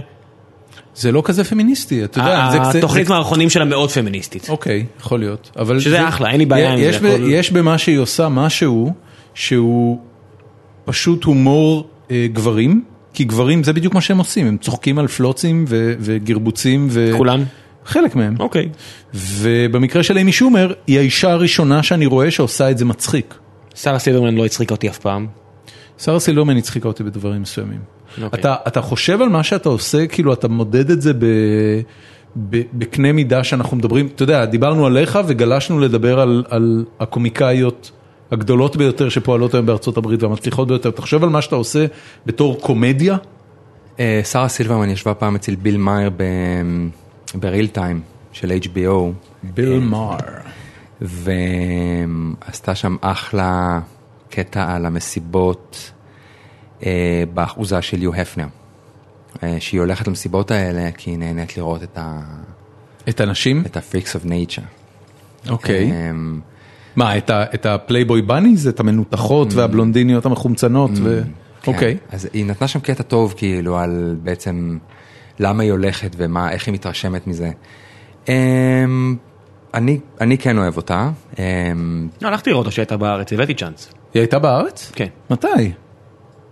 זה לא כזה פמיניסטי, אתה יודע, זה קצת...
אה, התוכנית
זה-
מערכונים שלה מאוד פמיניסטית.
אוקיי, יכול להיות. אבל
שזה אחלה, אין לי בעיה עם זה,
יש ב-
הכל-
יש במה שהיא עושה משהו שהוא פשוט הומור אה, גברים, כי גברים זה בדיוק מה שהם עושים, הם צוחקים על פלוצים ו- וגרבוצים. ו-
כולם?
חלק מהם.
אוקיי.
ובמקרה של אימי שומר, היא האישה הראשונה שאני רואה שעושה את זה מצחיק.
שרה סילברמן לא הצחיקה אותי אף פעם.
שרה סילומן הצחיקה אותי בדברים מסוימים.
אוקיי.
אתה, אתה חושב על מה שאתה עושה, כאילו אתה מודד את זה ב, ב, בקנה מידה שאנחנו מדברים, אתה יודע, דיברנו עליך וגלשנו לדבר על, על הקומיקאיות הגדולות ביותר שפועלות היום בארצות הברית והמצליחות ביותר. תחשוב על מה שאתה עושה בתור קומדיה,
אה, שרה סילברמן ישבה פעם אצל ביל מאייר בריל טיים של HBO,
ביל מר.
ועשתה שם אחלה קטע על המסיבות אה, באחוזה של יו הפנר. אה, שהיא הולכת למסיבות האלה כי היא נהנית לראות את ה...
את הנשים?
את ה-freaks of nature.
אוקיי.
אמ,
מה, את ה- את הפלייבוי בניז, את המנותחות והבלונדיניות המחומצנות? ו-
כן.
אוקיי.
אז היא נתנה שם קטע טוב, כאילו, על בעצם למה היא הולכת ומה, איך היא מתרשמת מזה. אמ, אני, אני כן אוהב אותה. אמ,
לא, הלכתי לראות אותה שהייתה בארץ, הבאתי צ'אנס.
היא הייתה בארץ?
כן.
מתי?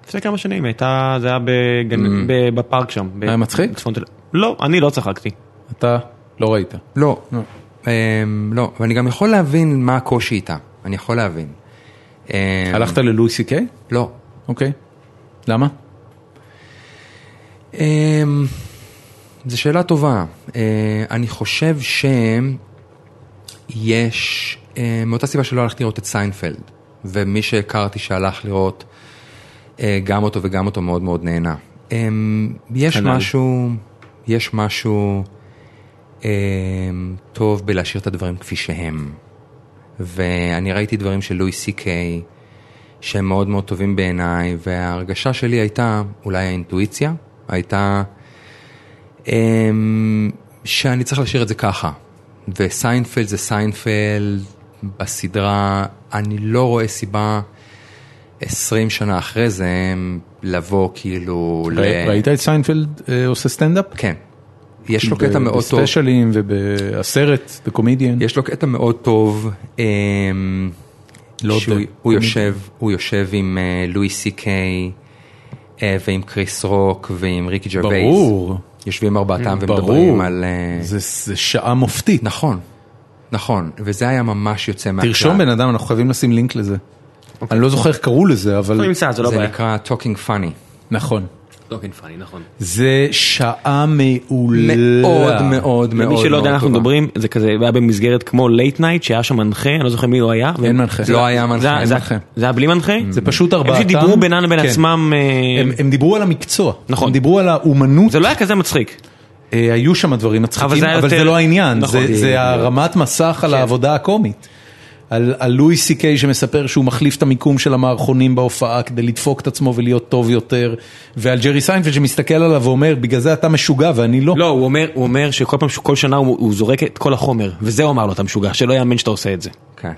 לפני כמה שנים הייתה, זה היה בגן- ב- בפארק שם. ב-
היה מצחיק?
בצפון תל- לא, אני לא צחקתי.
אתה לא ראית.
לא, אמ, לא, ואני גם יכול להבין מה הקושי איתה, אני יכול להבין. אמ,
הלכת ללואי סי קיי?
לא.
כן. אוקיי. למה?
אמ, זו שאלה טובה. אה, אני חושב שיש, אה, מאותה סיבה שלא הלכתי לראות את סיינפלד, ומי שהכרתי שהלך לראות אה, גם אותו וגם אותו מאוד מאוד נהנה. אמ, יש
כנ"ל.
משהו, יש משהו אמ, טוב בלהשאיר את הדברים כפי שהם. ואני ראיתי דברים של לואי סי קיי, שהם מאוד מאוד טובים בעיניי, וההרגשה שלי הייתה, אולי האינטואיציה, הייתה אמ, שאני צריך להשאיר את זה ככה. וסיינפלד זה סיינפלד בסדרה, אני לא רואה סיבה 20 שנה אחרי זה אמ, לבוא כאילו ל...
ראי- ראית את סיינפלד אה, עושה סטנדאפ?
כן. יש לו קטע
ב-
מאוד טוב.
בספיישלים ובסרט, בקומדיאן.
יש לו קטע מאוד טוב, אמ,
לא
שהוא
יודע,
הוא
תמיד.
יושב, הוא יושב עם אה, לואי סי קיי אה, ועם קריס רוק ועם ריקי ג'רווייס.
ברור.
יושבים ארבעתם ומדברים
ברור.
על... אה,
זה- זה שעה מופתית.
נכון, נכון, וזה היה ממש יוצא מהכלל.
תרשום בן אדם, אנחנו חייבים לשים
אוקיי.
לינק לזה. אני לא זוכר איך קראו לזה,
לא
אבל...
נמצא, זה לא
זה
בעיה.
נקרא Talking Funny.
נכון.
לא כן פאני נכון.
זה שעה מעולה.
מאוד מאוד מאוד
למי שלא
מאוד
יודע אנחנו
טובה.
מדברים זה כזה היה במסגרת כמו לייט נייט שהיה שם מנחה אני לא זוכר מי הוא היה.
אין מנחה.
לא היה מנחה,
זה
אין
זה-
מנחה.
זה היה בלי מנחה?
זה פשוט ארבעתם.
הם פשוט דיברו בינם לבין
כן.
עצמם. אה,
הם, הם דיברו על המקצוע,
נכון.
הם דיברו על האומנות,
זה לא היה כזה מצחיק.
אה, היו שם דברים מצחיקים,
אבל
אבל
זה
זה,
היה
אבל
יותר-
זה לא העניין,
נכון. כן.
זה, זה הרמת מסך על העבודה הקומית. על, על לואי סי קיי שמספר שהוא מחליף את המיקום של המערכונים בהופעה כדי לדפוק את עצמו ולהיות טוב יותר, ועל ג'רי סיינפלד שמסתכל עליו ואומר, בגלל זה אתה משוגע ואני לא.
לא הוא אומר הוא אומר שכל פעם כל שנה הוא הוא זורק את כל החומר וזה הוא אמר לו אתה משוגע שלא יאמן שאתה עושה את זה.
כן.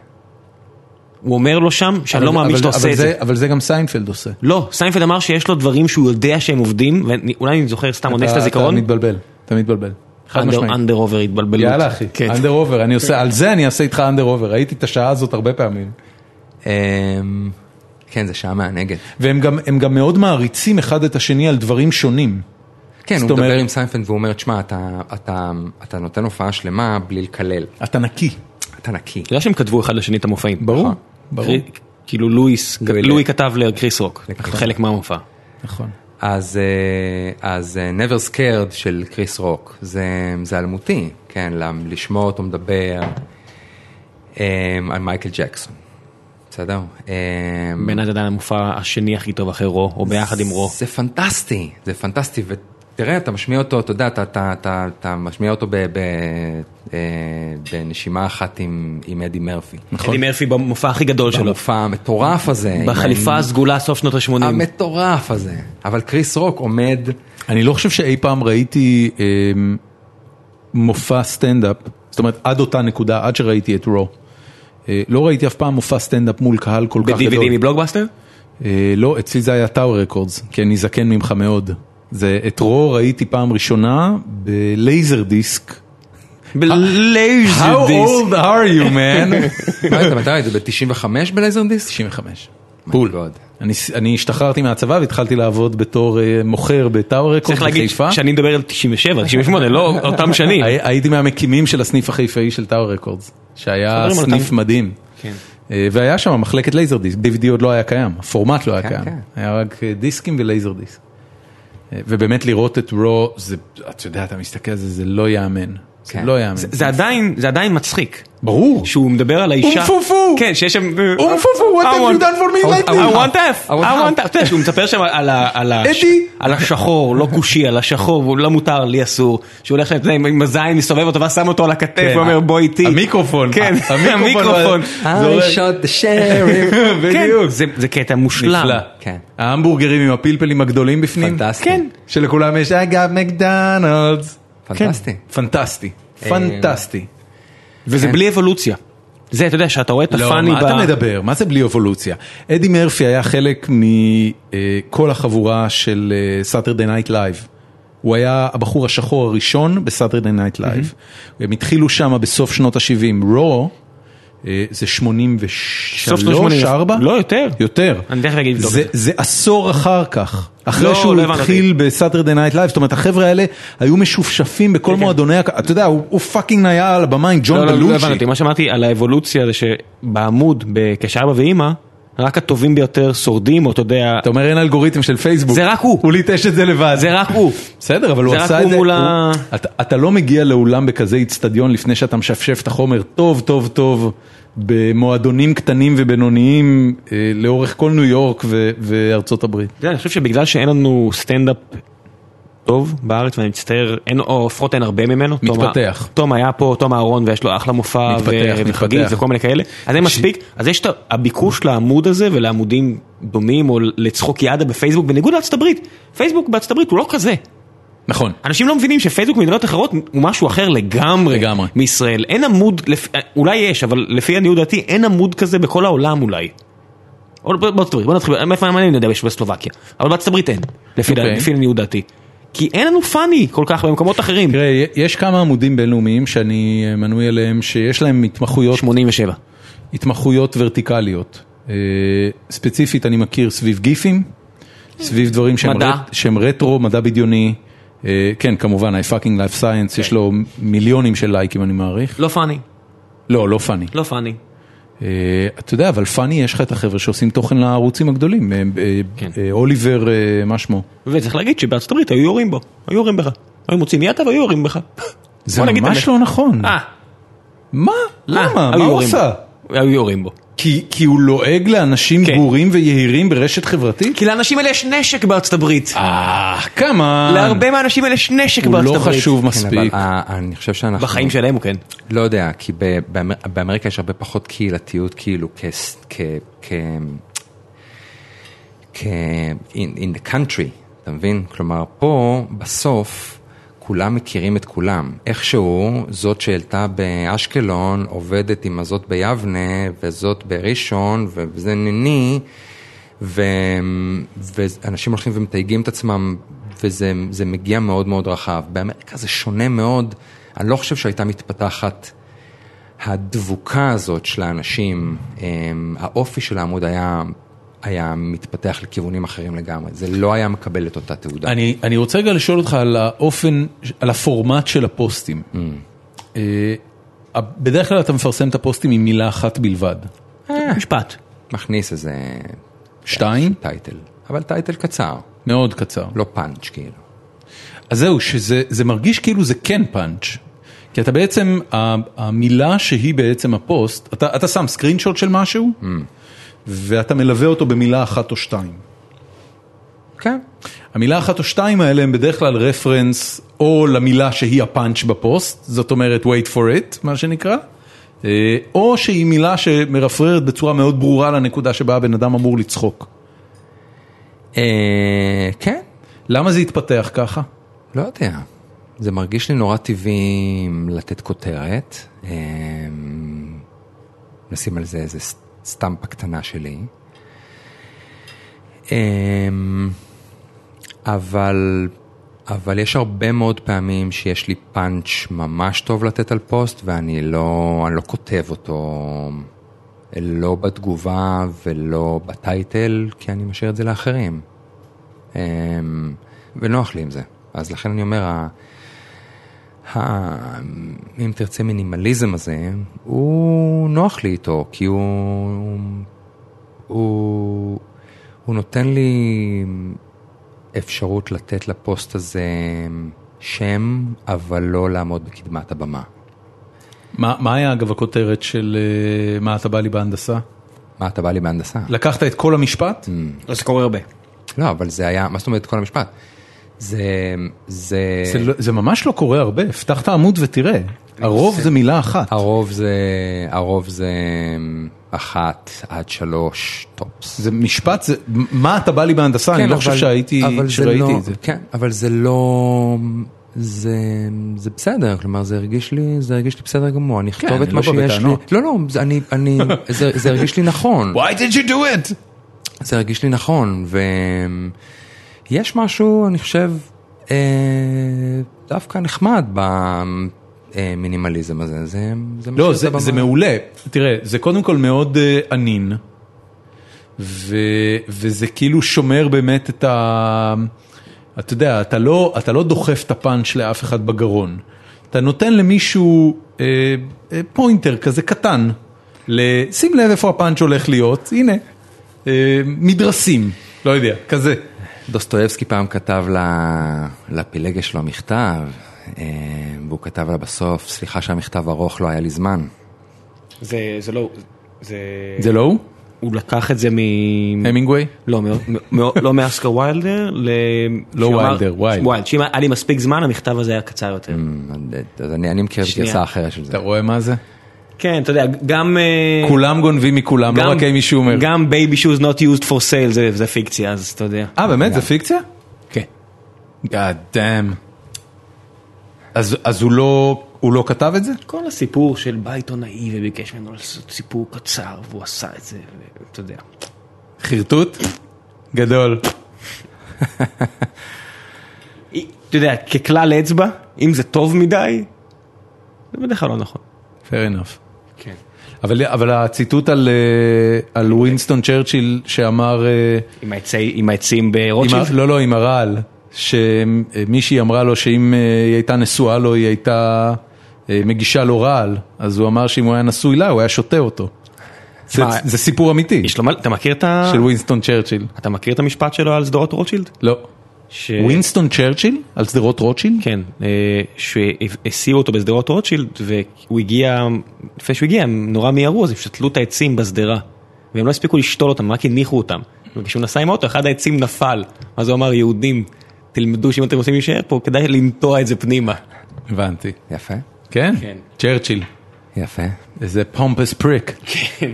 הוא אומר לו שם שאני
אבל-
לא מאמין
אבל-
שאתה עושה
אבל
את זה.
אבל זה גם סיינפלד עושה.
לא, סיינפלד אמר שיש לו דברים שהוא יודע שהם עובדים, ואולי אני זוכר סתם, עוד יש
אתה-
לזיכרון,
אתה מתבלבל, אתה מתבלבל. חד משמעית.
אנדר אובר התבלבלות.
יאללה אחי,
כן.
אנדר אובר, אני עושה, על זה אני אעשה איתך אנדר אובר, ראיתי את השעה הזאת הרבה פעמים.
אמ, כן, זה שעה מהנגד.
והם גם, הם גם מאוד מעריצים אחד את השני על דברים שונים.
כן,
זאת
הוא מדבר
אומרת-
עם סיינפלד והוא אומר, תשמע, אתה- אתה- אתה נותן הופעה שלמה בלי לקלל,
אתה נקי.
אתה נקי.
אתה יודע שהם כתבו אחד לשני את המופעים.
ברור,
נכון.
ברור.
קרי- כאילו לואיס,
לואי
לואי
לב.
כתב לקריס רוק, חלק מהמופע.
נכון.
אז, אה, אז אה, never scared של קריס רוק, זה, זה אלמותי, כן, למ- לשמוע אותו מדבר אה, על מייקל ג'קסון, בסדר? אה,
בעיניי זה עדיין המופע השני הכי טוב אחרי רו, או ביחד עם רו.
זה פנטסטי, זה פנטסטי, ותראה, אתה משמיע אותו, אתה יודע, אתה, אתה, אתה, אתה משמיע אותו ב, ב, אה, בנשימה אחת עם, עם אדי מרפי.
נכון.
אדי מרפי במופע הכי גדול שלו.
במופע המטורף הזה. עם
בחליפה
ה-
הסגולה סוף שנות ה-80.
המטורף הזה, אבל קריס רוק עומד,
אני לא חושב שאי פעם ראיתי אה, מופע סטנדאפ, זאת אומרת עד אותה נקודה, עד שראיתי את רו. אה, לא ראיתי אף פעם מופע סטנדאפ מול קהל כל כך גדול.
ב-DVD מבלוגבאסטר?
אה, לא, אצלי זה היה טאוור רקורדס, כי אני זקן ממך מאוד. זה את רו ראיתי פעם ראשונה בלייזר דיסק.
אה,
לא.
בלייזר
How old are you [LAUGHS] man?
[LAUGHS] מה אתה מתי זה ב-95 בלייזר דיסק?
95.
בול.
אני, אני השתחררתי מהצבא והתחלתי לעבוד בתור אה, מוכר בטאוור רקורד
צריך להגיד
בחיפה.
שאני מדבר על 97, 98, לא
[LAUGHS]
אותם שנים.
הי- הייתי מהמקימים של הסניף החיפאי של טאוור רקורדס, שהיה
חברים,
סניף
אותם-
מדהים.
כן.
אה, והיה שם מחלקת לייזר דיסק, DVD עוד לא היה קיים, הפורמט לא היה
כן,
קיים,
כן.
היה רק אה, דיסקים ולייזר דיסק. אה, ובאמת לראות את רו, זה, אתה יודע, אתה מסתכל על זה, זה לא יאמן. זה
כן.
לא יאמן.
זה זה עדיין, זה עדיין מצחיק.
ברור.
שהוא מדבר על האישה,
אומפופו!
כן שיש שם,
אומפופו, what
I
have you
want-
done for me
I want-
lately?
I want F, I
I want
want
half.
F, אתה יודע שהוא מספר שם על ה- על ה-
אדי.
על השחור, לא כושי, על השחור, הוא לא מותר, לי אסור, שהוא הולך שם, עם הזין, מסובב אותו ואז שם אותו על הכתף,
כן.
ואומר בוא איתי,
המיקרופון.
כן,
המיקרופון. אה,
המיקרופון, אה,
זורק.
I shot the sheriff.
כן,
בדיוק.
זה- זה קטע מושלם,
נפלא.
כן.
ההמבורגרים עם הפלפלים הגדולים בפנים.
פנטסטי.
כן. שלכולם יש I got McDonald's.
פנטסטי.
כן, פנטסטי. פנטסטי.
וזה
כן.
בלי אבולוציה, זה אתה יודע שאתה רואה את
לא,
הפאני,
מה אתה
ב-
מדבר? מה זה בלי אבולוציה? אדי מרפי היה חלק מכל החבורה של אה, סאטרדי נייט לייב. הוא היה הבחור השחור הראשון בסאטרדי נייט לייב. הם התחילו שם בסוף שנות ה-70. רו, אה, זה 83,
סוף שנות 80.
4?
לא, יותר.
יותר.
אני תכף אגיד, לבדוק
זה,
את
זה עשור אחר כך. אחרי
לא,
שהוא
לא הבנתי.
התחיל בסאטרדי נייט לייב, זאת אומרת החבר'ה האלה היו משופשפים בכל
כן.
מועדוני, הק- אתה יודע, הוא הוא פאקינג היה על הבמה עם ג'ון
לא, לא, לא
בלוצ'י.
הבנתי, מה שאמרתי על האבולוציה זה שבעמוד, כשאבא ואימא, רק הטובים ביותר שורדים, או אתה יודע,
אתה אומר אין אלגוריתם של פייסבוק.
זה רק הוא.
הוא ליטש את זה לבד.
זה רק הוא.
בסדר, אבל הוא
זה רק
עשה
הוא
את זה.
מול
הוא-
ה-
אתה- אתה לא מגיע לאולם בכזה איצטדיון לפני שאתה משפשף את החומר טוב, טוב, טוב, במועדונים קטנים ובינוניים אה, לאורך כל ניו יורק ו- וארצות הברית.
אתה יודע, אני חושב שבגלל שאין לנו סטנדאפ טוב בארץ, ואני מצטער, אין, או לפחות אין הרבה ממנו. תום-
מתפתח.
תום היה פה, תום אהרון, ויש לו אחלה מופע,
מתפתח,
ו-
מתפתח.
וחגית וכל מיני כאלה, אז אין מספיק, אז יש את ה- הביקוש לעמוד הזה ולעמודים דומים, או לצחוק ידה בפייסבוק, בניגוד לארצות הברית, פייסבוק בארצות הברית הוא לא כזה.
נכון.
אנשים לא מבינים שפייסבוק במדינות אחרות הוא משהו אחר לגמרי,
לגמרי.
מישראל. אין עמוד, לפ... אולי יש, אבל לפי עניות דעתי אין עמוד כזה בכל העולם אולי. או, בוא, בוא, בוא, בוא נתחיל, מאיפה מה אני יודע יש בסלובקיה, אבל בארצות הברית אין, לפי, okay.
אוקיי.
לפי עניות דעתי. כי אין לנו פאני כל כך במקומות אחרים.
תראה, יש כמה עמודים בינלאומיים שאני אה, מנוי עליהם, שיש להם התמחויות
87.
התמחויות ורטיקליות. אה, ספציפית אני מכיר סביב גיפים, סביב דברים שהם,
מדע.
שהם רטרו, מדע בדיוני, אה, כן כמובן, ה-fucking life
כן.
science, יש לו מיליונים של לייקים אני מעריך.
לא פאני,
לא, לא פאני.
לא פאני.
אה, אתה יודע, אבל פאני, יש לך את החבר'ה שעושים תוכן לערוצים הגדולים. אה, אה,
כן.
אה, אוליבר, אה, מה שמו?
וצריך להגיד שבארצות הברית היו יורים בו, היו יורים בך. היו מוצאים יד והיו יורים בך.
זה
בוא נגיד את
ממש
האמת.
לא נכון.
אה, לא.
מה? למה?
היו
מה הוא
יורים
עשה?
בו. היו יורים בו.
כי, כי הוא לועג לאנשים
כן.
בורים ויהירים ברשת חברתית?
כי לאנשים האלה יש נשק בארצות הברית.
אה, כמה?
להרבה מהאנשים האלה יש נשק
הוא
בארצות
לא
הברית. אה.
חשוב
כן, אבל
מספיק.
ה- אני חושב שאנחנו...
בחיים שלהם הוא כן.
לא יודע, כי ב- באמר- באמריקה יש הרבה פחות קהילתיות, כאילו, כ- כ... כ... כ... in in the country, אתה מבין? כלומר, פה, בסוף, כולם מכירים את כולם. איכשהו, זאת שהעלתה באשקלון עובדת עם הזאת ביבנה, וזאת בראשון, וזה ניני, ו... ואנשים הולכים ומתייגים את עצמם, וזה זה מגיע מאוד מאוד רחב. באמריקה זה שונה מאוד, אני לא חושב שהייתה מתפתחת הדבוקה הזאת של האנשים, אמ, האופי של העמוד היה, היה מתפתח לכיוונים אחרים לגמרי, זה לא היה מקבל את אותה תעודה. אני...
אני, אני רוצה רגע לשאול אותך על האופן, על הפורמט של הפוסטים.
Mm.
אה, בדרך כלל אתה מפרסם את הפוסטים עם מילה אחת בלבד.
אה, משפט.
מכניס איזה
שתיים?
טייטל, אבל טייטל קצר,
מאוד קצר.
לא פאנץ' כאילו.
אז זהו, שזה זה מרגיש כאילו זה כן פאנץ'. כי אתה בעצם, ה- המילה שהיא בעצם הפוסט, אתה, אתה שם סקרין שוט של משהו,
Mm.
ואתה מלווה אותו במילה אחת או שתיים.
כן,
המילה אחת או שתיים האלה הם בדרך כלל רפרנס או למילה שהיא הפאנץ' בפוסט, זאת אומרת wait for it, מה שנקרא, אה, או שהיא מילה שמרפררת בצורה מאוד ברורה לנקודה שבה הבן אדם אמור לצחוק.
אה, כן,
למה זה התפתח ככה?
לא יודע. זה מרגיש לי נורא טבעי אמ, לתת כותרת. אמ, נשים על זה איזה ס- סטמפה קטנה שלי. אמ, אבל, אבל יש הרבה מאוד פעמים שיש לי פאנץ' ממש טוב לתת על פוסט ואני לא, אני לא כותב אותו לא בתגובה ולא בטייטל, כי אני משאיר את זה לאחרים. אמ, ונוח לי עם זה. אז לכן אני אומר, ה... ה... אם תרצה מינימליזם הזה, הוא נוח לי איתו, כי הוא... הוא... הוא נותן לי אפשרות לתת לפוסט הזה שם, אבל לא לעמוד בקדמת הבמה.
מה, מה היה אגב הכותרת של אה, מה אתה בא לי בהנדסה?
מה, אתה בא לי בהנדסה?
לקחת את כל המשפט?
כן.
לא, זה קורה הרבה.
לא, אבל זה היה, מה זאת אומרת כל המשפט? זה... זה...
זה, לא- זה ממש לא קורה הרבה, פתח את העמוד ותראה,
כן.
הרוב זה מילה אחת.
הרוב זה, הרוב זה
אמ,
אחת עד שלוש טופס.
זה משפט, זה, מה אתה בא לי בהנדסה, אני לא חושב שהייתי,
כן, אבל זה
שראיתי
לא,
את זה.
כן, אבל זה לא, זה, זה בסדר, כלומר זה הרגיש לי, זה הרגיש לי בסדר גמור, אני אכתוב
אני
את
לא
מה
בא
שיש לי.
בטענות.
לא, לא, זה, אני, אני, [LAUGHS] זה, זה הרגיש לי נכון.
Why did you do it?
זה הרגיש לי נכון, ויש משהו, אני חושב, אה, דווקא נחמד במינימליזם הזה, זה, זה
לא,
משאיר את
זה,
הבמה.
זה מעולה. תראה, זה קודם כל מאוד אה, ענין, ו, וזה כאילו שומר באמת את ה... אתה יודע, אתה לא, אתה לא דוחף את הפאנץ' לאף אחד בגרון. אתה נותן למישהו אה, אה, פוינטר כזה קטן, ל- שים לב איפה הפאנץ' הולך להיות, הנה, אה, מדרסים, לא יודע, כזה.
דוסטויבסקי פעם כתב ל- לפילגש שלו מכתב, אה, והוא כתב לה בסוף, סליחה שהמכתב ארוך, לא היה לי זמן.
זה זה לא... זה...
זה לא הוא?
הוא לקח את זה מ...
המינגווי?
לא, מא- מא- לא מאסקר ויילדר, ל...
לא
שאמר-
ויילדר, ויילד. Mm.
ויילד. שאם היה לי מספיק זמן, המכתב הזה היה קצר יותר.
אז אני, אני מכיר את
שנייה.
גרסה אחרת של זה.
אתה רואה מה זה?
כן, אתה יודע, גם... אה,
כולם גונבים מכולם, לא
גם-
רק אמי שומר.
גם בייבי שוז not used for sale זה- זה פיקציה, אז אתה יודע.
אה, באמת? זה פיקציה?
כן.
God damn. אז, אז הוא, לא, הוא לא כתב את זה?
כל הסיפור של בא עיתונאי וביקש ממנו לעשות סיפור קצר, והוא עשה את זה, ואתה יודע.
חרטוט? גדול.
אתה יודע, ככלל אצבע, אם זה טוב מדי, זה בדרך כלל לא נכון.
Fair enough.
כן.
אבל, אבל הציטוט על, אה, על ווינסטון צ'רצ'יל שאמר, אה,
עם, העצי, עם העצים
עם ה-
ברוטשילד?
לא, לא, עם הרעל, שמישהי אמרה לו שאם אה, היא הייתה נשואה לו, היא הייתה אה, מגישה לו רעל, אז הוא אמר שאם הוא היה נשוי לה, הוא היה שותה אותו. זה-
מה?
זה סיפור אמיתי
יש לו מה, אתה מכיר את ה...
של ווינסטון צ'רצ'יל.
אתה מכיר את המשפט שלו על סדרות רוטשילד?
לא.
ש...
ווינסטון צ'רצ'יל? על שדרות רוטשילד?
אה. כן, אה, שהסיעו אותו בשדרות רוטשילד והוא הגיע, לפני שהוא הגיע הם נורא מיהרו אז הם שתלו את העצים בשדרה והם לא הספיקו לשתול אותם, רק הניחו אותם. וכשהוא נסע עם האוטו אחד העצים נפל, אז הוא אמר יהודים, תלמדו שאם אתם רוצים להישאר פה כדאי לנטוע את זה פנימה.
הבנתי.
יפה,
כן?
כן.
צ'רצ'יל.
יפה.
איזה פומפס פריק.
כן.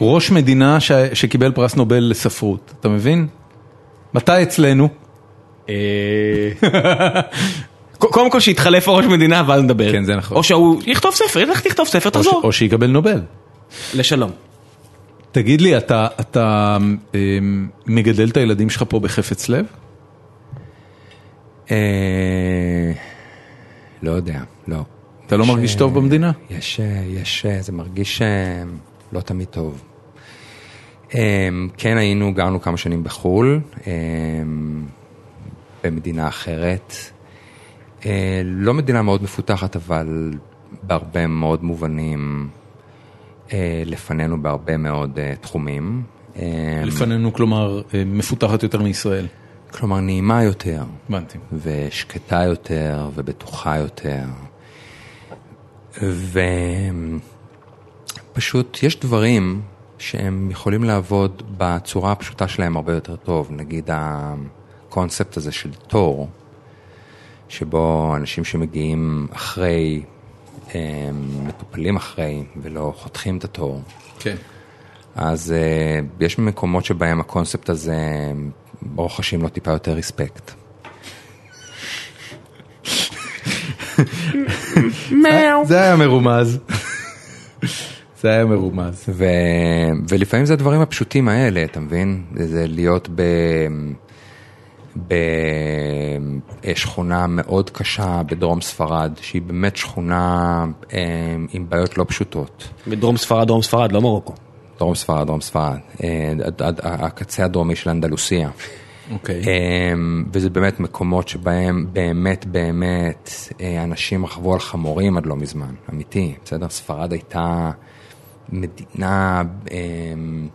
ראש מדינה ש... שקיבל פרס נובל לספרות, אתה מבין? מתי אצלנו?
אה, [LAUGHS] ק- קודם כל שיתחלף ראש מדינה ואז נדבר.
כן, זה נכון.
או שהוא יכתוב ספר, לך תכתוב ספר,
או, ש...
תחזור.
או שיקבל נובל.
לשלום.
תגיד לי, אתה, אתה אמ, מגדל את הילדים שלך פה בחפץ לב?
אה, לא יודע, לא.
אתה לא
יש,
מרגיש
אה,
טוב במדינה?
יש, אה, יש, אה, זה מרגיש אה, לא תמיד טוב. אה, כן היינו, גרנו כמה שנים בחו"ל, אה, במדינה אחרת. אה, לא מדינה מאוד מפותחת, אבל בהרבה מאוד מובנים אה, לפנינו בהרבה מאוד אה, תחומים. אה,
לפנינו, כלומר, אמ, מפותחת יותר מישראל.
כלומר, נעימה יותר.
הבנתי.
ושקטה יותר ובטוחה יותר. ופשוט יש דברים שהם יכולים לעבוד בצורה הפשוטה שלהם הרבה יותר טוב. נגיד הקונספט הזה של תור, שבו אנשים שמגיעים אחרי, הם מטופלים אחרי ולא חותכים את התור.
כן.
אז uh, יש מקומות שבהם הקונספט הזה רוכשים לו לא טיפה יותר ריספקט.
זה היה מרומז. [LAUGHS] זה היה מרומז.
ו... ולפעמים זה הדברים הפשוטים האלה, אתה מבין? זה להיות ב... בשכונה אה, מאוד קשה בדרום ספרד, שהיא באמת שכונה אה, עם בעיות לא פשוטות.
בדרום ספרד, דרום ספרד, לא מרוקו.
דרום ספרד, דרום ספרד, אה, עד- עד- הקצה הדרומי של אנדלוסיה.
אוקיי.
אמ, וזה באמת מקומות שבהם באמת באמת אה, אנשים רכבו על חמורים עד לא מזמן, אמיתי, בסדר? ספרד הייתה מדינה אמ,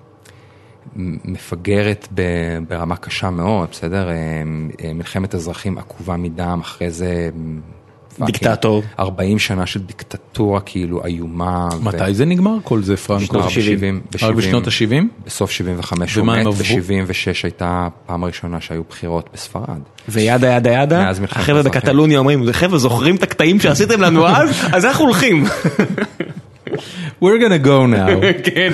מפגרת ב- ברמה קשה מאוד, בסדר? אמ, אה, מלחמת אזרחים עקובה מדם, אחרי זה... אמ, פאקינג
דיקטטור.
40 שנה של דיקטטורה כאילו איומה. ו-
מתי זה נגמר כל זה, פרנקו?
אוקיי. בשנות ה-שבעים.
רק בשנות ה-70?
בסוף 75 הוא
ומה,
מת,
הם עברו?
ב-76 הייתה הפעם הראשונה שהיו בחירות בספרד.
וידה ידה
אה,
ידה,
מאז מלחמת
החבר'ה
אוקיי.
האזרחים.
בקטלוניה אומרים, חבר'ה זוכרים את הקטעים שעשיתם לנו אז, אז אנחנו הולכים. [LAUGHS]
We're gonna go now.
כן,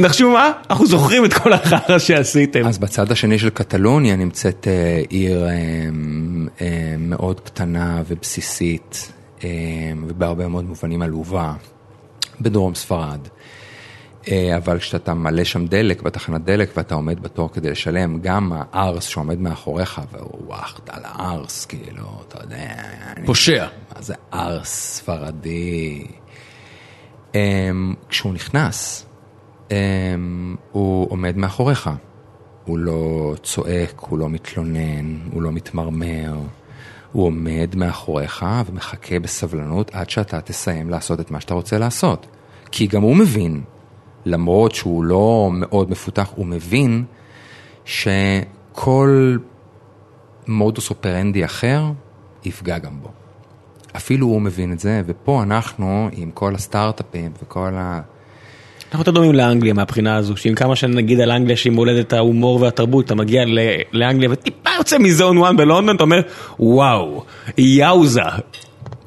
נחשו מה? אנחנו זוכרים את כל החרא שעשיתם.
אז בצד השני של קטלוניה נמצאת אה, עיר אה, אה, מאוד קטנה ובסיסית, אה, ובהרבה מאוד מובנים עלובה, בדרום ספרד. אה, אבל כשאתה מלא שם דלק בתחנת דלק ואתה עומד בתור כדי לשלם, גם הארס שעומד מאחוריך, והוא וואחד על הארס, כאילו, אתה יודע,
[LAUGHS]
אני
פושע.
מה זה ארס ספרדי? אמ, כשהוא נכנס, אמ, הוא עומד מאחוריך. הוא לא צועק, הוא לא מתלונן, הוא לא מתמרמר. הוא עומד מאחוריך ומחכה בסבלנות עד שאתה תסיים לעשות את מה שאתה רוצה לעשות. כי גם הוא מבין, למרות שהוא לא מאוד מפותח, הוא מבין שכל מודוס אופרנדי אחר יפגע גם בו. אפילו הוא מבין את זה, ופה אנחנו, עם כל הסטארט-אפים וכל ה...
אנחנו יותר דומים לאנגליה מהבחינה הזו, שעם כמה שנגיד על אנגליה שהיא מולדת ההומור והתרבות, אתה מגיע ל- לאנגליה וטיפה יוצא מזון וואן בלונדון, אתה אומר, וואו, יאוזה,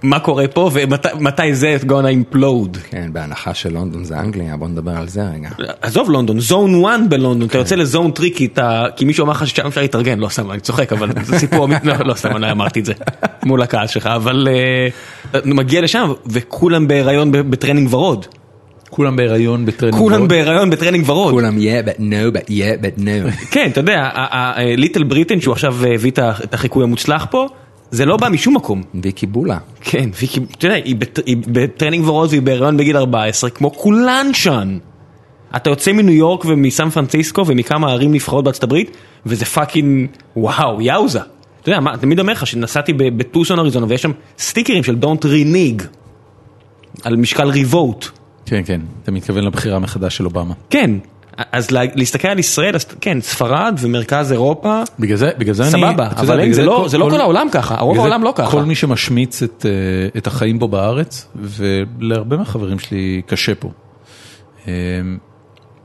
מה קורה פה ומתי זה it's gonna implode.
כן, בהנחה שלונדון זה אנגליה, בוא נדבר על זה רגע.
עזוב לונדון, זון 1 בלונדון, אתה יוצא לזון 3 כי אתה, כי מישהו אמר לך ששם אפשר להתארגן, לא סתם, אני צוחק, אבל זה סיפור אמיתי, לא, לא סתם, אני אמרתי את זה [LAUGHS] מול הקהל שלך, אבל אה, אתה מגיע לשם וכולם בהיריון ב- בטרנינג ורוד,
כולם בהיריון בטרנינג.
כולם
ב...
בהיריון בטרנינג ורוד.
כולם, yeah, but no, but yeah, but no.
[LAUGHS]
כן, אתה יודע, ליטל בריטן שהוא עכשיו הביא את ה- את החיקוי המוצלח פה, זה לא בא משום מקום.
ויקי בולה.
כן, והיא, כאילו, אתה יודע, היא בט- היא בטרנינג ורוד והיא בהיריון בגיל 14, כמו כולן שם. אתה יוצא מניו יורק ומסן פרנסיסקו ומכמה ערים נבחרות בארצות הברית, וזה פאקינג וואו, יאוזה. אתה יודע, מה, תמיד אומר לך שנסעתי ב- בטוסון אריזונה ויש שם סטיקרים של Don't Renig על משקל ריבוט.
כן, כן, אתה מתכוון לבחירה מחדש של אובמה.
כן, אז לה- להסתכל על ישראל, אז כן, ספרד ומרכז אירופה,
בגלל זה, בגלל זה אני...
סבבה,
אתה יודע,
אבל אין,
בגלל
זה לא-
כל-
זה לא
כל-
כל העולם ככה, הרוב
בגלל זה
העולם לא ככה.
כל מי שמשמיץ את, אה, את החיים פה בארץ, ולהרבה מהחברים שלי קשה פה. אה,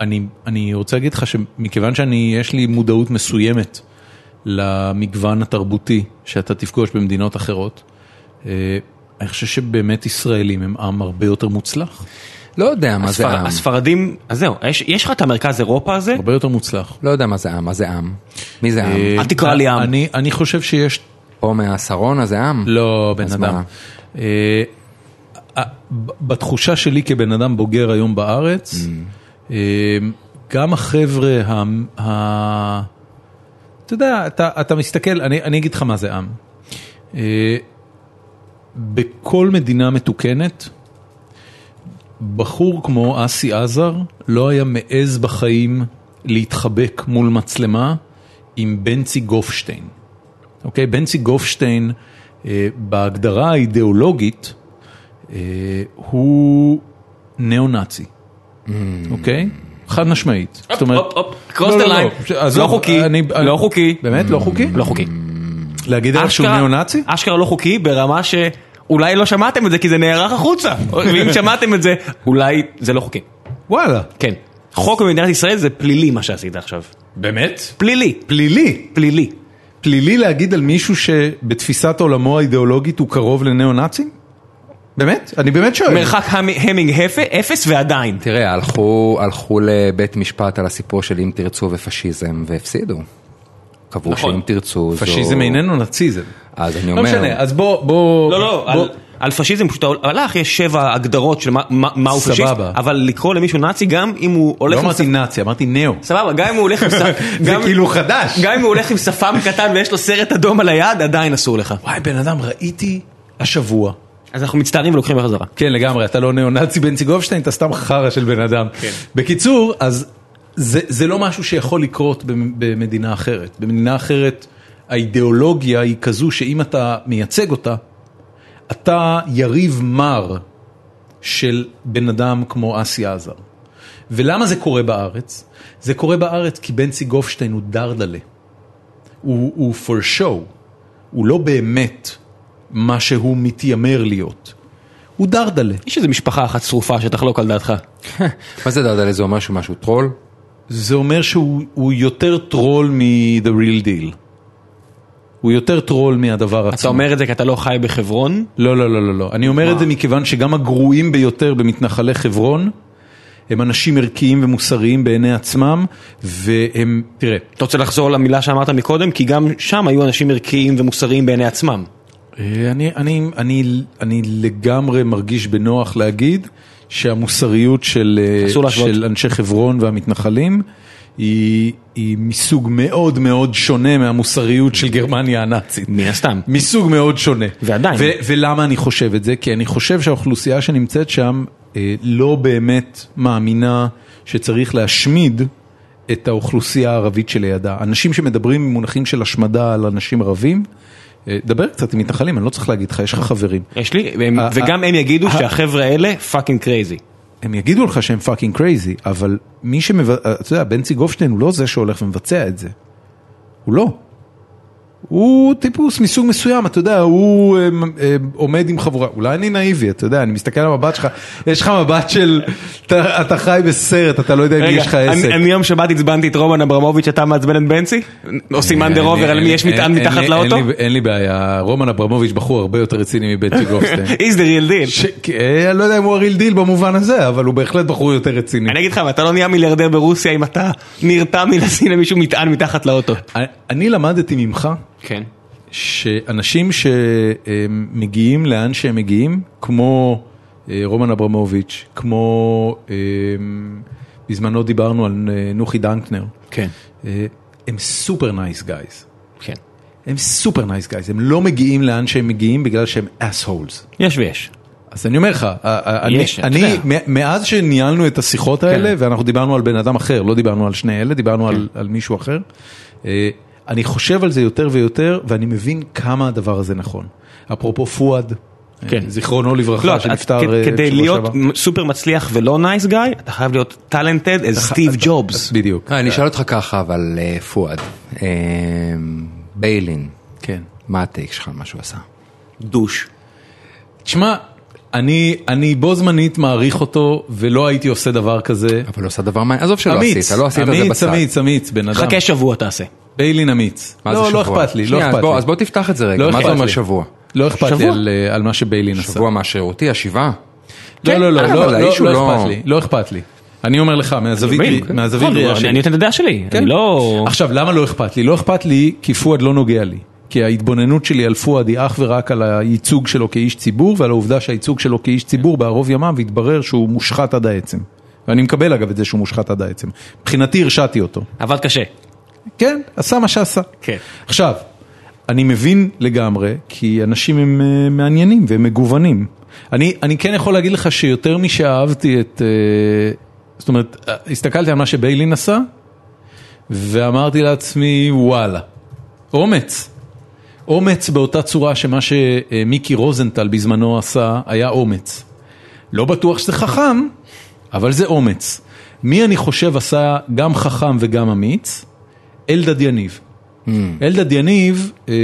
אני, אני רוצה להגיד לך שמכיוון שאני, יש לי מודעות מסוימת למגוון התרבותי שאתה תפגוש במדינות אחרות, אה, אני חושב שבאמת ישראלים הם עם הרבה יותר מוצלח,
לא יודע מה זה
הספר-
עם.
הספרדים, אז זהו, יש- יש לך את המרכז אירופה הזה,
הרבה יותר מוצלח.
לא יודע מה זה עם, מה זה עם? מי זה עם?
אה,
אל תקרא לי עם.
אני, אני חושב שיש
או מהשרון הזה עם?
לא, בן
אז
אדם.
מה?
אה, אה, ב- בתחושה שלי כבן אדם בוגר היום בארץ,
Mm.
אה, גם החבר'ה, ה- ה- אתה יודע, אתה, אתה מסתכל, אני, אני אגיד לך מה זה עם. אה, בכל מדינה מתוקנת, בחור כמו אסי עזר לא היה מעז בחיים להתחבק מול מצלמה עם בנצי גופשטיין. אוקיי? בנצי גופשטיין, אה, בהגדרה האידיאולוגית, אה, הוא ניאו-נאצי, אוקיי? חד משמעית. זאת אומרת...
הופ, הופ, cross
לא, לא,
the line.
לא, עזוב,
לא חוקי,
אני-
לא
אני-
חוקי.
באמת? לא חוקי?
לא חוקי.
להגיד עליו שהוא
אשכרה-
ניאו-נאצי?
אשכרה לא חוקי ברמה שאולי לא שמעתם את זה כי זה נערך החוצה,
[LAUGHS]
ואם שמעתם את זה, אולי זה לא חוקי.
וואלה.
כן. חוק במדינת ישראל זה פלילי מה שעשית עכשיו.
באמת?
פלילי.
פלילי.
פלילי.
פלילי להגיד על מישהו שבתפיסת עולמו האידיאולוגית הוא קרוב לניאו-נאצים? באמת? אני באמת שואל.
מרחק המ- המינג הפ- אפס ועדיין.
תראה, הלכו, הלכו לבית משפט על הסיפור של אם תרצו ופשיזם, והפסידו. קבעו
נכון.
שאם תרצו זו...
פשיזם איננו נאציזם.
אז אני
לא
אומר...
משנה, אז בוא, בוא...
לא, לא,
בוא-
על- על פשיזם פשוט הלך, יש שבע הגדרות של מה- מה מה הוא פשיסט,
סבבה.
אבל לקרוא למישהו נאצי גם אם הוא
לא
הולך... עם
אמרתי נאצי, אמרתי ניאו.
שפ- סבבה, גם אם הוא הולך עם שפ-
[LAUGHS] זה
גם-
כאילו חדש.
גם אם הוא הולך עם שפם קטן ויש לו סרט אדום על היד, עדיין אסור לך.
וואי, בן אדם, ראיתי השבוע.
אז אנחנו מצטערים ולוקחים בחזרה.
כן, לגמרי, אתה לא ניאו-נאצי בנצי גופשטיין, אתה סתם חרא של בן אדם. כן. בקיצור, אז זה, זה לא משהו שיכול לקרות במ- במדינה אחרת. במדינה אחרת, האידיאולוגיה היא כזו שאם אתה מייצג אותה, אתה יריב מר של בן אדם כמו אסי עזר. ולמה זה קורה בארץ? זה קורה בארץ כי בנצי גופשטיין הוא דרדלה. הוא, הוא for show, הוא לא באמת מה שהוא מתיימר להיות. הוא דרדלה.
יש איזה משפחה אחת שרופה שתחלוק על דעתך.
מה זה דרדלה? זה אומר שהוא משהו טרול?
זה אומר שהוא הוא יותר טרול מ-The Real Deal. הוא יותר טרול מהדבר עצמו.
אתה אומר את זה כי אתה לא חי בחברון?
לא, לא, לא, לא, לא. אני אומר את זה מכיוון שגם הגרועים ביותר במתנחלי חברון, הם אנשים ערכיים ומוסריים בעיני עצמם, והם, תראה,
אתה רוצה לחזור למילה שאמרת מקודם? כי גם שם היו אנשים ערכיים ומוסריים בעיני עצמם.
אה, אני, אני, אני, אני לגמרי מרגיש בנוח להגיד שהמוסריות של, אה,
אסור להשוות.
של אנשי חברון והמתנחלים היא, היא מסוג מאוד מאוד שונה מהמוסריות של גרמניה הנאצית.
מן הסתם.
מסוג מאוד שונה.
ועדיין.
ו- ולמה אני חושב את זה? כי אני חושב שהאוכלוסייה שנמצאת שם אה, לא באמת מאמינה שצריך להשמיד את האוכלוסייה הערבית שלידה. אנשים שמדברים במונחים של השמדה על אנשים ערבים, אה, דבר קצת עם מתנחלים, אני לא צריך להגיד לך, יש לך חברים.
יש לי, והם-
אה,
וגם
אה,
הם יגידו
אה.
שהחבר'ה האלה פאקינג קרייזי.
הם יגידו לך שהם פאקינג קרייזי, אבל מי שמבצע, אתה יודע, בנצי גופשטיין הוא לא זה שהולך ומבצע את זה. הוא לא. הוא טיפוס מסוג מסוים, אתה יודע, הוא אה, אה, עומד עם חבורה, אולי אני נאיבי, אתה יודע, אני מסתכל על המבט שלך, יש לך מבט של, אתה, אתה חי בסרט, אתה לא יודע עם מי יש לך עסק.
אני יום שבת עצבנתי את רומן אברמוביץ', אתה מעצבן את בנצי? או סימן דה
אין לי-
רובר על
אין
מי
לי-
יש מטען
אה, אין- אין
מתחת
לי-
לאוטו?
אין לי- אין לי בעיה, רומן אברמוביץ' בחור הרבה יותר רציני מבנצי
[LAUGHS]
גופשטיין.
Is the real deal.
ש- כי- אה, אני לא יודע אם הוא הריל דיל במובן הזה, אבל הוא בהחלט בחור יותר רציני.
אני אגיד לך, אבל אתה לא נהיה מיליארדר ברוסיה אם אתה נרתע מלשים למישהו מטען מתחת לאוטו.
אני- אני למדתי ממך
כן.
שאנשים שמגיעים לאן שהם מגיעים, כמו אה, רומן אברמוביץ', כמו אה, בזמנו דיברנו על אה, נוחי דנקנר,
כן.
אה, הם סופר נייס גייז.
כן.
הם סופר נייס גייז, הם לא מגיעים לאן שהם מגיעים בגלל שהם אס-הולס.
יש ויש.
אז אני אומר לך, אה, אה, אני,
יש, אתה
אני
יודע. כן.
מ- מאז שניהלנו את השיחות האלה, ואנחנו דיברנו על בן אדם אחר, לא דיברנו על שני אלה, דיברנו על, על מישהו אחר, אה, אני חושב על זה יותר ויותר, ואני מבין כמה הדבר הזה נכון. אפרופו פואד,
כן.
זיכרונו לברכה,
לא, אתה-
שנפטר
כ-
אה,
כדי
בשבוע
להיות
שעבר.
סופר מצליח ולא נייס גאי, אתה חייב להיות טאלנטד as סטיב ג'ובס.
בדיוק.
אה, אני אשאל אותך ככה, אבל אה, פואד, אה, ביילין,
כן.
מה הטייק שלך על מה שהוא עשה?
דוש.
תשמע, אני, אני בו זמנית מעריך אותו, ולא הייתי עושה דבר כזה.
אבל הוא עשה דבר מעניין, עזוב שלא
אמיץ,
עשית, לא עשית את זה
אמיץ,
בצד.
אמיץ, אמיץ, בן אדם.
חכה שבוע תעשה.
ביילין אמיץ.
מה זה
לא, לא
שבוע?
אכפת לי, לא
שנייה, אז
אכפת
בוא-
לי.
אז בוא תפתח את זה רגע,
לא
מה
אכפת
זה אומר
לי.
שבוע?
לא אכפת לי
שבוע.
על, אה, על מה שביילין עשה.
שבוע מהשרירותי, השבעה?
לא,
כן,
לא, לא,
אבל
לא, לא,
האישו
לא אכפת לי, לא אכפת לי. אני אומר לך, מהזווית
מבין?
מהזווית
נכון,
ראייה
אני-
שלי.
אני נותן את הדעה שלי,
כן.
אני לא...
עכשיו, למה לא אכפת לי? לא אכפת לי כי פואד לא נוגע לי. כי ההתבוננות שלי על פואד היא אך ורק על הייצוג שלו כאיש ציבור ועל העובדה שהייצוג שלו כאיש ציבור בערוב ימיו התברר שהוא מושחת עד העצם. ואני מקבל אגב את זה שהוא מושחת עד העצם. מבחינתי הרשעתי אותו.
עבד קשה.
כן, עשה מה שעשה.
כן.
עכשיו, אני מבין לגמרי, כי אנשים הם אה, מעניינים והם מגוונים. אני, אני כן יכול להגיד לך שיותר משאהבתי את... אה, זאת אומרת, אה, הסתכלתי על מה שביילין עשה, ואמרתי לעצמי, וואלה, אומץ. אומץ באותה צורה שמה שמיקי רוזנטל בזמנו עשה, היה אומץ. לא בטוח שזה חכם, אבל זה אומץ. מי אני חושב עשה גם חכם וגם אמיץ? אלדד יניב. אלדד יניב, אה,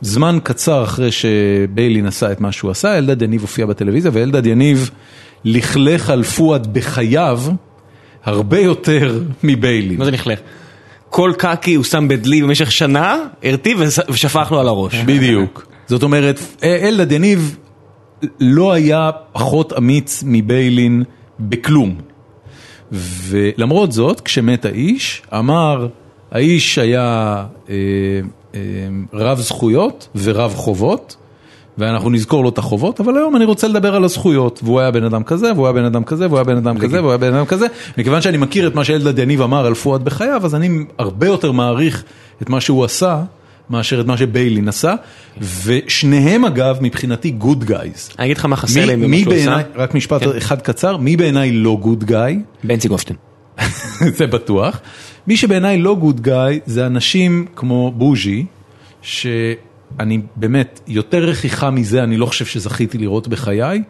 זמן קצר אחרי שביילין עשה את מה שהוא עשה, אלדד יניב הופיע בטלוויזיה, ואלדד יניב לכלך על פואד בחייו הרבה יותר מביילין.
מה זה נכלך? כל קקי הוא שם בדלי במשך שנה, הרטיב וס- ושפך לו על הראש.
בדיוק. זאת אומרת, אה, אלדד יניב לא היה פחות אמיץ מביילין בכלום. ולמרות זאת, כשמת האיש, אמר, האיש היה אה, אה, רב זכויות ורב חובות, ואנחנו נזכור לו את החובות, אבל היום אני רוצה לדבר על הזכויות. והוא היה בן אדם כזה, והוא היה בן אדם כזה, והוא היה בן אדם כזה, והוא היה בן אדם כזה. מכיוון שאני מכיר את מה שאלדד יניב אמר על פואד בחייו, אז אני הרבה יותר מעריך את מה שהוא עשה, מאשר את מה שביילין עשה. ושניהם אגב, מבחינתי, גוד גייז.
אני אגיד לך מה חסר להם במה
מי
שהוא עשה. כן.
בעיניי, רק משפט אחד קצר, מי בעיניי לא גוד גאי, [LAUGHS]
בנצי גופשטיין.
זה בטוח, מי שבעיניי לא גוד גאי זה אנשים כמו בוז'י, שאני באמת, יותר רכיחה מזה אני לא חושב שזכיתי לראות בחיי,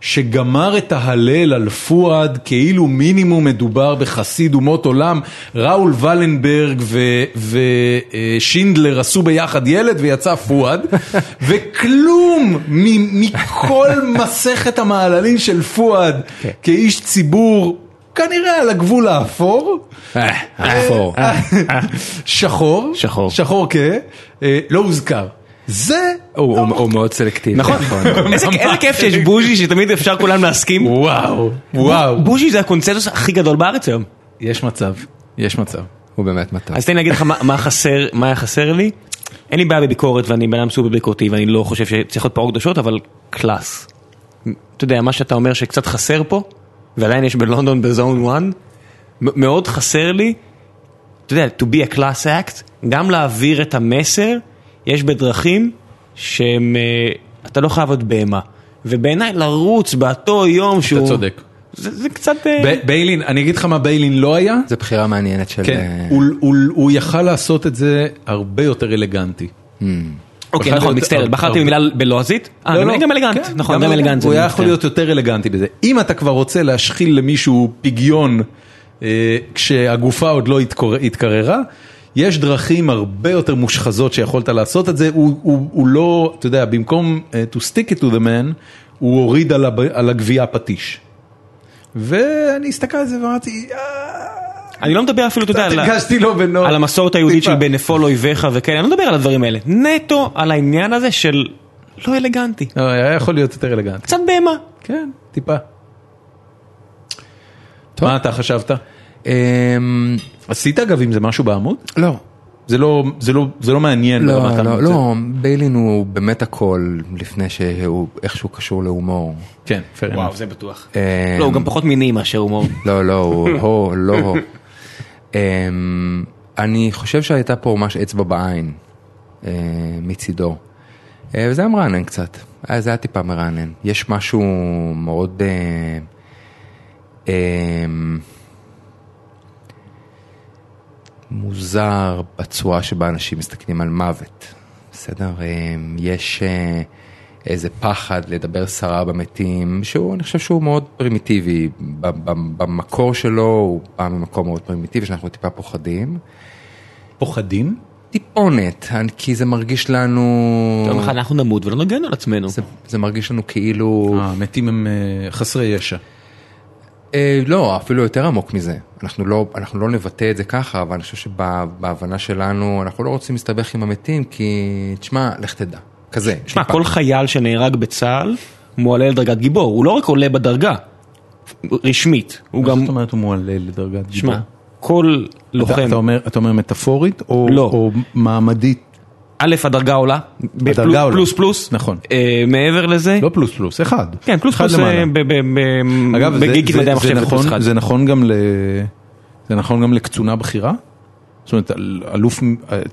שגמר את ההלל על פואד כאילו מינימום מדובר בחסיד אומות עולם, ראול ולנברג ושינדלר עשו ביחד ילד ויצא פואד, וכלום מ- מכל מסכת המעללים של פואד כאיש ציבור. כנראה על הגבול האפור, אה,
אה, אפור.
שחור,
שחור.
שחור כהה, אה, לא הוזכר. זה, לא
הוא- הוא הוא מאוד סלקטיבי.
נכון. איזה איזה כיף שיש בוז'י שתמיד אפשר כולם להסכים.
וואו, וואו,
בוז'י זה הקונצנזוס הכי גדול בארץ היום.
יש מצב, יש מצב.
הוא באמת מטר.
אז תן לי להגיד לך מה- מה חסר, מה היה חסר לי. אין לי בעיה בביקורת ואני בן אדם סופר ביקורתי ואני לא חושב שצריך להיות פרות קדושות, אבל קלאס. אתה יודע, מה שאתה אומר שקצת חסר פה, ועדיין יש בלונדון בזון 1, מ- מאוד חסר לי, אתה יודע, to be a class act, גם להעביר את המסר, יש בדרכים שהם, אה, אתה לא חייב להיות בהמה. ובעיניי לרוץ באותו יום שהוא...
צודק.
זה, זה קצת... אה,
ב- ביילין, אני אגיד לך מה ביילין לא היה,
זו בחירה מעניינת של...
כן,
אה,
הוא- הוא- הוא יכל לעשות את זה הרבה יותר אלגנטי.
אוקיי,
יכול
נכון,
להיות
מצטער,
הרבה-
בחרתי
הרבה-
במילה בלועזית? אה,
לא, לא.
גם אלגנט,
כן,
נכון, גם אלגנט.
הוא
זה
היה
מצטער.
יכול להיות יותר אלגנטי בזה. אם אתה כבר רוצה להשחיל למישהו פגיון אה, כשהגופה עוד לא התקור- התקררה, יש דרכים הרבה יותר מושחזות שיכולת לעשות את זה. הוא- הוא הוא לא, אתה יודע, במקום אה, to stick it to the man, הוא הוריד על הב- על הגבייה פטיש. ואני הסתכל על זה ואמרתי, "אה,
אני לא מדבר אפילו, אתה יודע, על ה-
הרגשתי לא בנוח.
על המסורת היהודית של
טיפה.
בנפול אויביך וכאלה, אני לא מדבר על הדברים האלה. נטו על העניין הזה של לא אלגנטי.
לא, היה יכול להיות יותר אלגנטי.
קצת בהמה.
כן, טיפה. מה אתה חשבת?
אמ,
עשית אגב עם זה משהו בעמוד?
לא,
זה לא, זה לא, זה לא מעניין. ברמת
לא, לא,
המוצא.
לא, ביילין הוא באמת הכל לפני שהוא איכשהו קשור להומור.
כן, fair enough.
זה בטוח.
אמ,
לא, הוא גם פחות מיני מאשר הומור.
אמ.
לא, לא, הוא הו, לא הו. אמ, אני חושב שהייתה פה ממש אצבע בעין אה, מצידו. אה, וזה היה מרענן קצת, אה, זה היה טיפה מרענן. יש משהו מאוד... אה, אמ, מוזר בצורה שבה אנשים מסתכלים על מוות, בסדר? אמ, יש אה, איזה פחד לדבר סרה במתים, שהוא, אני חושב שהוא מאוד פרימיטיבי, ב- ב- במקור שלו הוא בא ממקום מאוד פרימיטיבי, שאנחנו טיפה פוחדים.
פוחדים?
טיפונת, כי זה מרגיש לנו...
יום אחד אנחנו נמות ולא נגן על עצמנו.
זה, זה מרגיש לנו כאילו...
המתים הם אה, חסרי ישע.
אה, לא, אפילו יותר עמוק מזה. אנחנו לא, אנחנו לא נבטא את זה ככה, אבל אני חושב שבהבנה שלנו, אנחנו לא רוצים להסתבך עם המתים, כי תשמע, לך תדע. כזה.
שמע,
טיפה.
כל חייל שנהרג בצה"ל מועלה לדרגת גיבור, הוא לא רק עולה בדרגה, רשמית, הוא
מה
גם,
זאת אומרת הוא מועלה לדרגת גיבור?
שמע, כל
אתה-
לוחם,
אתה אומר- אתה אומר מטאפורית או
לא.
או מעמדית?
א', הדרגה עולה, ב-
הדרגה
פלוס-
עולה.
פלוס פלוס,
נכון.
אה, מעבר לזה,
לא פלוס פלוס, אחד.
כן, פלוס
אחד
פלוס,
למעלה.
אה, ב- ב- ב-
אגב, זה-
בגיקית
זה-
מדעי
זה
המחשב, זה
נכון-
פלוס אחד.
זה נכון גם ל... זה נכון גם לקצונה בכירה? זאת אומרת, אל- אלוף,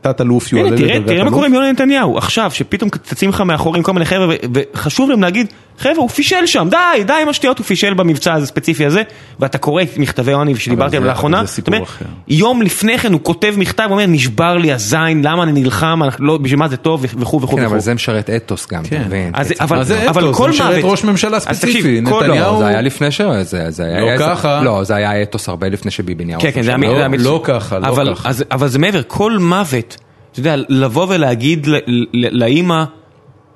תת אלוף יועלה
הנה,
לדרגת
תראה,
אלוף?
תראה מה קורה עם יוני נתניהו, עכשיו, שפתאום צצים לך מאחורי עם כל מיני חבר'ה, ו- וחשוב להם להגיד, חבר'ה, הוא פישל שם, די, די עם השטויות, הוא פישל במבצע הספציפי הזה, ואתה קורא את מכתבי יוני שדיברתי
זה-
עליו לאחרונה,
אבל זה סיפור
אתה אומר,
אחר.
יום לפני כן הוא כותב מכתב, הוא אומר, נשבר לי הזין, למה אני נלחם, אנחנו לא, בשביל מה זה טוב, וכו' וכו' וכו'.
כן, אבל זה משרת אתוס גם,
כן.
אתה מבין?
אז-
בעצם.
אבל-
אז זה
אבל
אתוס,
כל
זה משרת
מוות-
ראש ממשלה
אז
ספציפי,
תקשיב, כל-
נתניהו-
לא, זה היה לפני ש... זה, זה היה...
לא
היה-
ככה.
לא, זה היה אתוס הרבה לפני שביבי נהיה
כן,
ראש
כן, זה היה
ממשלה.
לא-
זה היה מצ-
לא ככה, לא
אבל-
ככה.
אז- אבל זה מעבר, כל מוות, אתה יודע, לבוא ולהגיד ל- ל- לאימא,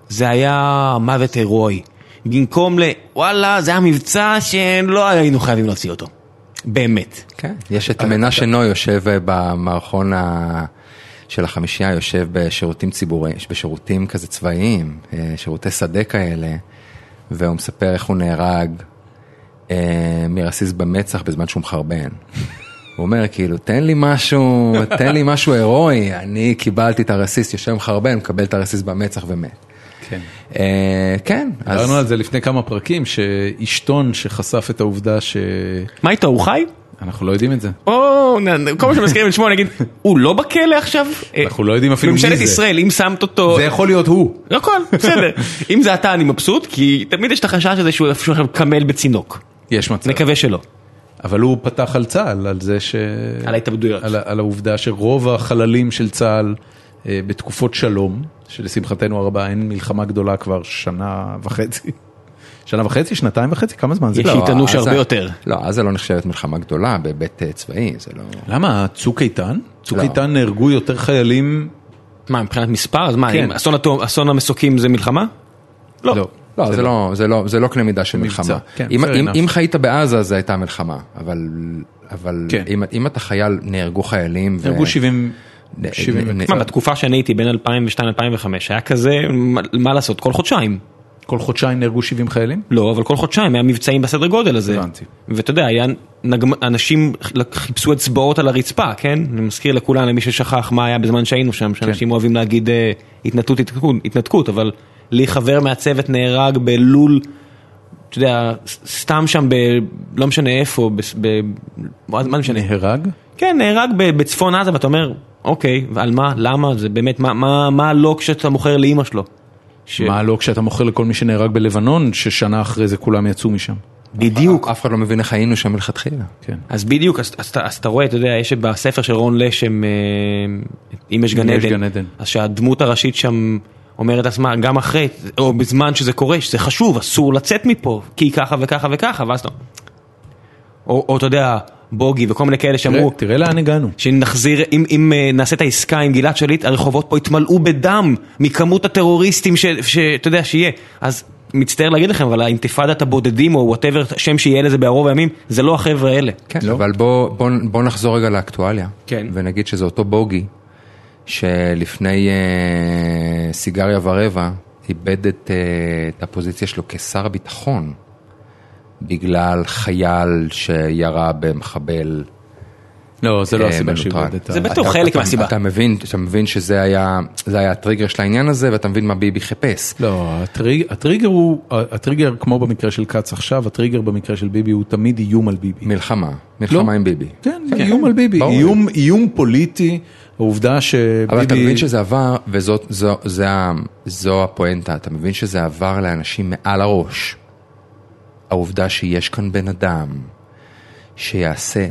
זה היה מוות הירואי. במקום ל... וואלה, זה היה מבצע שלא היינו חייבים להוציא אותו. באמת.
כן, יש את מנשה נוי יושב אה, במערכון ה... של החמישייה, יושב בשירותים ציבוריים, בשירותים כזה צבאיים, אה, שירותי שדה כאלה, והוא מספר איך הוא נהרג אה, מרסיס במצח בזמן שהוא
[LAUGHS]
מחרבן. הוא אומר כאילו, תן לי משהו, תן לי משהו הירואי, אני קיבלתי את הרסיס, יושב מחרבן, מקבל את הרסיס במצח ומת.
כן.
אה, כן, אז...
דיברנו על זה לפני כמה פרקים, שאשתון שחשף את העובדה שאנחנו
מה איתו, הוא חי?
לא יודעים את זה.
או, נ- נ- כל מה שמזכירים את שמו, אני אגיד, הוא לא בכלא עכשיו?
אנחנו לא יודעים אפילו מי זה.
ממשלת ישראל, לא- אם שמת אותו... לא
זה יכול להיות הוא.
הכל, בסדר. אם זה אתה, אני מבסוט, כי תמיד יש את החשש הזה שהוא איפשהו עכשיו קמל בצינוק.
יש מצב.
נקווה שלא.
אבל הוא פתח על צה"ל, על זה ש...
על ההתאבדויות.
על, ה- על העובדה שרוב החללים של צה"ל אה, בתקופות שלום, שלשמחתנו הרבה אין מלחמה גדולה כבר שנה וחצי. [LAUGHS] שנה וחצי? שנתיים וחצי? כמה זמן זה?
יש
לא.
לי- שיטענו
אז
שהרבה
זה-
יותר.
לא, אז זה לא נחשבת מלחמה גדולה בהיבט אה, צבאי, זה לא...
למה? צוק איתן? צוק
לא.
איתן נהרגו יותר חיילים...
מה, מבחינת מספר? אז מה,
כן. אה.
אם אסון התום- אסון המסוקים זה מלחמה?
לא.
לא, זה לא, זה לא, זה לא קנה מידה של
מבצע,
מלחמה.
כן,
אם,
fair
אם,
enough.
אם חיית בעזה, זו הייתה מלחמה, אבל, אבל
כן.
אם, אם אתה חייל, נהרגו חיילים. אה,
נהרגו 70...
נ-
70
נ-
מה, בתקופה שאני הייתי בין 2002-2005 היה כזה, מה- מה לעשות, כל חודשיים.
כל חודשיים נהרגו 70 חיילים?
לא, אבל כל חודשיים היה מבצעים בסדר גודל הזה.
הבנתי.
ואתה יודע, היה נגמ- אנשים חיפשו אצבעות על הרצפה, כן? אני מזכיר לכולם, למי ששכח מה היה בזמן שהיינו
כן.
שם, שאנשים אוהבים להגיד אה, התנתקות, התנתקות, התנתקות, אבל לי חבר מהצוות נהרג בלול, אתה יודע, ס- סתם שם ב... לא משנה איפה, בס- ב... מה מה זה משנה?
נהרג?
כן, נהרג ב- בצפון עזה, ואתה אומר, אוקיי, ועל מה, למה, זה באמת, מה, מה, מה לא כשאתה מוכר לאימא שלו? ש...
מה לא כשאתה מוכר לכל מי שנהרג בלבנון, ששנה אחרי זה כולם יצאו משם.
בדיוק.
אף אחד לא מבין איך היינו שם מלכתחילה.
כן.
אז בדיוק, אז, אז, אתה- אז אתה רואה, אתה יודע, יש בספר של רון לשם, אה, אם יש גן
אם יש
עדן,
גן עדן.
אז שהדמות הראשית שם אומרת לעצמה, גם אחרי, או בזמן שזה קורה, שזה חשוב, אסור לצאת מפה, כי ככה וככה וככה, ואז אתה... או, או אתה יודע, בוגי וכל מיני כאלה
תראה-
שאמרו,
תראה לאן הגענו.
שנחזיר, אם, אם אה, נעשה את העסקה עם גלעד שליט, הרחובות פה יתמלאו בדם מכמות הטרוריסטים ש- שאתה יודע שיהיה. אז מצטער להגיד לכם, אבל האינתיפאדת הבודדים או וואטאבר, שם שיהיה לזה בערוב הימים, זה לא החבר'ה האלה.
כן,
לא?
לא? אבל בוא, בוא, בוא נחזור רגע לאקטואליה.
כן.
ונגיד שזה אותו בוגי, שלפני אה, סיגריה ורבע, איבד את, אה, את הפוזיציה שלו כשר הביטחון, בגלל חייל שירה במחבל.
לא, זה
אה,
לא הסיבה
מנוטרל.
שאיבד את ה...
זה בטוח חלק
אתה-
מהסיבה.
אתה מבין, אתה מבין שזה היה, זה היה הטריגר של העניין הזה, ואתה מבין מה ביבי חיפש.
לא, הטריג, הטריגר הוא, הטריגר כמו במקרה של כץ עכשיו, הטריגר במקרה של ביבי הוא תמיד איום על ביבי.
מלחמה,
לא.
מלחמה עם ביבי.
כן, איום על ביבי,
ברור.
איום, איום פוליטי, העובדה שביבי...
אבל אתה מבין שזה עבר, וזאת זו, זה, ה- זו הפואנטה, אתה מבין שזה עבר לאנשים מעל הראש. העובדה שיש כאן בן אדם שיעשה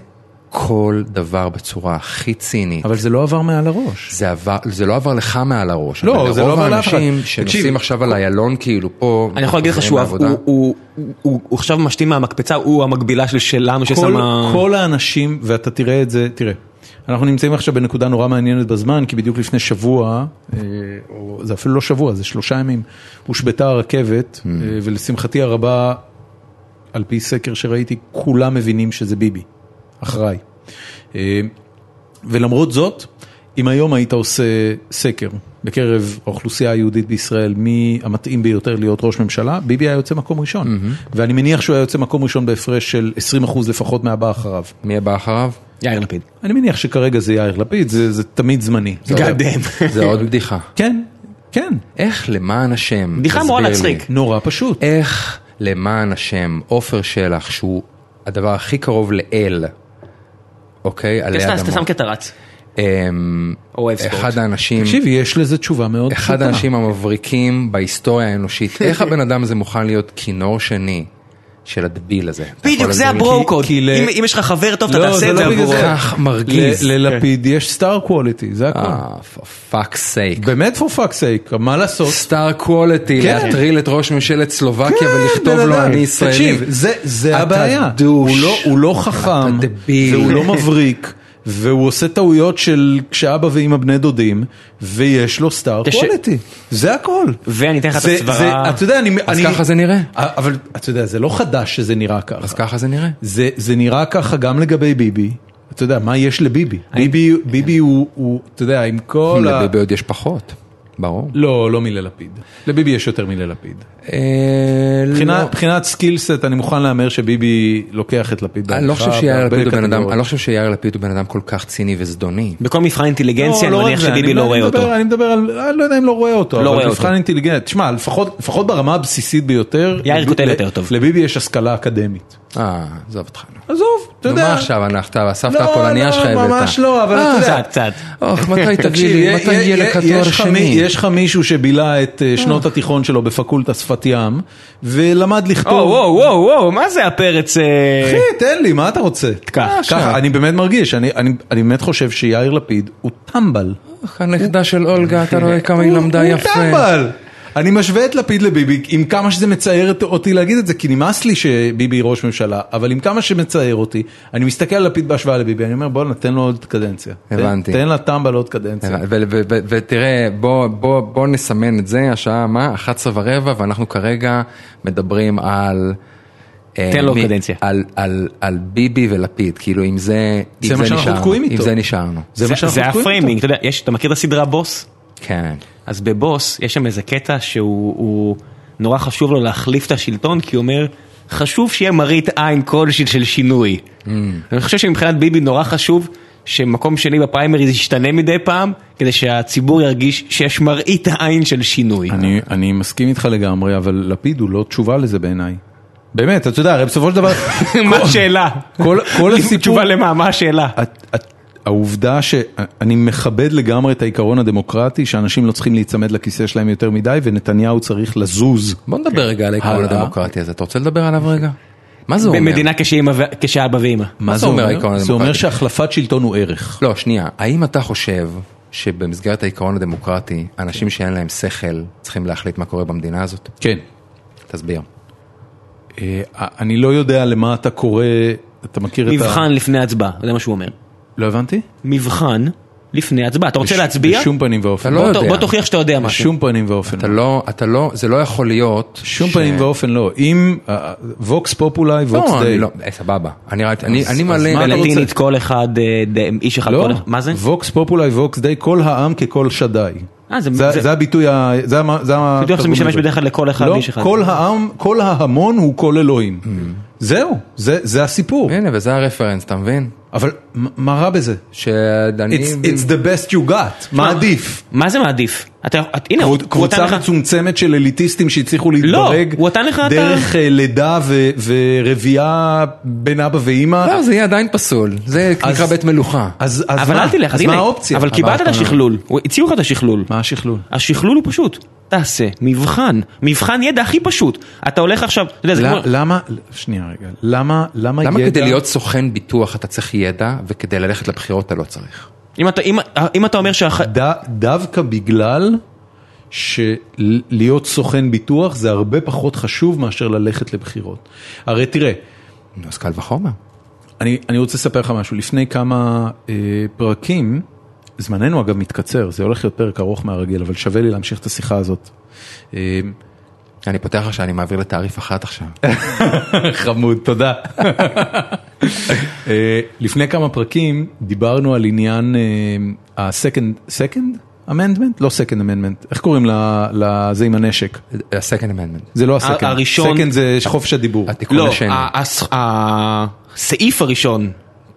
כל דבר בצורה הכי צינית.
אבל זה לא עבר מעל הראש.
זה, עבר, זה לא עבר לך מעל הראש,
לא,
אבל
זה לא
לרוב
עבר לאף אחד.
האנשים
תקשיב,
שנוסעים עכשיו על איילון כאילו פה,
אני יכול להגיד לך שהוא
וחוזרים
הוא-
לעבודה,
הוא- הוא- הוא הוא עכשיו משתין מהמקפצה, הוא המקבילה של שלנו
כל,
ששמה...
כל האנשים, ואתה תראה את זה, תראה, אנחנו נמצאים עכשיו בנקודה נורא מעניינת בזמן, כי בדיוק לפני שבוע, אה, או זה אפילו לא שבוע, זה שלושה ימים, הושבתה הרכבת, אה, ולשמחתי הרבה, על פי סקר שראיתי, כולם מבינים שזה ביבי, אחראי. אה, ולמרות זאת, אם היום היית עושה סקר בקרב האוכלוסייה היהודית בישראל, מי המתאים ביותר להיות ראש ממשלה, ביבי היה יוצא מקום ראשון. Mm-hmm. ואני מניח שהוא היה יוצא מקום ראשון בהפרש של 20% לפחות מהבא אחריו.
מי הבא אחריו?
יאיר לפיד.
אני מניח שכרגע זה יאיר לפיד, זה, זה תמיד זמני.
God damn.
זה עוד בדיחה.
כן, כן,
איך למען השם,
בדיחה אמורה
תסביר
להצחיק.
לי,
נורא פשוט.
אה, איך למען השם, עופר שלח שהוא הדבר הכי קרוב לאל, אוקיי? עלי
אתה אתה
אדמות.
שם קטע רץ.
אמ,
אוהב ספורט.
אחד האנשים,
תקשיב, יש לזה תשובה מאוד פשוטה.
אחד האנשים המבריקים בהיסטוריה
[LAUGHS]
האנושית, איך הבן אדם הזה מוכן להיות כינור שני של הדביל הזה? אתה יכול
בדיוק, זה
להסביר לי?
הברוקוד.
כי ל-
אם אם יש לך חבר טוב, אתה
לא,
תעשה
זה
את
לא
זה
בגלל
עבורו.
זה.
כך מרגיז.
ל- ללפיד יש סטאר קווליטי, זה הכול.
אה, פאק סייק.
באמת for fuck's sake, מה לעשות?
סטאר קוולטי,
כן.
להטריל את ראש ממשלת סלובקיה ולכתוב
בן
לו
אדם.
אני ישראלי.
תקשיב, זה, זה
אתה
הבעיה.
דוש.
הוא לא, הוא לא חכם,
אתה דביל.
והוא לא מבריק, והוא עושה טעויות של כשאבא ואימא בני דודים, ויש לו סטאר
תש-
קוולטי. זה הכל.
ואני אתן לך את
זה-
הסברה.
זה- אתה יודע, אני...
אז
אני-
ככה זה נראה.
אבל אתה יודע, זה לא חדש שזה נראה
אז
ככה.
ככה זה נראה.
זה, זה נראה ככה גם לגבי ביבי. אתה יודע, מה יש לביבי? ביבי, ביבי הוא, הוא, אתה יודע, עם כל ה...
לביבי עוד יש פחות, ברור.
לא, לא מללפיד. לביבי יש יותר מללפיד.
אה,
מבחינה-
לא.
מבחינת סקילסט אני מוכן להמר שביבי לוקח את לפיד.
אני לא
בהליכה
חושב שיאיר
בהרבה
לפיד הוא בן אדם,
קטגוריות.
אני לא חושב שיאיר לפיד הוא בן אדם כל כך ציני וזדוני.
בכל מבחן אינטליגנציה, אני
לא, לא רק
מניח
זה,
שביבי
אני-
לא
אני
רואה
מדבר-
אותו.
אני מדבר על, אני לא יודע אם לא רואה אותו,
לא
אבל
רואה אותו.
מבחן אינטליגנט, תשמע, לפחות לפחות ברמה הבסיסית ביותר,
יאיר
לב-
כותב
ל-
יותר טוב.
לביבי יש השכלה אקדמית.
אה, עזוב אותך. נו.
עזוב, אתה
נו
יודע.
מה עכשיו הנחת, הסבתא
לא,
הפולניה
לא,
שלך הבאת.
ממש לא, אבל
אה,
אתה יודע.
קצת, קצת.
אוח, מתי תביא
תקשיב,
לי,
יה-
מתי
יה-
יהיה לך
יה-
תואר
יש לך מי-
שני?
יש לך מישהו שבילה את אה, שנות התיכון שלו בפקולטה שפת ים, ולמד
או,
לכתוב.
וואו, וואו, וואו, מה זה הפרץ? אה,
אחי, תן לי, מה אתה רוצה?
תקח.
ככה, אני באמת מרגיש, אני- אני אני באמת חושב שיאיר לפיד הוא טמבל.
אוח, הנכדה של אולגה, אתה רואה כמה היא
הוא-
למדה יפה.
הוא טמבל. אני משווה את לפיד לביבי, עם כמה שזה מצער את- אותי להגיד את זה, כי נמאס לי שביבי ראש ממשלה, אבל עם כמה שמצער אותי, אני מסתכל על לפיד בהשוואה לביבי, אני אומר בוא נתן לו עוד קדנציה. תן-
הבנתי.
תן לטמבל עוד קדנציה.
ו- ו- ו- ותראה, בוא, בוא, בוא נסמן את זה, השעה מה? 11 ורבע, ואנחנו כרגע מדברים על... אה,
תן לו
מי-
קדנציה.
על, על, על ביבי ולפיד, כאילו אם זה,
זה
אם
מה שאנחנו
נשארנו,
תקועים
אם
איתו.
זה נשארנו.
זה מה שאנחנו
זה
תקועים
הפריימינג, אתה יודע, יש- אתה מכיר את הסדרה בוס?
כן.
אז בבוס יש שם איזה קטע שהוא הוא- נורא חשוב לו להחליף את השלטון כי הוא אומר חשוב שיהיה מראית עין כלשהי של שינוי.
Mm.
אני חושב שמבחינת ביבי נורא חשוב שמקום שני בפריימריז ישתנה מדי פעם כדי שהציבור ירגיש שיש מראית עין של שינוי.
אני, אני מסכים איתך לגמרי, אבל לפיד הוא לא תשובה לזה בעיניי. באמת, אתה יודע, הרי בסופו
[LAUGHS]
של דבר...
[LAUGHS] מה השאלה?
כל, כל הסיפור...
תשובה למה? מה השאלה?
את, את, העובדה שאני מכבד לגמרי את העיקרון הדמוקרטי, שאנשים לא צריכים להיצמד לכיסא שלהם יותר מדי, ונתניהו צריך לזוז.
בוא נדבר רגע על העיקרון
הלאה.
כן. הדמוקרטי הזה, אתה רוצה לדבר עליו רגע? מה זה אומר?
במדינה כשאימא ו- כשאבא ואימא.
מה
זה אומר העיקרון
זה אומר
הדמוקרטי?
שהחלפת שלטון הוא ערך.
לא, שנייה, האם אתה חושב שבמסגרת העיקרון הדמוקרטי, אנשים שאין להם שכל צריכים להחליט מה קורה במדינה הזאת?
כן.
תסביר.
אה, אני לא יודע למה אתה קורא, אתה מכיר את ה...
מבחן לפני הצבעה, זה מה שהוא אומר.
לא הבנתי?
מבחן לפני הצבעה. אתה רוצה להצביע?
בשום פנים ואופן.
אתה לא
בוא ת-
יודע.
בוא תוכיח שאתה יודע משהו.
בשום פנים ואופן.
אתה לא, אתה לא, זה לא יכול להיות...
שום
ש-
פנים ואופן לא. אם ווקס פופולי, ווקס
לא,
דיי.
אני לא, אה, סבבה. אני רק- אני אני
אז
מלא...
מה אתה לא רוצה?
בלטינית כל אחד, אה, ד- איש אחד,
לא,
כל אחד, מה זה?
ווקס פופולי ווקס דיי, כל העם ככל שדי.
אה, זה-
זה
זה-
זה הביטוי, ה- זה המ- זה ה...
בדיוק זה משתמש בדרך כלל לכל אחד,
לא,
איש אחד. Mm.
כל העם, כל ההמון הוא כל אלוהים. זהו, זה זה הסיפור.
כן.
הנה, וזה הרפרנס, אתה מבין?
אבל מ- מה רע בזה?
שאני...
It's it's the best you got, מה עדיף?
מה זה מעדיף? אתה, את, הנה, הוא- הוא נתן
קבוצה
לך... לא,
מצומצמת של אליטיסטים שהצליחו להתברג
הוא נתן לך את ה-
דרך אה, לידה ו- ורבייה בין אבא ואימא.
לא, זה יהיה עדיין פסול, זה
אז-
נקרא בית מלוכה.
אז, אז
אבל
מה?
אל תלך, אז
אז
הנה,
מה האופציה?
אבל קיבלת את
אתה-
השכלול, הוא- הציעו לך את השכלול.
מה השכלול?
השכלול הוא פשוט, תעשה מבחן, מבחן ידע הכי פשוט. אתה הולך עכשיו, אתה יודע, זה כמו...
ל- למה, שנייה רגע, למה, למה ידע...
למה כדי להיות סוכן ביטוח אתה צריך ידע, וכדי ללכת לבחירות אתה לא צריך?
אם אתה- אם- אם אתה אומר שהח...
ד- דווקא בגלל שלהיות סוכן ביטוח זה הרבה פחות חשוב מאשר ללכת לבחירות. הרי תראה,
נו, אז קל וחומר.
אני, אני רוצה לספר לך משהו, לפני כמה אה, פרקים, זמננו אגב מתקצר, זה הולך להיות פרק ארוך מהרגיל, אבל שווה לי להמשיך את השיחה הזאת. אה,
אני פותח לך שאני מעביר לתעריף
[LAUGHS]
אחת עכשיו.
חמוד, תודה. [LAUGHS] אה, לפני כמה פרקים דיברנו על עניין אה, ה-second, second amendment? לא second amendment, איך קוראים ל- לזה עם הנשק?
ה-Second Amendment.
זה לא ה-second,
ה- הראשון-
second זה חופש הדיבור.
התיקון
לא,
השני.
ה- הס- הסעיף הראשון,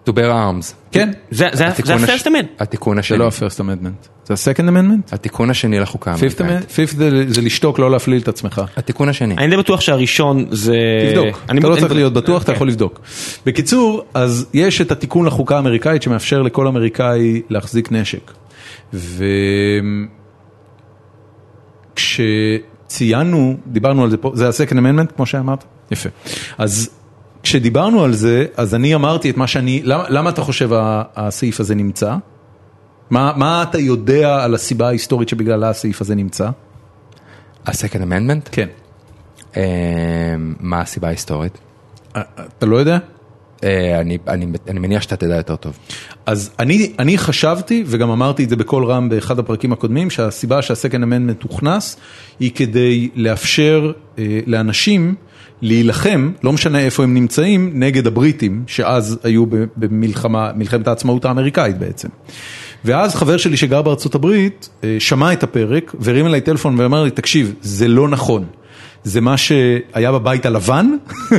To bear arms.
כן,
זה
התיקון הש-
ה-first amendment.
התיקון
זה
השני.
לא ה-first amendment, זה ה-second amendment?
התיקון השני לחוקה
fifth
האמריקאית.
amendment? אה, fifth זה- זה לשתוק, לא להפליל את עצמך.
התיקון השני.
אני די בטוח שהראשון זה...
תבדוק,
אני-
אתה לא
אני-
צריך להיות בטוח, אתה יכול לבדוק. בקיצור, אז יש את התיקון לחוקה האמריקאית שמאפשר לכל אמריקאי להחזיק נשק. וכשציינו, דיברנו על זה פה, זה ה-Second Amendment כמו שאמרת? יפה. אז כשדיברנו על זה, אז אני אמרתי את מה שאני, למה, למה אתה חושב ה- הסעיף הזה נמצא? מה, מה אתה יודע על הסיבה ההיסטורית שבגללה הסעיף הזה נמצא?
ה-Second Amendment?
כן.
אמ, מה הסיבה ההיסטורית?
אתה לא יודע?
אה, אני- אני אני מניח שאתה תדע יותר טוב.
אז אני, אני חשבתי, וגם אמרתי את זה בקול רם באחד הפרקים הקודמים, שהסיבה שה-Second Amendment הוכנס, היא כדי לאפשר אה, לאנשים להילחם, לא משנה איפה הם נמצאים, נגד הבריטים, שאז היו ב- במלחמה, מלחמת העצמאות האמריקאית בעצם. ואז חבר שלי שגר בארצות הברית, אה, שמע את הפרק, והרים אליי טלפון ואמר לי, תקשיב, זה לא נכון. זה מה שהיה בבית הלבן, [LAUGHS]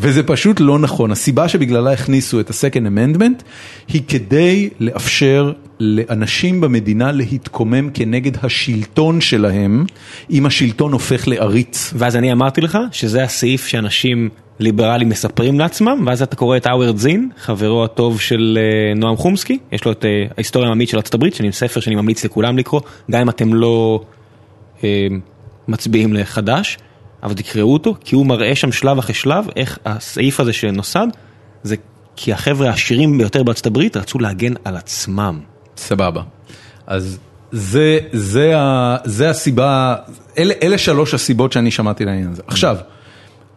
וזה פשוט לא נכון. הסיבה שבגללה הכניסו את ה-Second Amendment היא כדי לאפשר לאנשים במדינה להתקומם כנגד השלטון שלהם, אם השלטון הופך לעריץ.
ואז אני אמרתי לך שזה הסעיף שאנשים ליברלים מספרים לעצמם, ואז אתה קורא את האוורד זין, חברו הטוב של אה, נועם חומסקי, יש לו את אה, ההיסטוריה העממית של ארצות הברית, שאני ספר שאני ממליץ לכולם לקרוא, גם אם אתם לא אה, מצביעים לחדש, אבל תקראו אותו, כי הוא מראה שם שלב אחרי שלב איך הסעיף הזה שנוסד, זה כי החבר'ה העשירים ביותר בארצות הברית רצו להגן על עצמם.
סבבה. אז זה, זה, ה, זה הסיבה, אלה, אלה שלוש הסיבות שאני שמעתי לעניין הזה. עכשיו,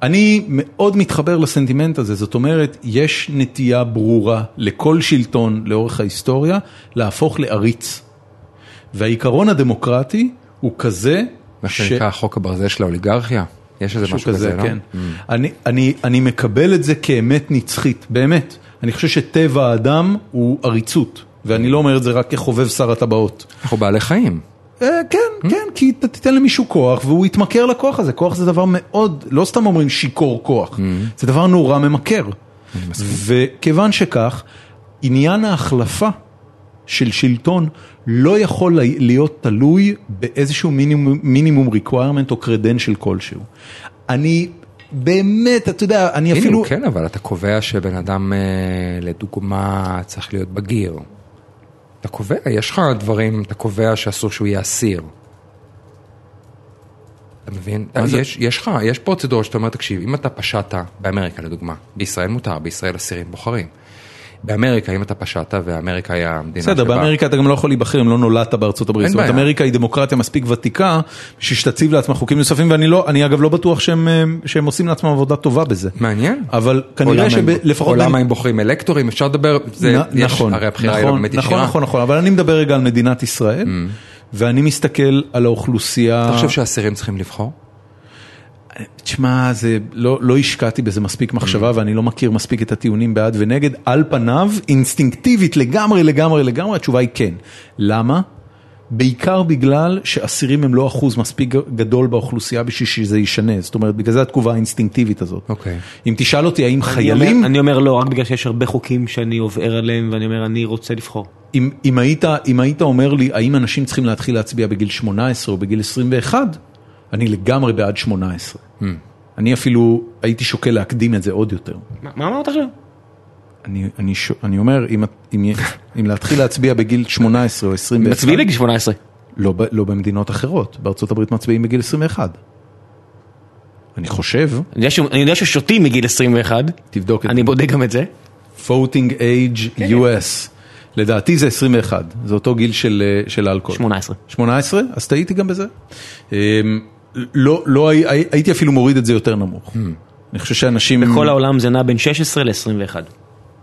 אני מאוד מתחבר לסנטימנט הזה, זאת אומרת, יש נטייה ברורה לכל שלטון לאורך ההיסטוריה להפוך לעריץ. והעיקרון הדמוקרטי הוא כזה,
מה שנקרא חוק הברזל של האוליגרכיה. יש איזה משהו כזה, לא?
כן. אני, אני, אני מקבל את זה כאמת נצחית, באמת. אני חושב שטבע האדם הוא עריצות, ואני לא אומר את זה רק כחובב שר הטבעות.
אנחנו בעלי חיים.
אה, כן, כן, כי אתה תיתן למישהו כוח והוא יתמכר לכוח הזה. כוח זה דבר מאוד, לא סתם אומרים שיכור כוח, זה דבר נורא ממכר. וכיוון שכך, עניין ההחלפה של שלטון לא יכול לה- להיות תלוי באיזשהו מינימום, מינימום requirement או credential כלשהו. אני באמת, אתה יודע, אני
אפילו...
אפילו...
כן, אבל אתה קובע שבן אדם, אה, לדוגמה, צריך להיות בגיר. אתה קובע, יש לך דברים, אתה קובע שאסור שהוא יהיה אסיר. אתה מבין?
זה?
יש, יש לך, יש פרוצדורה שאתה אומר, תקשיב, אם אתה פשעת באמריקה לדוגמה, בישראל מותר, בישראל אסירים בוחרים. באמריקה, אם אתה פשעת, ואמריקה היא המדינה
בסדר, באמריקה אתה גם לא יכול להיבחר אם לא נולדת בארצות הברית.
אין
זאת אומרת,
בעיה.
אמריקה היא דמוקרטיה מספיק ותיקה, בשביל שתציב לעצמה חוקים נוספים, ואני לא, אני אגב לא בטוח שהם, אה, שהם עושים לעצמם עובדה טובה בזה.
מעניין.
אבל
או למה
כנראה
הם- או
שלפחות...
למה הם בוחרים אלקטורים, אפשר לדבר, זה,
נ-
יש,
נכון,
הרי הבחירה היא לא
נכון,
באמת
נכון,
ישירה. Mm.
נכון, נכון, אבל אני מדבר רגע על מדינת ישראל, ואני מסתכל על האוכלוסייה...
אתה חושב שאסירים צריכים לבחור?
תשמע, זה, לא, לא השקעתי בזה מספיק מחשבה
Mm.
ואני לא מכיר מספיק את הטיעונים בעד ונגד. על פניו, אינסטינקטיבית לגמרי, לגמרי, לגמרי, התשובה היא כן. למה? בעיקר בגלל שאסירים הם לא אחוז מספיק גדול באוכלוסייה בשביל שזה ישנה, זאת אומרת, בגלל זה התגובה האינסטינקטיבית הזאת.
אוקיי.
אם תשאל אותי האם
אני
חיילים,
אומר, אני אומר לא, רק בגלל שיש הרבה חוקים שאני עובר עליהם ואני אומר אני רוצה לבחור.
אם, אם, היית, אם היית אומר לי האם אנשים צריכים להתחיל להצביע בגיל 18 או בגיל 21, אני לגמרי בעד 18.
Mm.
אני אפילו הייתי שוקל להקדים את זה עוד יותר.
מה מה אמרת עכשיו?
אני, אני, ש... אני אומר, אם, את- אם, י- אם להתחיל להצביע בגיל 18 או 21,
מצביעים בגיל 18.
לא, ב- לא במדינות אחרות, בארצות הברית מצביעים בגיל 21. אני חושב,
אני יודע שהוא- אני יודע ששותים מגיל 21,
תבדוק את
אני כן, בודק גם את זה.
voting age US, לדעתי זה 21, זה אותו גיל של, אה, של האלכוהול.
18.
18, אז טעיתי גם בזה. אמ, לא, לא, הי- הי- הייתי אפילו מוריד את זה יותר
Hmm.
נמוך. אני חושב שאנשים...
בכל העולם זה נע בין 16 ל-21.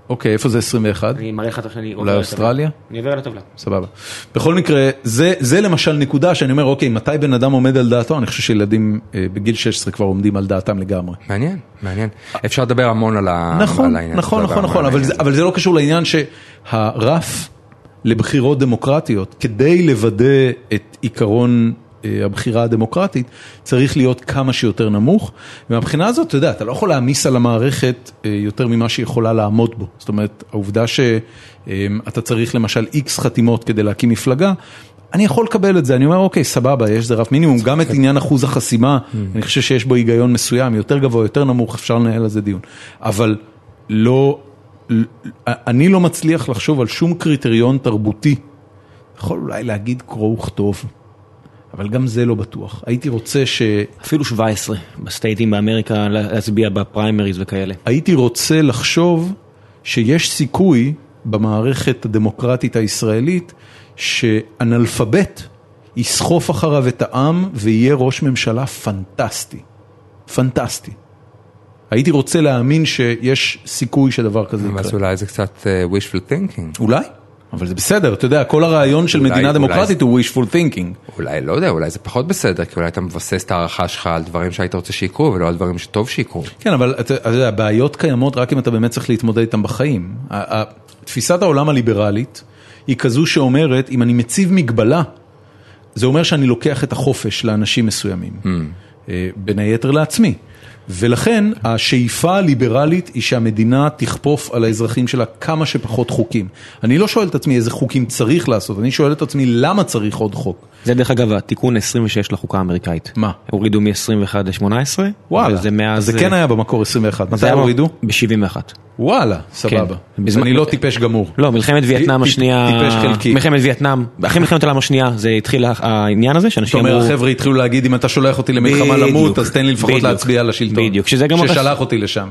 אוקיי, איפה זה 21?
אני מראה לך תכף שאני עובר
אולי
על הטבלה.
אוסטרליה?
אני עובר על הטבלה.
סבבה. בכל מקרה, זה, זה למשל נקודה שאני אומר, אוקיי, מתי בן אדם עומד על דעתו? אני חושב שילדים אה, בגיל 16 כבר עומדים על דעתם לגמרי.
מעניין, מעניין. אפשר לדבר המון על ה-
נכון,
אה, על העניין.
נכון,
הזה
נכון,
ועל
נכון, אבל
העניין
זה-
הזה.
אבל זה לא קשור לעניין שהרף לבחירות דמוקרטיות, כדי לוודא את עיקרון אה, הבחירה הדמוקרטית, צריך להיות כמה שיותר נמוך. ומהבחינה הזאת, אתה יודע, אתה לא יכול להעמיס על המערכת אה, יותר ממה שהיא יכולה לעמוד בו. זאת אומרת, העובדה שאתה צריך למשל איקס חתימות כדי להקים מפלגה, אני יכול לקבל את זה, אני אומר אוקיי סבבה יש זה רף מינימום, גם את עניין אחוז החסימה, אני חושב שיש בו היגיון מסוים, יותר גבוה, יותר נמוך, אפשר לנהל על זה דיון. אבל לא, ל- אני לא מצליח לחשוב על שום קריטריון תרבותי. יכול אולי להגיד קרוא וכתוב, אבל גם זה לא בטוח. הייתי רוצה ש...
אפילו 17 בסטייטים באמריקה להצביע בפריימריז וכאלה.
הייתי רוצה לחשוב שיש סיכוי במערכת הדמוקרטית הישראלית שאנאלפבית יסחוף אחריו את העם ויהיה ראש ממשלה פנטסטי. פנטסטי. הייתי רוצה להאמין שיש סיכוי שדבר כזה יקרה.
ואז אולי זה קצת אה, wishful thinking.
אולי, אבל זה בסדר, אתה יודע, כל הרעיון של
אולי-
מדינה
אולי-
דמוקרטית הוא wishful thinking.
אולי, לא יודע, אולי זה פחות בסדר, כי אולי אתה מבסס את ההערכה שלך על דברים שהיית רוצה שיקרו, ולא על דברים שטוב שיקרו.
כן, אבל אתה אתה יודע, הבעיות קיימות רק אם אתה באמת צריך להתמודד איתן בחיים. ה- ה- תפיסת העולם הליברלית היא כזו שאומרת, אם אני מציב מגבלה, זה אומר שאני לוקח את החופש לאנשים מסוימים,
Hmm.
אה, בין היתר לעצמי. ולכן השאיפה הליברלית היא שהמדינה תכפוף על האזרחים שלה כמה שפחות חוקים. אני לא שואל את עצמי איזה חוקים צריך לעשות, אני שואל את עצמי למה צריך עוד חוק.
זה דרך אגב התיקון 26 לחוקה האמריקאית.
מה?
הורידו מ-21 ל-18.
וואלה,
זה מאז... אה,
זה כן היה במקור 21, מתי הורידו?
ב-71.
וואלה, סבבה.
כן. בזמן-
אני לא טיפש גמור.
לא, מלחמת וייטנאם
טיפ-
השנייה...
טיפש חלקי.
מלחמת וייטנאם, אחרי מלחמת העולם השנייה זה התחיל העניין הזה
אתה
שאנשים
אומר,
אמרו...
החבר'ה התחילו להגיד, אם אתה שולח אותי למלחמה
בדיוק,
למות, אז תן לי לפחות
בדיוק,
להצביע לשלטון.
בדיוק, שזה גם אותה-
ששלח אותי לשם.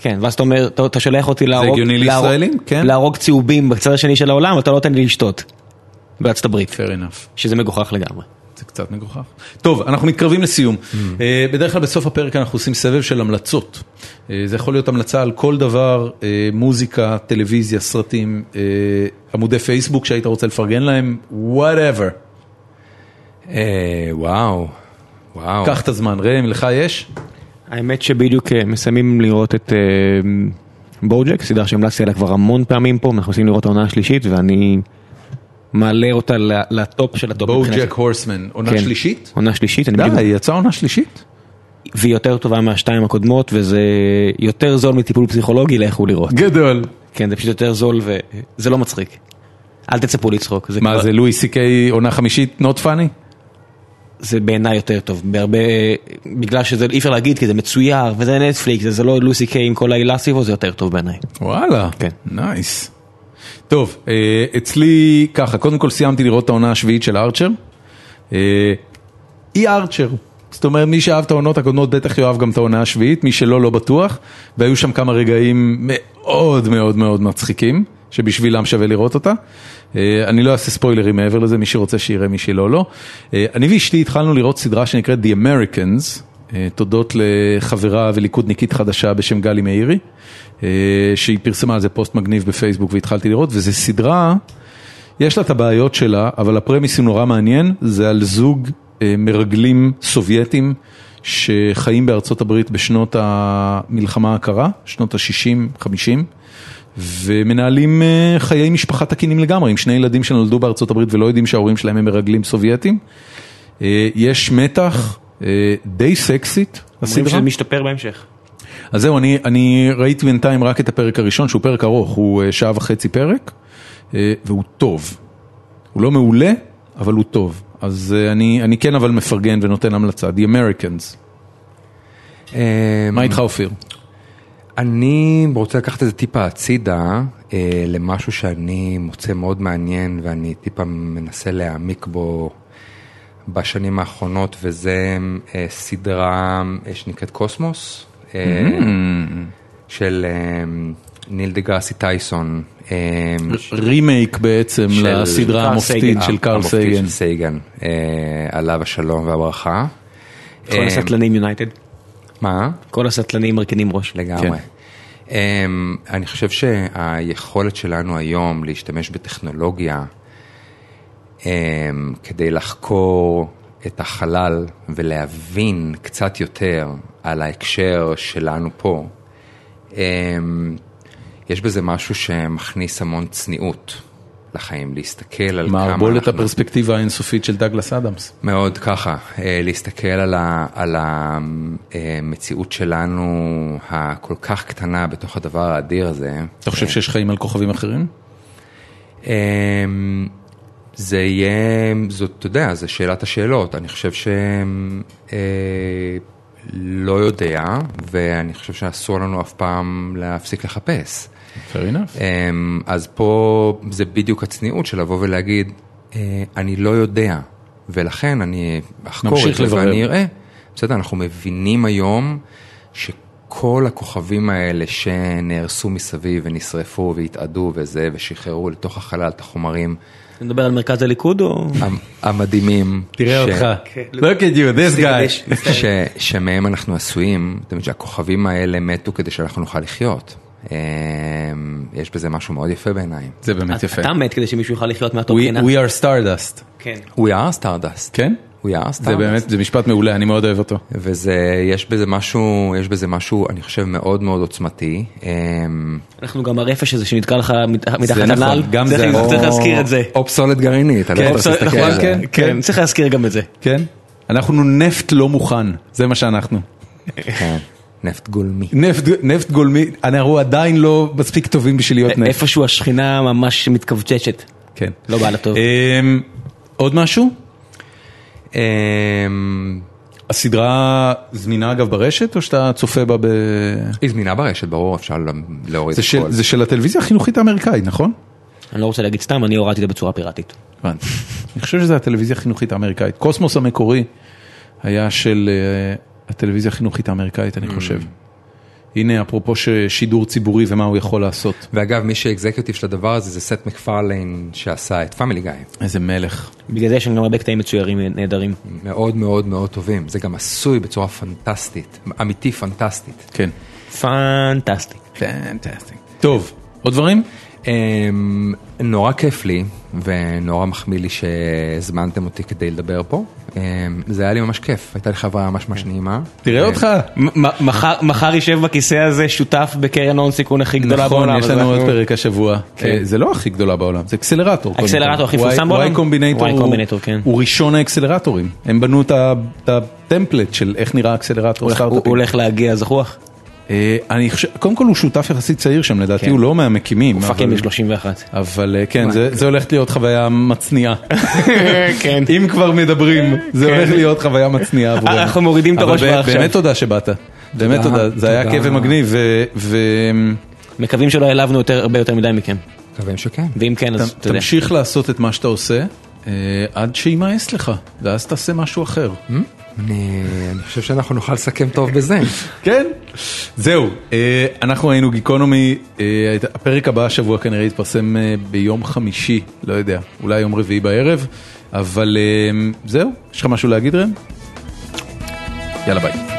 כן, ואז אתה אומר, אתה- אתה שולח אותי להרוג...
הגיוני
להרוג-
לישראלים? כן.
להרוג צהובים בצד השני של העולם, אתה לא נותן לי לשתות. בארצות הברית.
fair enough.
שזה מגוחך לגמרי.
זה קצת מגוחך. טוב, אנחנו מתקרבים לסיום.
Mm.
אה, בדרך כלל בסוף הפרק אנחנו עושים סבב של המלצות. אה, זה יכול להיות המלצה על כל דבר, אה, מוזיקה, טלוויזיה, סרטים, אה, עמודי פייסבוק שהיית רוצה לפרגן להם, whatever.
אה, וואו, וואו.
קח את הזמן, ראם, לך יש?
האמת שבדיוק אה, מסיימים לראות את אה, בוג'ק, סדרה שהמלצתי עליה כבר המון פעמים פה, אנחנו עושים לראות העונה השלישית ואני מעלה אותה ל- לטופ של הטופ. מבחינתי.
בוג'ק הורסמן, עונה
כן.
שלישית?
עונה שלישית, אני
די,
בדיוק...
יצאה עונה שלישית?
והיא יותר טובה מהשתיים הקודמות וזה יותר זול מטיפול פסיכולוגי, לכו לראות.
גדול.
כן, זה פשוט יותר זול וזה לא מצחיק. אל תצפו לצחוק.
מה
כבר-
זה, לואי סי קיי עונה חמישית, נוט פאני?
זה בעיניי יותר טוב, בהרבה, בגלל שזה אי אפשר להגיד כי זה מצויר וזה נטפליקס, זה לא לוסי קיי עם כל העילה סביבו, זה יותר טוב בעיניי.
וואלה,
כן.
נייס. טוב, אה, אצלי ככה, קודם כל סיימתי לראות את העונה השביעית של ארצ'ר. אה, היא ארצ'ר. זאת אומרת, מי שאהב את העונות הקודמות בטח יאהב גם את העונה השביעית, מי שלא, לא בטוח. והיו שם כמה רגעים מאוד מאוד מאוד מצחיקים, שבשבילם שווה לראות אותה. אה, אני לא אעשה ספוילרים מעבר לזה, מי שרוצה שיראה, מי שלא, לא. אה, אני ואשתי התחלנו לראות סדרה שנקראת The Americans, אה, תודות לחברה וליכודניקית חדשה בשם גלי מאירי, אה, שהיא פרסמה על זה פוסט מגניב בפייסבוק והתחלתי לראות, וזו סדרה... יש לה את הבעיות שלה, אבל הפרמיס הוא נורא מעניין, זה על זוג אה, מרגלים סובייטים שחיים בארצות הברית בשנות המלחמה הקרה, שנות ה-60-50, ומנהלים אה, חיי משפחה תקינים לגמרי, עם שני ילדים שנולדו בארצות הברית ולא יודעים שההורים שלהם הם מרגלים סובייטים. אה, יש מתח אה, די סקסית.
אומרים שזה משתפר בהמשך.
אז זהו, אני, אני ראיתי בינתיים רק את הפרק הראשון, שהוא פרק ארוך, הוא אה, שעה וחצי פרק, אה, והוא טוב. הוא לא מעולה, אבל הוא טוב. אז אה, אני, אני כן אבל מפרגן ונותן המלצה, The Americans.
אה,
מה איתך אופיר?
אני רוצה לקחת את זה טיפה הצידה אה, למשהו שאני מוצא מאוד מעניין ואני טיפה מנסה להעמיק בו בשנים האחרונות, וזה אה, סדרה אה, שנקראת קוסמוס, אה,
Mm.
של אה, ניל דה גראסי טייסון. אה,
רימייק בעצם
של-
לסדרה
קרל
המופתית
סייגן.
של קארל
המופתי
סייגן.
של סייגן, אה, עליו השלום והברכה.
כל
אה,
הסטלנים יונייטד.
מה?
אמ, כל הסטלנים מרכינים ראש.
לגמרי. Um, אני חושב שהיכולת שלנו היום להשתמש בטכנולוגיה um, כדי לחקור את החלל ולהבין קצת יותר על ההקשר שלנו פה, um, יש בזה משהו שמכניס המון צניעות לחיים, להסתכל על כמה אנחנו...
מערבולת הפרספקטיבה האינסופית של דגלס אדמס.
מאוד ככה, אה, להסתכל על ה- על המציאות שלנו הכל כך קטנה בתוך הדבר האדיר הזה.
אתה
כן.
חושב שיש חיים על כוכבים אחרים?
אה, זה יהיה, זאת, אתה יודע, זה שאלת השאלות. אני חושב שלא יודע, ואני חושב שאסור לנו אף פעם להפסיק לחפש.
fair enough.
אמ, אז פה זה בדיוק הצניעות של לבוא ולהגיד, אה, אני לא יודע, ולכן אני אחקור את
נמשיך
זה
לברר.
ואני אראה. בסדר, אנחנו מבינים היום שכל הכוכבים האלה שנהרסו מסביב ונשרפו והתאדו וזה, ושחררו לתוך החלל את החומרים
כן.
נדבר על מרכז הליכוד או...
המ- המדהימים. ש-
Look at you, this guy.
ש, שמהם אנחנו עשויים, זאת אומרת שהכוכבים האלה מתו כדי שאנחנו נוכל לחיות. אמ, יש בזה משהו מאוד יפה בעיניי.
זה באמת יפה.
אתה מת כדי שמישהו יוכל לחיות מאותה
We
בחינה.
we are stardust.
כן.
We are Stardust.
כן?
We are Stardust.
זה באמת, זה משפט מעולה, אני מאוד אוהב אותו.
וזה, יש בזה משהו, יש בזה משהו, אני חושב, מאוד מאוד עוצמתי. אמ,
אנחנו גם הרפש הזה שנתקע לך מת- מתחת
נכון,
לנעל.
גם
צריך-
זה.
צריך- צריך להזכיר את זה.
או פסולת גרעינית, אני לא
אה. כן,
יכול
פסולת-
להסתכל
נכון,
על זה.
כן.
כן, צריך להזכיר גם את זה.
כן? אנחנו נפט לא מוכן, זה מה שאנחנו.
כן. נפט גולמי.
נפט, נפט גולמי, אנחנו עדיין לא מספיק טובים בשביל להיות נפט.
איפשהו השכינה ממש מתכווצצת.
כן.
לא בא לה טוב.
אמ, עוד משהו?
אמ,
הסדרה זמינה אגב ברשת, או שאתה צופה בה ב...
היא זמינה ברשת, ברור, אפשר לה- להוריד
זה
את
של,
הכל.
זה של הטלוויזיה החינוכית האמריקאית, נכון?
אני לא רוצה להגיד סתם, אני הורדתי את זה בצורה פיראטית.
הבנתי. אני חושב שזה הטלוויזיה החינוכית האמריקאית. קוסמוס המקורי היה של אה, הטלוויזיה החינוכית האמריקאית, אני חושב. הנה, אפרופו שידור ציבורי ומה הוא יכול לעשות.
ואגב, מי שאקזקיוטיב של הדבר הזה זה סט מקפרליין שעשה את פאמילי גיא.
איזה מלך.
בגלל זה יש לנו גם הרבה קטעים מצוירים אה, נהדרים.
מאוד מאוד מאוד טובים. זה גם עשוי בצורה פנטסטית, אמיתי פנטסטית.
כן.
פנטסטי.
פנטסטי. טוב, עוד דברים?
אמ, נורא כיף לי ונורא מחמיא לי שהזמנתם אותי כדי לדבר פה. אמ, זה היה לי ממש כיף, הייתה לי חברה ממש ממש נעימה.
כן.
תראה אותך.
מ- מ- מחר- מחר יישב בכיסא הזה שותף בקרן הון סיכון הכי גדולה
נכון,
בעולם.
יש
אז
לנו עוד
אנחנו-
פרק השבוע. אה, זה לא הכי גדולה בעולם, זה אקסלרטור. קודם
כן. אקסלרטור
כל.
הכי מפורסם
Y-
בעולם?
Y קומבינטור
Y
הוא-
קומבינטור, כן.
הוא ראשון האקסלרטורים. הם בנו את ה- את הטמפלט של איך נראה אקסלרטור
הוא הוא
סטארט-אפים.
הולך להגיע זחוח.
אה, אני חושב, קודם כל הוא שותף יחסית צעיר שם, לדעתי
כן.
הוא לא מהמקימים.
הוא
אבל-
פאקינג ב-31.
אבל אה, כן, זה- זה הולך להיות חוויה מצניעה.
[LAUGHS] כן.
אם כבר מדברים, זה הולך להיות חוויה מצניעה עבורנו.
אה, אנחנו מורידים את
אבל
הראש
בא-
מעכשיו.
באמת תודה שבאת. באמת תודה, זה היה
תודה.
כיף ומגניב. ו- ו-
מקווים שלא העלבנו יותר- הרבה יותר מדי מכם.
מקווים שכן.
ואם כן, אז
ת-
אתה יודע.
תמשיך לעשות את מה שאתה עושה, אה, עד שימאס לך, ואז תעשה משהו אחר.
אני אני חושב שאנחנו נוכל לסכם טוב בזה.
כן. זהו, אה, אנחנו היינו גיקונומי, אה, הפרק הבא השבוע כנראה יתפרסם אה, ביום חמישי, לא יודע, אולי יום רביעי בערב, אבל אה, זהו, יש לך משהו להגיד ראם? יאללה ביי.